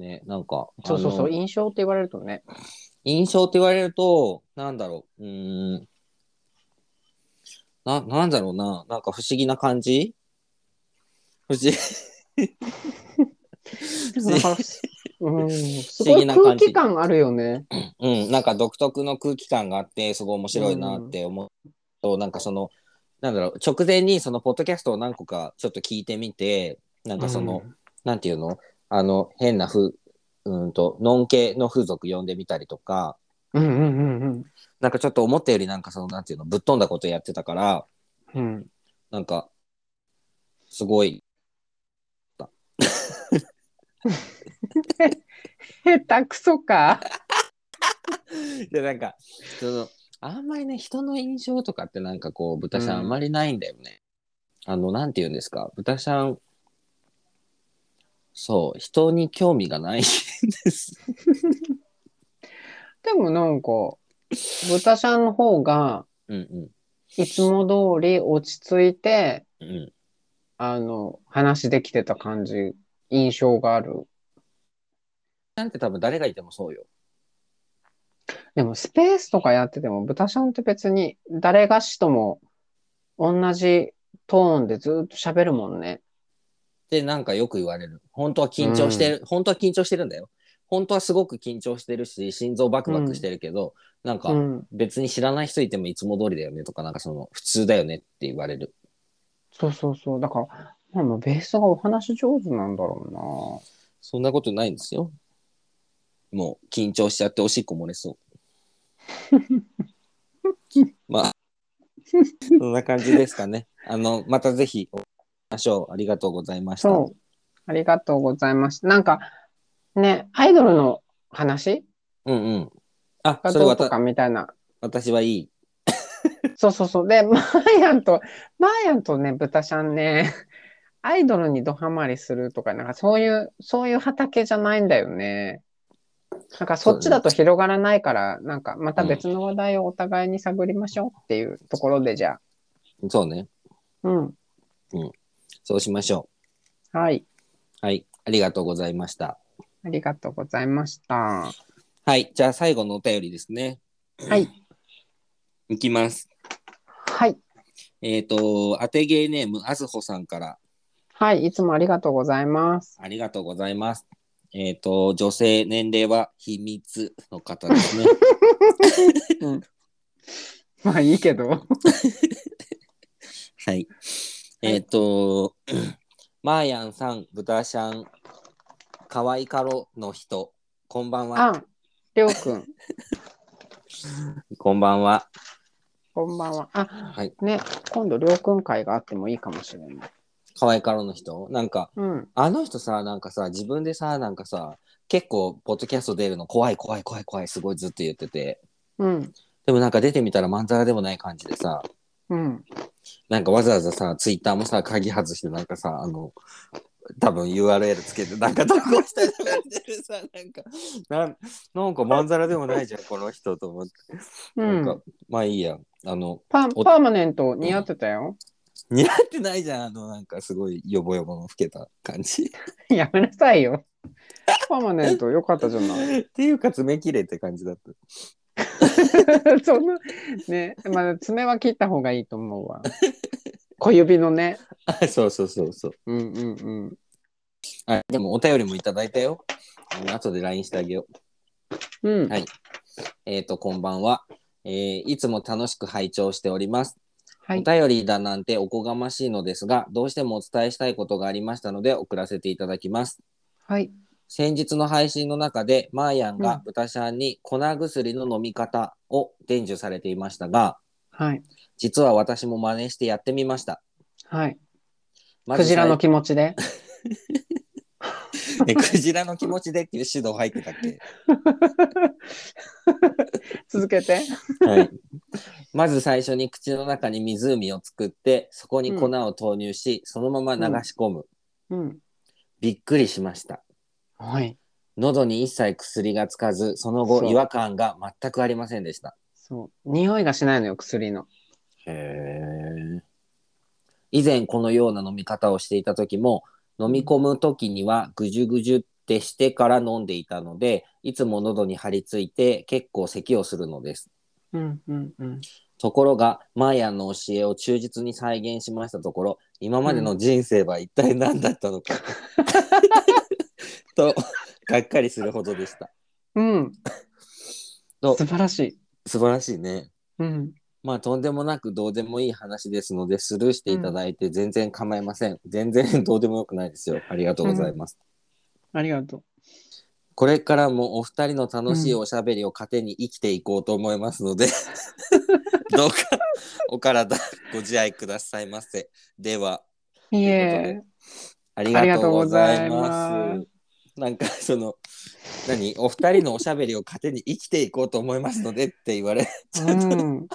Speaker 1: ね、なんか。
Speaker 2: そうそうそ
Speaker 1: あ
Speaker 2: う、
Speaker 1: の
Speaker 2: 印象って言われるとね。
Speaker 1: 印象って言われると、なんだろう、うーん。な、なんだろうな、なんか不思議な感じ不思議。
Speaker 2: でもなんか、うん、す
Speaker 1: 不思
Speaker 2: ご
Speaker 1: 議
Speaker 2: い
Speaker 1: な感
Speaker 2: 空
Speaker 1: じ
Speaker 2: 気感あるよね。
Speaker 1: うん、なんか独特の空気感があって、すごい面白いなって思うと、なんかその、なんだろう、直前にそのポッドキャストを何個かちょっと聞いてみて、なんかその、なんていうのあの、変なふ、うんと、ノン系の風俗呼んでみたりとか、
Speaker 2: うん、うんうんうん
Speaker 1: なんかちょっと思ったよりなんかその、なんていうの、ぶっ飛んだことやってたから、
Speaker 2: うん。うん、
Speaker 1: なんか、すごい、
Speaker 2: 下手くそか。
Speaker 1: で、なんか、その、あんまりね、人の印象とかってなんかこう、豚さんあ
Speaker 2: うん
Speaker 1: んまりないんだよね。あの、なんて言うんですか、豚さん、そう、人に興味がないんです。
Speaker 2: でもなんか、豚ちゃんの方が、
Speaker 1: うんう
Speaker 2: いつも通り落ち着いて、
Speaker 1: ん。うん。
Speaker 2: あの、話できてた感じ、印象がある。
Speaker 1: なんて多分誰がいてもそうよ。
Speaker 2: でも、スペースとかやってても、豚ちゃんって別に、誰がしとも、同じトーンでずっと喋るもんね。
Speaker 1: で、なんかよく言われる。本当は緊張してる、本当は緊張してるんだよ。本当はすごく緊張してるし、心臓バクバクしてるけど、なん
Speaker 2: う
Speaker 1: か
Speaker 2: ん。
Speaker 1: 別に知らない人いてもいつも通りだよねとか、なんかその、普通だよねって言われる。
Speaker 2: そうそうそう。だから、まあまあ、ベースがお話上手なんだろ
Speaker 1: そんなことないんですよ。もう緊張しちゃっておしっこ漏れ そう。まあ、そんな感じですかね。あの、またぜひお会いしましょう。ありがとうございま
Speaker 2: うな。
Speaker 1: した。
Speaker 2: そう。ありがとうございました。なんか、ね、アイドルの話
Speaker 1: うんうん。あ、
Speaker 2: が
Speaker 1: それ
Speaker 2: どう
Speaker 1: わ
Speaker 2: とか
Speaker 1: た、
Speaker 2: みたいな。
Speaker 1: 私はいい。
Speaker 2: そうそうそう。で、マーヤンと、マーヤンとね、ブタちゃんね、 アイドルにドハマりするとか、なんかそういう、そういう畑じゃないんだよね。なんかそっちだと広がらないから、なんかまた別の話題をお互いに探りましょうっていうところで、じゃあ。
Speaker 1: そうね。
Speaker 2: うん。
Speaker 1: そうしましょ
Speaker 2: はい。
Speaker 1: う。はい。ありがとうございました。
Speaker 2: ありがとうございました。
Speaker 1: はい。じゃあ最後のお便りですね。
Speaker 2: はい。
Speaker 1: いきます。
Speaker 2: はい。
Speaker 1: えっ、と、当てゲーネーム、あずほさんから
Speaker 2: はい。いつもありがとうございます。
Speaker 1: ありがとうございます。えっ、と、女性、年齢は秘密の方です ね。
Speaker 2: まあいいけど。
Speaker 1: はい。えっ、と、 マーヤンさん、ブタシャン、かわいかろの人、こんばんは。
Speaker 2: あ、りょうくん、
Speaker 1: こんばんは。
Speaker 2: こんばんは。あ、
Speaker 1: はい。
Speaker 2: ね、今度りょうくん会があってもいいかもしれない。
Speaker 1: かわいかろの人なんか、
Speaker 2: うん。
Speaker 1: あの人さ、なんかさ、自分でさ、なんかさ、結構、ポッドキャスト出るの怖い怖い怖い怖い、すごいずっと言ってて。
Speaker 2: うん。
Speaker 1: でもなんか出てみたらまんざらでもない感じでさ、
Speaker 2: うん。
Speaker 1: なんかわざわざさ、ツイッターもさ、鍵外してなんかさ、あの、多分 URL つけてなんか投稿してる感じでさ、 なんか、なんなんかまんざらでもないじゃん、この人と思って。
Speaker 2: うん
Speaker 1: なんか、まあいいや。あの、
Speaker 2: パ
Speaker 1: お
Speaker 2: パーマネント似合ってた よ。
Speaker 1: 似合ってないじゃん、あの、なんかすごいヨボヨボの老けた感じ。
Speaker 2: やめなさいよ。パーマネント良かったじゃ ない。
Speaker 1: っていうか、爪切れって感じだった。
Speaker 2: そんな、ね、まあ、爪は切った方がいいと思うわ。小指のね。
Speaker 1: あ そうそうそうそう。
Speaker 2: うんうんうん。
Speaker 1: あでもお便りもいただいたよ。あの後で LINE してあげよう。
Speaker 2: うん。
Speaker 1: はいえっ、と、こんばんは。えーいつも楽しく拝聴しております。
Speaker 2: はい
Speaker 1: お便りだなんておこがましいのですが、どうしてもお伝えしたいことがありましたので、送らせていただきます。
Speaker 2: はい。
Speaker 1: 先日の配信の中で、マーヤン
Speaker 2: う
Speaker 1: が
Speaker 2: ん
Speaker 1: 豚シャンに粉薬の飲み方を伝授されていましたが、
Speaker 2: はい。
Speaker 1: 実は私も真似してやってみました。
Speaker 2: はい。
Speaker 1: まず
Speaker 2: クジラの気持ち で。
Speaker 1: えクジラの気持ちでっていう指導入ってたっ け
Speaker 2: 続けて。
Speaker 1: はい、まず最初に口の中に湖を作ってそこに粉を投入し、そのまま流し込む、
Speaker 2: うん。
Speaker 1: びっくりしました
Speaker 2: はい。
Speaker 1: 喉に一切薬がつかずその後
Speaker 2: そう
Speaker 1: 違和感が全くありませんでした
Speaker 2: そう。匂いがしないのよ、薬の。
Speaker 1: へえ以前このような飲み方をしていた時も飲み込む時にはぐじゅぐじゅってしてから飲んでいたのでいつも喉に張り付いて結構咳をするのです
Speaker 2: うんうんうん。
Speaker 1: ところが、マーヤンの教えを忠実に再現しましたところ、今までの人生は一体何だったのか。 と、がっかりするほどでした。
Speaker 2: うん。
Speaker 1: と
Speaker 2: 素晴らしい。
Speaker 1: 素晴らしいね。
Speaker 2: うん。
Speaker 1: まあ、とんでもなくどうでもいい話ですので、スルーしていただいて全然構いません。全然 どうでもよくないですよ。ありがとうございます。
Speaker 2: ありがとう。
Speaker 1: これからもお二人の楽しいおしゃべりを糧に生きていこうと思いますので、 どう かお体ご自愛くださいませ。では、
Speaker 2: い
Speaker 1: とい
Speaker 2: え
Speaker 1: う。ありがとうございます。なんかその何お二人のおしゃべりを糧に生きていこうと思いますのでって言われ
Speaker 2: うん。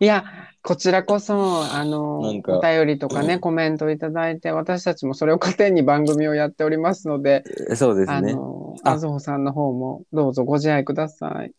Speaker 2: いや、こちらこそ、あの、
Speaker 1: な
Speaker 2: お
Speaker 1: んか
Speaker 2: 便りとか
Speaker 1: う
Speaker 2: ね、
Speaker 1: ん
Speaker 2: コメントいただいて、私たちもそれを糧に番組をやっておりますので、
Speaker 1: そうで
Speaker 2: あの、
Speaker 1: あ
Speaker 2: あずほさんの方もどうぞご自愛ください。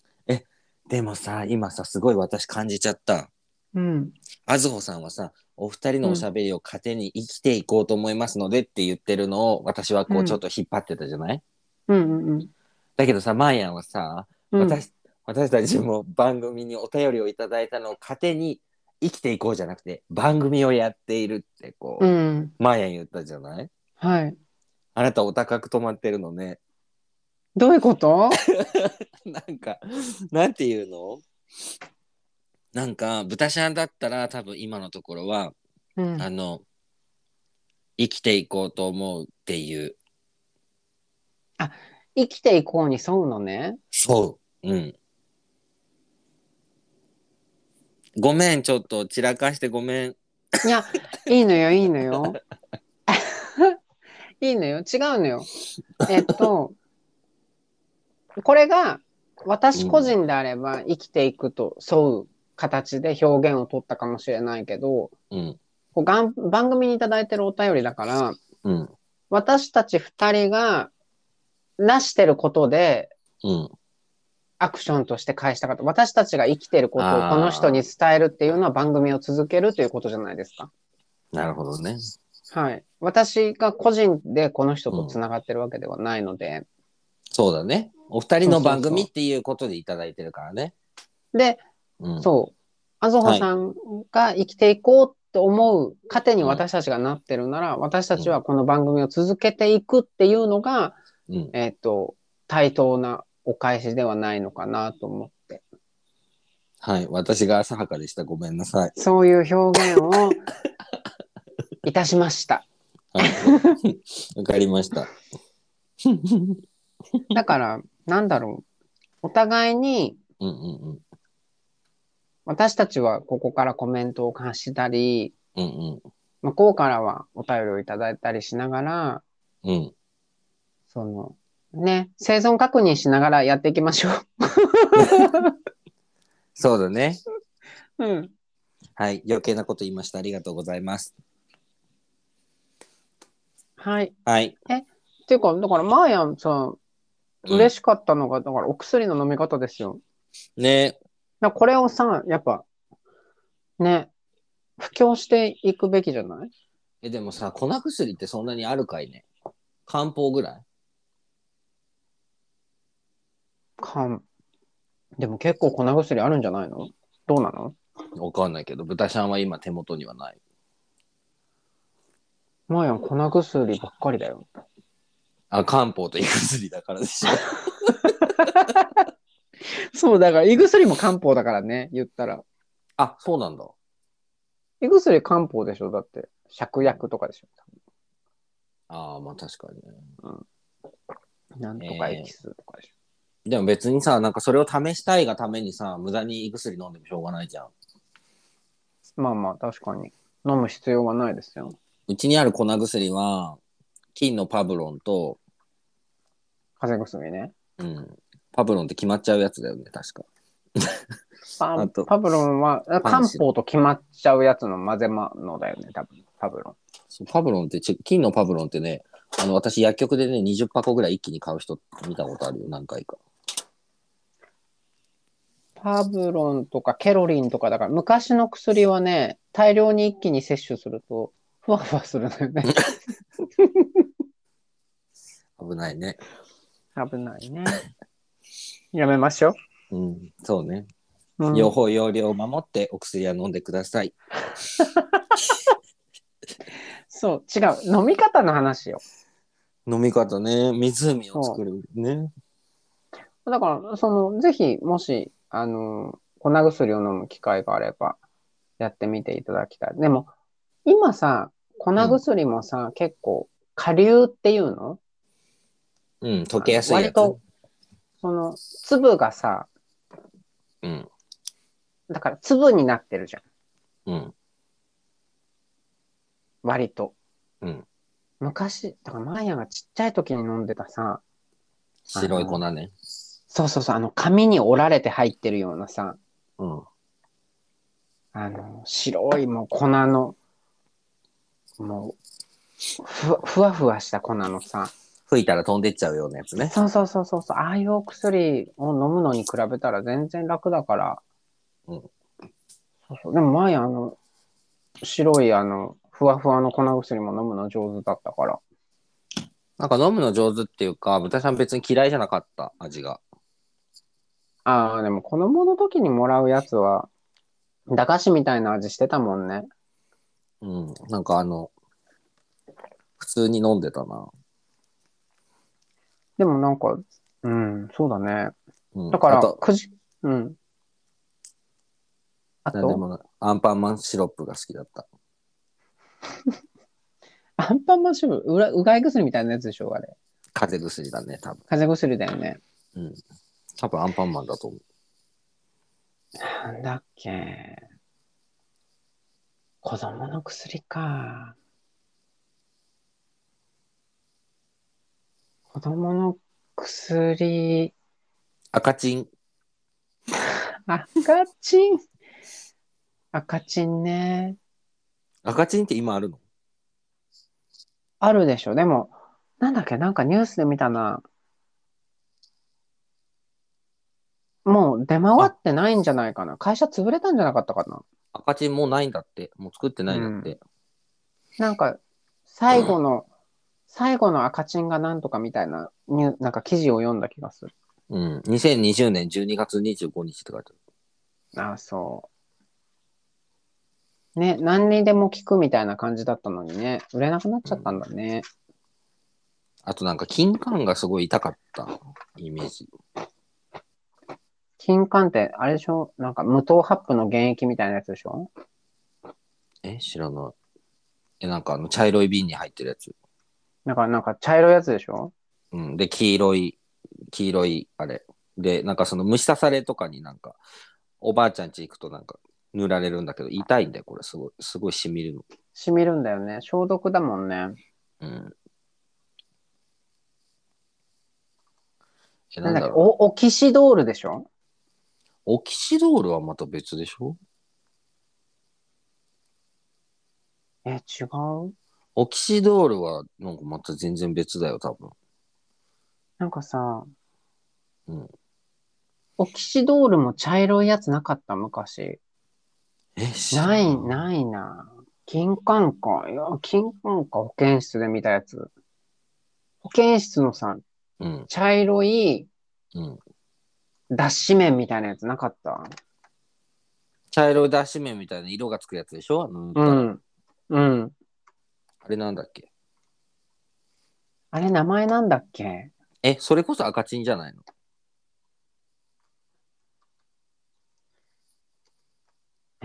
Speaker 1: でもさ今さすごい私感じちゃった
Speaker 2: うん。
Speaker 1: あずほさんはさお二人のおしゃべりを糧に生きていこうと思いますのでって言ってるのを私はこ
Speaker 2: う
Speaker 1: うんちょっと引っ張ってたじゃない、
Speaker 2: うんうんうん
Speaker 1: だけどさまーやんはさ
Speaker 2: うん。
Speaker 1: 私,、私たちも番組にお便りをいただいたのを糧に生きていこうじゃなくて番組をやっているってこう、
Speaker 2: うん。
Speaker 1: まーやん言ったじゃない
Speaker 2: はい。
Speaker 1: あなたお高く止まってるのね。
Speaker 2: どういうこと
Speaker 1: なんか、なんていうのなんか、豚しゃんだったら多分今のところは、
Speaker 2: うん。
Speaker 1: あの、生きていこうと思うっていう。
Speaker 2: 生きていこうに沿うのね。
Speaker 1: そう。うん。ごめん、ちょっと散らかしてごめん。
Speaker 2: いや、いいのよ、いいのよ。 いいのよ、違うのよ。えっと、これが私個人であれば生きていくと沿う形で表現を取ったかもしれないけど、
Speaker 1: うん。
Speaker 2: こうがん番組にいただいてるお便りだから、
Speaker 1: うん。
Speaker 2: 私たち二人がなしてることで
Speaker 1: うん。
Speaker 2: アクションとして返したかった。私たちが生きてることをこの人に伝えるっていうのは番組を続けるということじゃないですか。
Speaker 1: なるほどね。
Speaker 2: はい。私が個人でこの人とつながってるわけではないので。
Speaker 1: そうだね。お二人の番
Speaker 2: そうそう
Speaker 1: 組
Speaker 2: そう
Speaker 1: っていうことでいただいてるからね。
Speaker 2: で、
Speaker 1: うん。
Speaker 2: そう。あずほさんが生きていこうと思う糧に私たちがなってるなら、私たちはこの番組を続けていくっていうのが、
Speaker 1: うん。
Speaker 2: えっ、と、対等なお返しではないのかなと思って。
Speaker 1: はい。私が浅はかでした。ごめんなさい。
Speaker 2: そういう表現をいたし ました。
Speaker 1: はい。 わかりました。
Speaker 2: だから、なんだろう。お互いに、
Speaker 1: うんうんうん。
Speaker 2: 私たちはここからコメントを発したり、
Speaker 1: うん
Speaker 2: 向こうからはお便りをいただいたりしながら、
Speaker 1: うん。うん。
Speaker 2: その、ね、生存確認しながらやっていきましょ
Speaker 1: そうだね。
Speaker 2: う。うん。
Speaker 1: はい。余計なこと言いました。ありがとうございます。
Speaker 2: はい。
Speaker 1: はい。
Speaker 2: っていうか、だから、まーやんさ、
Speaker 1: うん
Speaker 2: 嬉しかったのが、だから、お薬の飲み方ですよ。
Speaker 1: ね
Speaker 2: だからこれをさ、やっぱ、ね、布教していくべきじゃない
Speaker 1: え、でもさ、粉薬ってそんなにあるかいね。漢方ぐらい
Speaker 2: かん。でも結構粉薬あるんじゃないのどうなの
Speaker 1: わかんないけど、豚ちゃんは今手元にはない。
Speaker 2: まーやん、粉薬ばっかりだよ。
Speaker 1: あ、漢方と胃薬だからでしょ。
Speaker 2: そう、だから、胃薬も漢方だからね、言ったら。
Speaker 1: あ、そうなんだ。
Speaker 2: 胃薬漢方でしょだって、芍薬とかでしょ
Speaker 1: ああ、まあ確かにね。
Speaker 2: なんとかエキスとかでしょ。
Speaker 1: でも別にさ、なんかそれを試したいがためにさ、無駄に胃薬飲んでもしょうがないじゃん。
Speaker 2: まあまあ、確かに。飲む必要はないですよ。
Speaker 1: うちにある粉薬は、金のパブロンと、
Speaker 2: 風邪薬ね。
Speaker 1: うん。パブロンって決まっちゃうやつだよね、確か。
Speaker 2: パ
Speaker 1: あと
Speaker 2: パブロンは、あ
Speaker 1: パン
Speaker 2: 漢
Speaker 1: シ
Speaker 2: 方と決まっちゃうやつの混ぜまのだよね、多分。パブロ
Speaker 1: そうパブロンってち、金のパブロンってね、あの、私薬局でね、20箱ぐらい一気に買う人見たことあるよ、何回か。
Speaker 2: ン。パブロンとかケロリンとか、だから昔の薬はね、大量に一気に摂取すると、ふわふわするの よね。
Speaker 1: 危ないね。
Speaker 2: 危ないね。やめましょう。
Speaker 1: うん、そうね。
Speaker 2: うん
Speaker 1: 用法用量を守ってお薬は飲んでください。
Speaker 2: そう、違う。飲み方の話よ。
Speaker 1: 飲み方ね、湖を作るね。
Speaker 2: だから、その、ぜひ、もし、あの、粉薬を飲む機会があれば、やってみていただきたい。でも、今さ、粉薬もさ、結構、下流っていうの
Speaker 1: うん、溶けやすいや
Speaker 2: 割
Speaker 1: つ。
Speaker 2: と、その、粒がさ、
Speaker 1: うん、
Speaker 2: だから粒になってるじゃん。
Speaker 1: うん、
Speaker 2: 割と。
Speaker 1: うん。
Speaker 2: 昔、だからマーヤがちっちゃい時に飲んでたさ、
Speaker 1: 白い粉ね。
Speaker 2: そうそうそう、あの、紙に折られて入ってるようなさ、
Speaker 1: うん、
Speaker 2: あの、白いもう粉の、もう、ふわふわふわした粉のさ、
Speaker 1: 吹いたら飛んでっちゃうようなやつね。
Speaker 2: そうそうそうそうそう、ああいうお薬を飲むのに比べたら全然楽だから。
Speaker 1: うん
Speaker 2: そうそうでも前あの、白いあの、ふわふわの粉薬も飲むの上手だったから。
Speaker 1: なんか飲むの上手っていうか、豚ちゃん別に嫌いじゃなかった、味が。
Speaker 2: ああ、でも子供の時にもらうやつは、駄菓子みたいな味してたもんね。
Speaker 1: うん、なんかあの、普通に飲んでたな。
Speaker 2: でもなんか、うん、そうだね。
Speaker 1: うん、
Speaker 2: だか
Speaker 1: あ
Speaker 2: ら、
Speaker 1: と、
Speaker 2: くじ、うん。あ
Speaker 1: なんで
Speaker 2: と、
Speaker 1: もないアンパンマンシロップが好きだった。
Speaker 2: アンパンマンシュブ、うらうがい薬みたいなやつでしょ、あれ。
Speaker 1: 風邪薬だね、多分。
Speaker 2: 風邪薬だよね。
Speaker 1: 多分アンパンマンだと思う。
Speaker 2: なんだっけ。子供の薬か。子供の薬、
Speaker 1: 赤チン。
Speaker 2: 赤チン。赤チンね。
Speaker 1: 赤チンって今あるの
Speaker 2: あるでしょ。でも、なんだっけ、なんかニュースで見たな。もう出回ってないんじゃないかな。会社潰れたんじゃなかったかな。
Speaker 1: 赤チンもうないんだって。もう作ってないんだって。
Speaker 2: なんか、最後の、最後の赤チンがなんとかみたいな、ニュなんか記事を読んだ気がする。
Speaker 1: うん。2020年12月25日って書いてある。
Speaker 2: ああ、そう。ね、何にでも効くみたいな感じだったのにね、売れなくなっちゃったんだね。
Speaker 1: あとなんか金管がすごい痛かったイメージ。
Speaker 2: 金柑って、あれでしょなんか無糖発布の原液みたいなやつでしょ
Speaker 1: え知らない。え、なんかあの茶色い瓶に入ってるやつ。
Speaker 2: だからなんか茶色いやつでしょ
Speaker 1: うん。で、黄色い、黄色い、あれ。で、なんかその虫刺されとかになんか、おばあちゃん家行くとなんか塗られるんだけど、痛いんだよ、これ。すごい、すごい染みるの。
Speaker 2: 染みるんだよね。消毒だもんね。
Speaker 1: うん。え、
Speaker 2: な
Speaker 1: なん
Speaker 2: ん
Speaker 1: だ
Speaker 2: だっけ
Speaker 1: ろう。
Speaker 2: おオキシドールでしょ
Speaker 1: オキシドールはまた別でしょ
Speaker 2: え、違う
Speaker 1: オキシドールはなんかまた全然別だよ、多分。
Speaker 2: なんかさ、
Speaker 1: うん
Speaker 2: オキシドールも茶色いやつなかった昔。
Speaker 1: え、知ら
Speaker 2: ない、ないな。金管か。いや、金管か。保健室で見たやつ。保健室のさ、
Speaker 1: うん、
Speaker 2: 茶色い
Speaker 1: うん。
Speaker 2: 脱脂麺みたいなやつなかった。
Speaker 1: 茶色い出し麺みたいな色がつくやつでしょあの、
Speaker 2: うん。うん。
Speaker 1: あれなんだっけ
Speaker 2: あれ、名前なんだっけ
Speaker 1: え、それこそ赤チンじゃないの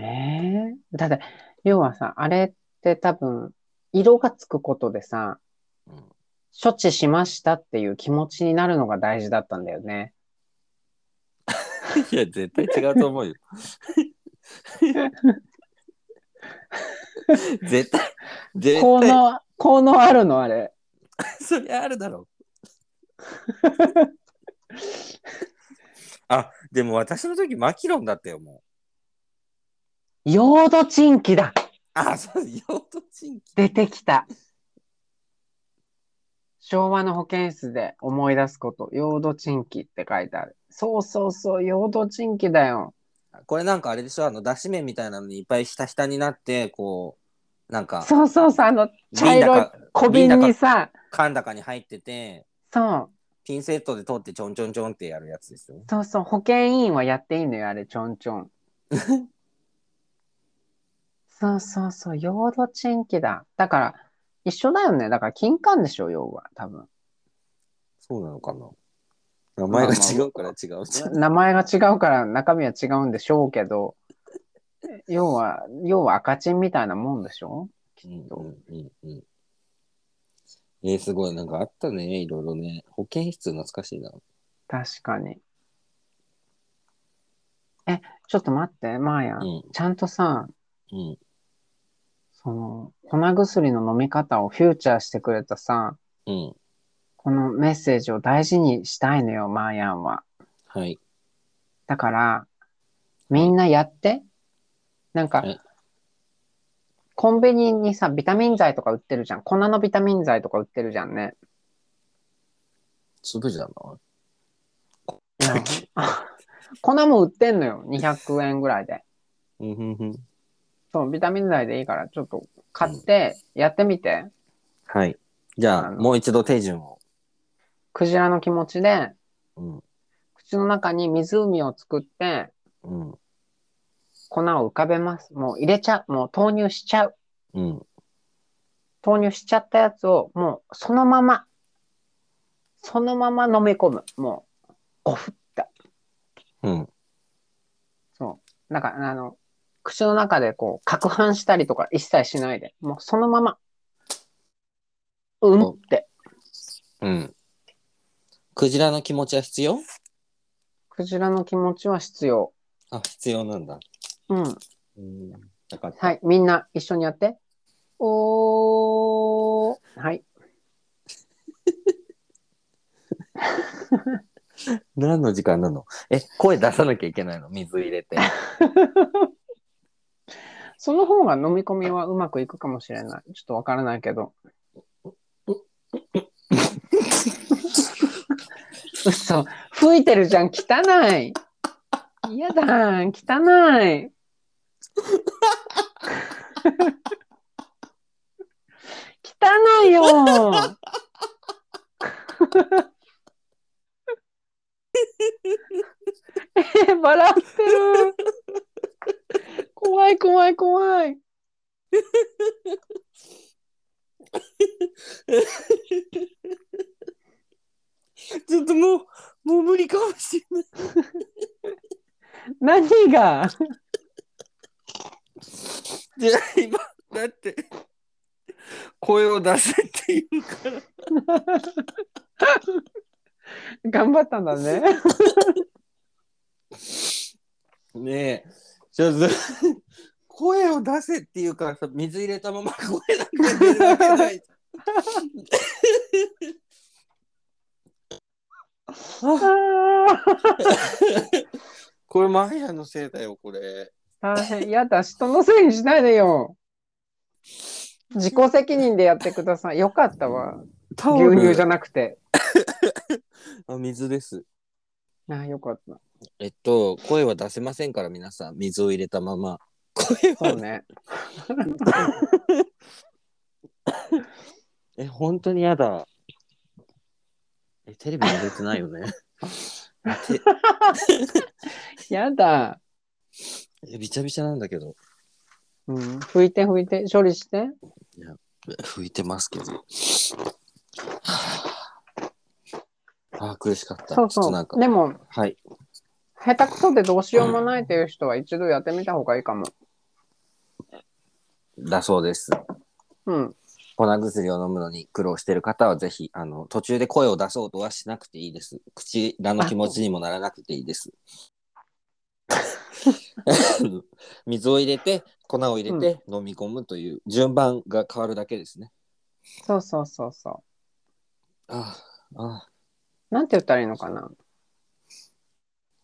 Speaker 2: ええだって、要はさ、あれって多分、色がつくことでさ、
Speaker 1: うん。
Speaker 2: 処置しましたっていう気持ちになるのが大事だったんだよね。
Speaker 1: いや、絶対違うと思うよ。絶対、絶
Speaker 2: 効
Speaker 1: 対、
Speaker 2: 能、効能あるのあれ。
Speaker 1: そりゃあるだろう。 あ、でも私の時マキロンだったよ、もう。
Speaker 2: ヨードチンキだ
Speaker 1: あ、そう、用途チンキ。
Speaker 2: 出てきた。昭和の保健室で思い出すこと、ヨードチンキって書いてある。そうそうそう、ヨードチンキだよ。
Speaker 1: これなんかあれでしょあの、だし麺みたいなのにいっぱいひたひたになって、こう、なんか、
Speaker 2: そうそうそう、あの、茶
Speaker 1: 瓶だ
Speaker 2: 色い
Speaker 1: か
Speaker 2: 小瓶にさ、
Speaker 1: 缶だかに入ってて、
Speaker 2: そう、
Speaker 1: ピンセットで取ってちょんちょんちょんってやるやつですよね。
Speaker 2: そうそう、保健委員はやっていいのよ、あれ、ちょんちょ ん。そうそうそう、ヨードチンキだ。だから、一緒だよね。だから金管でしょ、要は。多分。
Speaker 1: そうなのかな名前が違うから違う。
Speaker 2: 名前が違うから中身は違うんでしょうけど、要は、要は赤チンみたいなもんでしょ
Speaker 1: うんうんうんうん。えー、すごい。なんかあったね。いろいろね。保健室懐かしいな。
Speaker 2: 確かに。え、ちょっと待って、マーヤ
Speaker 1: う。ん。
Speaker 2: ちゃんとさ、
Speaker 1: うん。
Speaker 2: その、粉薬の飲み方をフューチャーしてくれたさ、
Speaker 1: うん。
Speaker 2: このメッセージを大事にしたいのよ、マーヤンは。
Speaker 1: はい。
Speaker 2: だから、みんなやって。なんか
Speaker 1: はい、
Speaker 2: コンビニにさ、ビタミン剤とか売ってるじゃん。粉のビタミン剤とか売ってるじゃんね。
Speaker 1: 粒じゃない
Speaker 2: いやあ粉も売ってんのよ。200円ぐらいで。
Speaker 1: うんうんうん。
Speaker 2: そう、ビタミン剤でいいから、ちょっと買って、やってみて。
Speaker 1: はい。じゃあ、
Speaker 2: あの
Speaker 1: もう一度手順を。
Speaker 2: クジラの気持ちで、
Speaker 1: うん。
Speaker 2: 口の中に湖を作って、
Speaker 1: うん。
Speaker 2: 粉を浮かべます。もう入れちゃう。もう投入しちゃう。
Speaker 1: うん。
Speaker 2: 投入しちゃったやつを、もうそのまま、そのまま飲み込む。もう、ゴフって。
Speaker 1: うん。
Speaker 2: そう。なんか、あの、口の中でこう、攪拌したりとか一切しないで。もうそのまま、うんって。
Speaker 1: うん。クジラの気持ちは必要
Speaker 2: クジラの気持ちは必要。
Speaker 1: あ、必要なんだ。
Speaker 2: うん。
Speaker 1: うん。なかった。
Speaker 2: はい。みんな一緒にやって。おー。はい。
Speaker 1: 何の時間なのえ、声出さなきゃいけないの水入れて。
Speaker 2: その方が飲み込みはうまくいくかもしれない。ちょっとわからないけど。嘘。吹いてるじゃん。汚い。嫌だ。汚い。汚いよ。え、笑ってる。怖い怖い怖い。
Speaker 1: ちょっともう、もう無理かもしれない。
Speaker 2: 何が
Speaker 1: じゃあ今、だって、声を出せって言うから。
Speaker 2: 頑張ったんだね。
Speaker 1: ねえ、ちょっと、声を出せっていうからさ、水入れたま ま声だけ出るわけない。これ、マーヤのせいだよ、これ。
Speaker 2: 大変。やだ、人のせいにしないでよ。自己責任でやってください。よかったわ。
Speaker 1: タ
Speaker 2: 牛乳じゃ
Speaker 1: ん。
Speaker 2: なくて。
Speaker 1: あ、水です。
Speaker 2: ああ、よかった。
Speaker 1: えっと、声は出せませんから、皆さん、水を入れたまま。声
Speaker 2: そう
Speaker 1: は、
Speaker 2: ね。
Speaker 1: え、本当にやだ。え、テレビ入れてないよね。て
Speaker 2: やだ。
Speaker 1: え、びちゃびちゃなんだけど。
Speaker 2: うん、拭いて拭いて、処理して。
Speaker 1: 拭いてますけど。 はああー、苦しかった。
Speaker 2: そう
Speaker 1: ちょっと
Speaker 2: そ
Speaker 1: なんか
Speaker 2: う。でも、
Speaker 1: はい。
Speaker 2: 下手くそでどうしようもないという人は一度やってみた方がいいかも。
Speaker 1: だそうです。
Speaker 2: うん。
Speaker 1: 粉薬を飲むのに苦労してる方はぜひ、あの、途中で声を出そうとはしなくていいです。口らの気持ちにもならなくていい です。水を入れて、粉を入れて、飲み込むという順番が変わるだけですね。
Speaker 2: そうそうそうそ
Speaker 1: ああ、ああ、
Speaker 2: う。なんて言ったらいいのかな。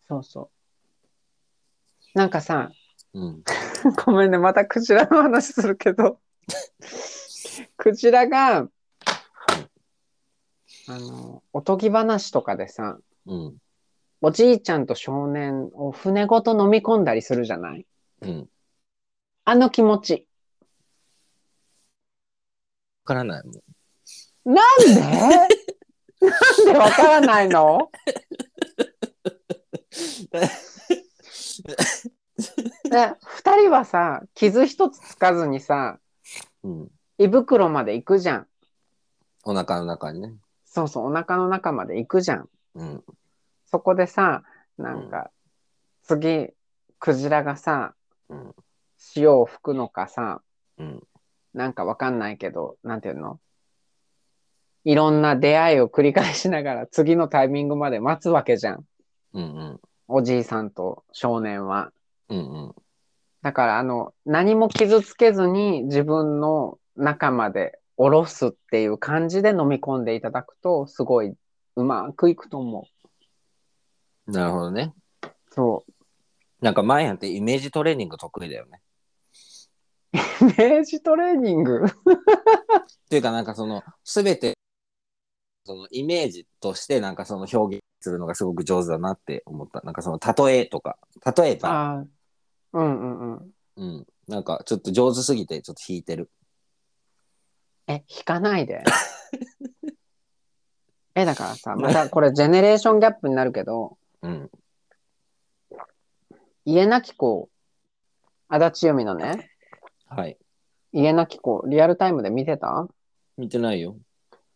Speaker 2: そうそう。なんかさ、
Speaker 1: うん。
Speaker 2: ごめんね、またクジラの話するけど。クジラが、あの、おとぎ話とかでさ、
Speaker 1: うん。
Speaker 2: おじいちゃんと少年を船ごと飲み込んだりするじゃない
Speaker 1: うん。わ
Speaker 2: あの気持ち。
Speaker 1: からないもん。
Speaker 2: なんでなんでわからないのね二人はさ、傷一つつかずにさ、
Speaker 1: うん。
Speaker 2: 胃袋まで行くじゃん。
Speaker 1: お腹の中にね。
Speaker 2: そうそう、お腹の中まで行くじゃん。
Speaker 1: うん。
Speaker 2: そこでさ、なんか、次、クジラがさ、
Speaker 1: うん
Speaker 2: 潮を吹くのかさ、
Speaker 1: うん。
Speaker 2: なんかわかんないけど、なんていうのいろんな出会いを繰り返しながら次のタイミングまで待つわけじゃん。
Speaker 1: うんうん。
Speaker 2: おじいさんと少年は。
Speaker 1: うんうん。
Speaker 2: だからあの、何も傷つけずに自分の中まで下ろすっていう感じで飲み込んでいただくと、すごいうまくいくと思
Speaker 1: なるほどね。
Speaker 2: う。そ
Speaker 1: なんか、マイアンってイメージトレーニング得意だよね。
Speaker 2: う。イメージトレーニング
Speaker 1: っていうか、なんかその、すべて、そのイメージとして、なんかその表現するのがすごく上手だなって思った。なんかその、例えとか、例えば、
Speaker 2: ああ、うんうんうん。
Speaker 1: うん。なんか、ちょっと上手すぎて、ちょっと引いてる。
Speaker 2: え、引かない で。え、だからさ、またこれジェネレーションギャップになるけど、
Speaker 1: うん。
Speaker 2: 家なき子、足立由美のね、
Speaker 1: はい。
Speaker 2: 家なき子、リアルタイムで見てた
Speaker 1: 見てないよ。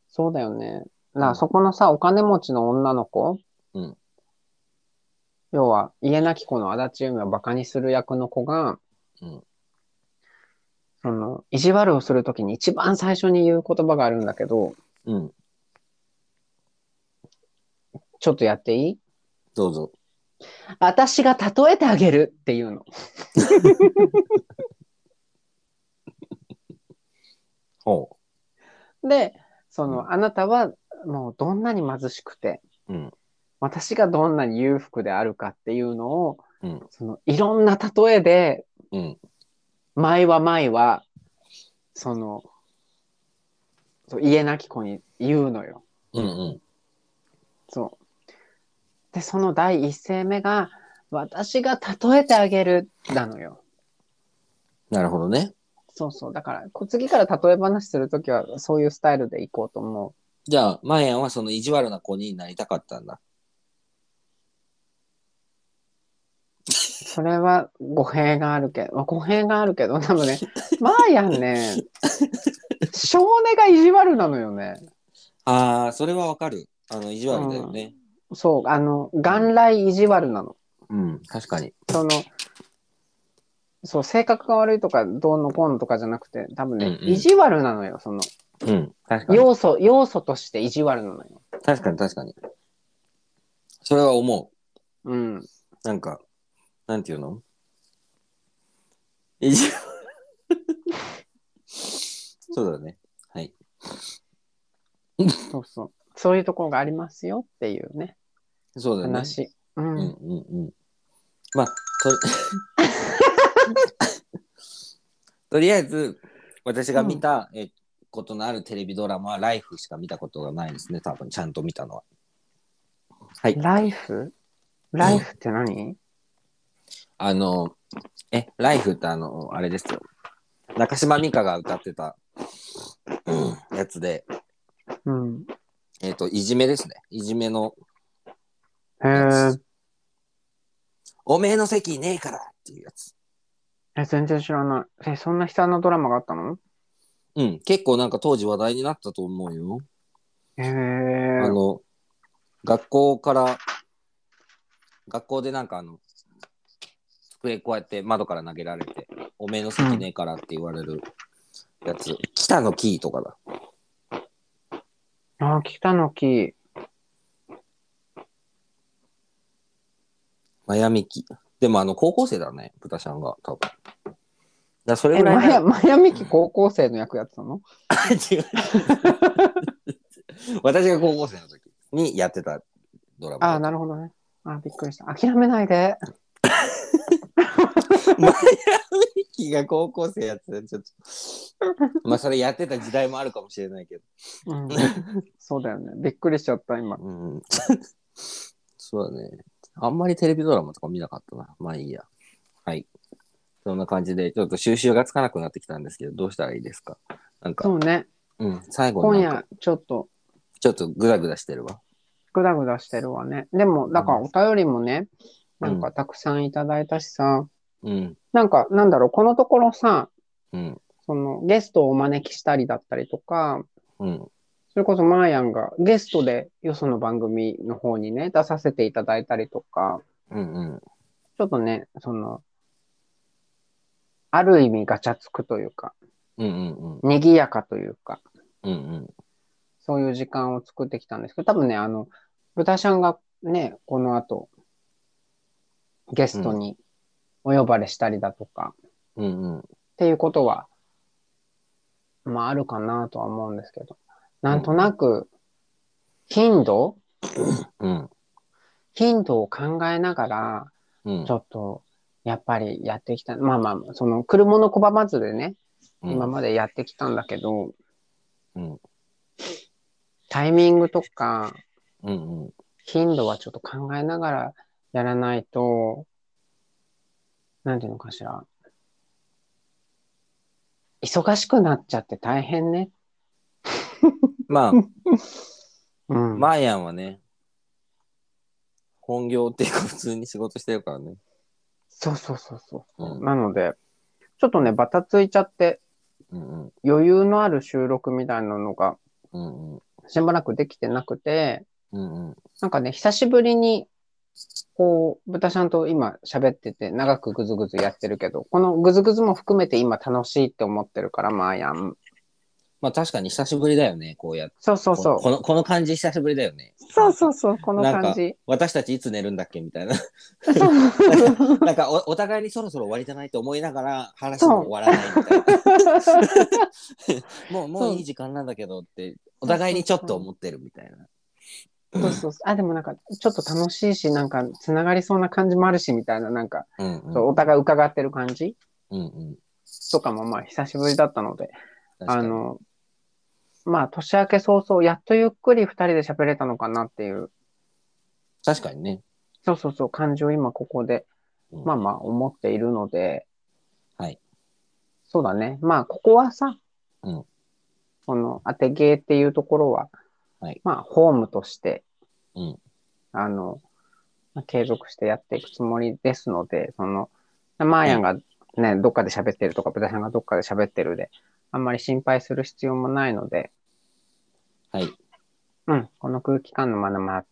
Speaker 2: そうだよね。だか
Speaker 1: うん
Speaker 2: らそこのさ、お金持ちの女の子、
Speaker 1: うん
Speaker 2: 要は、家なき子の足立由美をバカにする役の子が、
Speaker 1: うん
Speaker 2: その、意地悪をするときに一番最初に言う言葉があるんだけど、
Speaker 1: うん。
Speaker 2: ちょっとやっていい
Speaker 1: どうぞ。
Speaker 2: 私が例えてあげるっていうの。
Speaker 1: ほ
Speaker 2: で、その、
Speaker 1: う
Speaker 2: あなたはもうどんなに貧しくて、
Speaker 1: うん
Speaker 2: 私がどんなに裕福であるかっていうのを、
Speaker 1: うん
Speaker 2: そのいろんな例えで、
Speaker 1: う。うん。
Speaker 2: 前は前は、その、そう家なき子に言うのよ。
Speaker 1: うんうん。
Speaker 2: そう。で、その第一声目が、私が例えてあげる、なのよ。
Speaker 1: なるほどね。
Speaker 2: そうそう。だから、こ次から例え話するときは、そういうスタイルでいこうと思う。
Speaker 1: じゃあ、マイアンはその意地悪な子になりたかったんだ。
Speaker 2: それは語弊があるけど、語弊があるけど、 でもね、マーヤンね、少年が意地悪なのよね。
Speaker 1: ああ、それはわかる。あの、意地悪だよね。
Speaker 2: そう、あの、元来意地悪なの。
Speaker 1: うん、確かに。
Speaker 2: その、そう、性格が悪いとか、どうのこうのとかじゃなくて、多分ね、
Speaker 1: うんうん
Speaker 2: 意地悪なのよ、その、
Speaker 1: うん、確かに。
Speaker 2: 要素、要素として意地悪なのよ。
Speaker 1: 確かに、確かに。それは思
Speaker 2: うん。
Speaker 1: う。なんか、なんていうの意地悪。 そうだね。はい。
Speaker 2: そうそう。そういうところがありますよっていうね、
Speaker 1: そうだね。
Speaker 2: 話。
Speaker 1: う
Speaker 2: う。
Speaker 1: んん、うん、うん。まあ、と、 とりあえず、私が見た、えことのあるテレビドラマは、ライフしか見たことがないですね。多分、ちゃんと見たのは。はい。
Speaker 2: ライフライフって何、
Speaker 1: あの、え、ライフってあの、あれですよ。中島美嘉が歌ってた、うんやつで、
Speaker 2: うん。
Speaker 1: えっ、と、いじめですね。いじめの、
Speaker 2: へえ。
Speaker 1: おめえの席ねえからっていうやつ。
Speaker 2: え、全然知らない。え、そんな悲惨なドラマがあったの
Speaker 1: うん、結構なんか当時話題になったと思うよ。
Speaker 2: へ
Speaker 1: あ
Speaker 2: え。
Speaker 1: の、学校から、学校でなんかあの、机こうやって窓から投げられて、おめえの席ねえからって言われるやつ。北のキーとかだ。
Speaker 2: あ、北の木。
Speaker 1: マヤミキ。でもあの、高校生だね、豚ちゃんが、多分。だからそれ
Speaker 2: え、
Speaker 1: ぐらい
Speaker 2: マ
Speaker 1: 前
Speaker 2: ヤ、マヤミキ高校生の役やってたの
Speaker 1: 違う 私が高校生の時にやってたドラ
Speaker 2: あ
Speaker 1: マ。
Speaker 2: なるほどね。あ、びっくりした。諦めないで。
Speaker 1: マヤミキが高校生やってたちょっ と。まあ、それやってた時代もあるかもしれないけど。
Speaker 2: うん。そうだよね。びっくりしちゃった、今。
Speaker 1: うん。 そうだね。あんまりテレビドラマとか見なかったな。まあいいや。はい。そんな感じで、ちょっと収集がつかなくなってきたんですけど、どうしたらいいですかなんか、
Speaker 2: そうね。
Speaker 1: うん、最後
Speaker 2: 今
Speaker 1: になんか
Speaker 2: 夜、ちょっと、
Speaker 1: ちょっとグダグダしてるわ。
Speaker 2: グダグダしてるわね。でも、だからお便りもね、なんかたくさんいただいたしさ、
Speaker 1: うん、
Speaker 2: なんか、なんだろう、このところさ、
Speaker 1: うん、
Speaker 2: そそのゲストをお招きしたりだったりとか、
Speaker 1: うん。
Speaker 2: それこそマーヤンがゲストでよその番組の方にね、出させていただいたりとか、
Speaker 1: うんうん。
Speaker 2: ちょっとね、その、ある意味ガチャつくというか、
Speaker 1: うんうんうん。
Speaker 2: 賑やかというか、
Speaker 1: うんうん。
Speaker 2: そういう時間を作ってきたんですけど、多分ね、あの、豚ちゃんがね、この後、ゲストにお呼ばれしたりだとか、
Speaker 1: うんうん。
Speaker 2: っていうことは、まああるかなとは思うんですけど、なんとなく、頻度
Speaker 1: うん。
Speaker 2: 頻度を考えながら、
Speaker 1: うん
Speaker 2: ちょっと、やっぱりやってきた。まあまあ、その、車の拒まずでね、
Speaker 1: うん
Speaker 2: 今までやってきたんだけど、
Speaker 1: うん
Speaker 2: タイミングとか、
Speaker 1: うんうん。
Speaker 2: 頻度はちょっと考えながらやらないと、なんていうのかしら。忙しくなっちゃって大変ね。
Speaker 1: まあ、
Speaker 2: うん。
Speaker 1: マーヤンはね、本業っていうか普通に仕事してるからね。
Speaker 2: そうそうそうそう。
Speaker 1: うん
Speaker 2: なので、ちょっとね、バタついちゃって、
Speaker 1: うんうん
Speaker 2: 余裕のある収録みたいなのが、
Speaker 1: うんうん
Speaker 2: しばらくできてなくて、
Speaker 1: うんうん
Speaker 2: なんかね、久しぶりに、こう、豚ちゃんと今喋ってて、長くぐずぐずやってるけど、このぐずぐずも含めて今楽しいって思ってるから、まあやん。
Speaker 1: まあ確かに久しぶりだよね、こうやって。
Speaker 2: そうそうそう
Speaker 1: こ。このこの感じ久しぶりだよね。
Speaker 2: そうそうそう、この
Speaker 1: なん
Speaker 2: 感
Speaker 1: か
Speaker 2: じ。
Speaker 1: 私たちいつ寝るんだっけみたいな。
Speaker 2: そう
Speaker 1: なんかおお互いにそろそろ終わりじゃないと思いながら話も終わらないみたいな。 もうもういい時間なんだけどって、お互いにちょっと思ってるみたいな。
Speaker 2: そうそうそう。あ、でもなんか、ちょっと楽しいし、なんか、つながりそうな感じもあるし、みたいな、なんか、
Speaker 1: うんう
Speaker 2: そ
Speaker 1: ん
Speaker 2: うお互い伺ってる感じ
Speaker 1: うんうん
Speaker 2: とかも、まあ、久しぶりだったので、
Speaker 1: 確か
Speaker 2: あ
Speaker 1: に
Speaker 2: の、まあ、年明け早々、やっとゆっくり二人で喋れたのかなっていう、
Speaker 1: 確かにね。
Speaker 2: そうそうそう、感じを今ここで、
Speaker 1: うん
Speaker 2: まあまあ、思っているので、
Speaker 1: はい。
Speaker 2: そうだね。まあ、ここはさ、
Speaker 1: うん
Speaker 2: この、当てゲーっていうところは、
Speaker 1: はい
Speaker 2: まあ、ホームとして、
Speaker 1: うん
Speaker 2: あの、まあ継続してやっていくつもりですので、その、マーヤンがね、どっかで喋ってるとか、ブダさんがどっかで喋ってるで、あんまり心配する必要もないので、
Speaker 1: はい。
Speaker 2: うん、この空気感のままま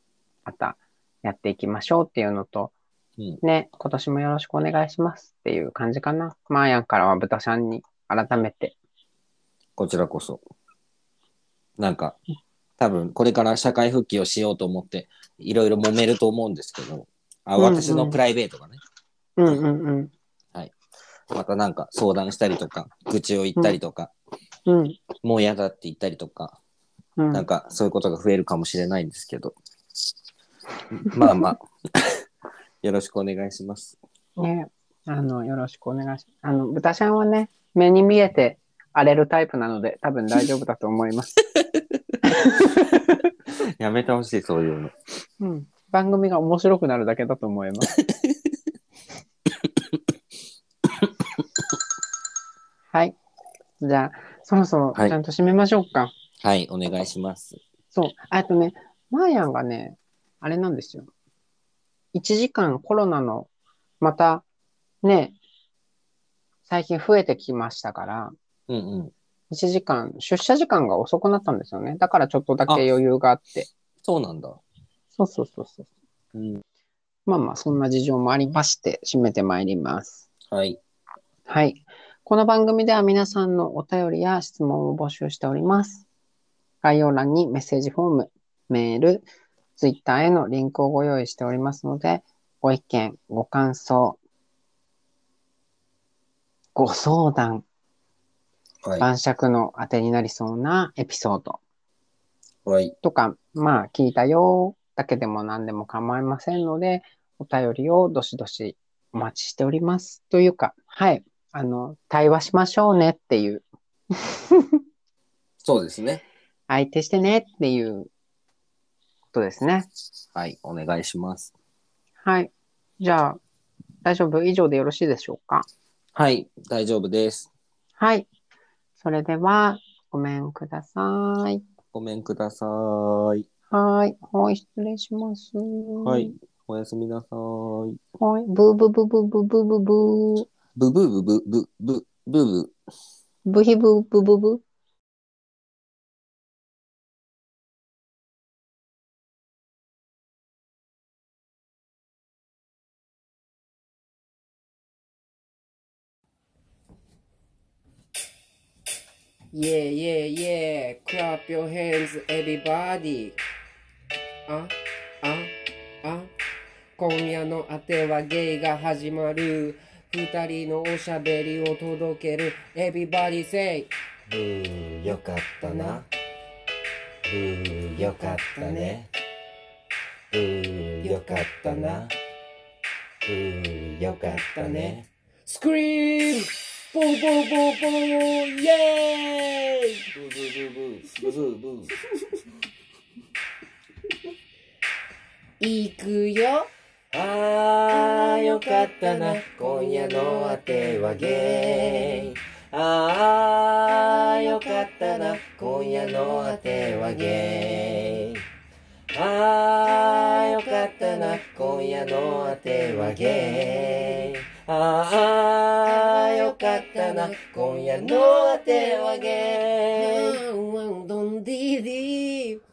Speaker 2: またやっていきましょうっていうのと、
Speaker 1: うん
Speaker 2: ね、今年もよろしくお願いしますっていう感じかな。マーヤンからは豚さんに改めて。
Speaker 1: こちらこそ。なんか、多分これから社会復帰をしようと思って、いろいろ揉めると思うんですけど、あ、
Speaker 2: うんうん
Speaker 1: 私のプライベートがね、
Speaker 2: うんうんうん。
Speaker 1: またなんか相談したりとか、愚痴を言ったりとか、
Speaker 2: うん。
Speaker 1: もう嫌だって言ったりとか、
Speaker 2: うん、
Speaker 1: なんかそういうことが増えるかもしれないんですけど、まあまあ、 よろしくお願いします。
Speaker 2: ね、あの、よろしくお願いします。あの、豚ちゃんはね、目に見えて荒れるタイプなので、多分大丈夫だと思 います。
Speaker 1: やめてほしい、そういうの。
Speaker 2: うん。番組が面白くなるだけだと思い ます。はい。じゃあ、そろそろ
Speaker 1: はい
Speaker 2: ちゃんと締めましょうか。
Speaker 1: はい、お願いします。
Speaker 2: そう。あとね、マーヤンがね、あれなんですよ。1時間コロナの、また、ね、最近増えてきましたから、
Speaker 1: うんうん。
Speaker 2: 1時間、出社時間が遅くなったんですよね。だからちょっとだけ余裕があって。
Speaker 1: そうなんだ。
Speaker 2: そうそうそうそう。
Speaker 1: うん、
Speaker 2: まあまあ、そんな事情もありまして、締めてまいります。
Speaker 1: はい。
Speaker 2: はい。この番組では皆さんのお便りや質問を募集しております。概要欄にメッセージフォーム、メール、ツイッターへのリンクをご用意しておりますので、ご意見、ご感想、ご相談、
Speaker 1: は
Speaker 2: 晩酌の当てになりそうなエピソード
Speaker 1: い。はい。
Speaker 2: とか、まあ、聞いたよだけでも何でも構いませんので、お便りをどしどしお待ちしております。というか、はい。あの、対話しましょうねっていう
Speaker 1: そうですね。
Speaker 2: 相手してねっていうことですね。
Speaker 1: はい、お願いします。
Speaker 2: はい。じゃあ、大丈夫以上でよろしいでしょうか
Speaker 1: はい、大丈夫です。
Speaker 2: はい。それでは、ごめんください。
Speaker 1: ごめんください。
Speaker 2: はい。はい、失礼します。は
Speaker 1: はい。、おやすみなさい。
Speaker 2: はい。ブーブーブーブーブーブーブー。
Speaker 1: ブブブブブブブブ。
Speaker 2: ブヒブブブブ。
Speaker 3: Yeah, yeah, yeah. Clap your hands, everybody. あ、あ、あ。今夜のあてはゲイが始まる。二人のおしゃべりを届ける。Everybody say.
Speaker 4: ブー、よかったな。ブー、よかったね。ブー、よかったな。ブー、よかったね。
Speaker 3: Scream! ボンボンボンボンイェーイ
Speaker 4: ブーブーブーブー、ブーブーブー。
Speaker 3: 行くよ
Speaker 4: あーよかったな今夜のあてはゲイあーよかったな今夜のあてはゲイあーよかったな今夜のあてはゲイあーよかったな今夜のあてはゲイ
Speaker 3: ワンワンドンディディ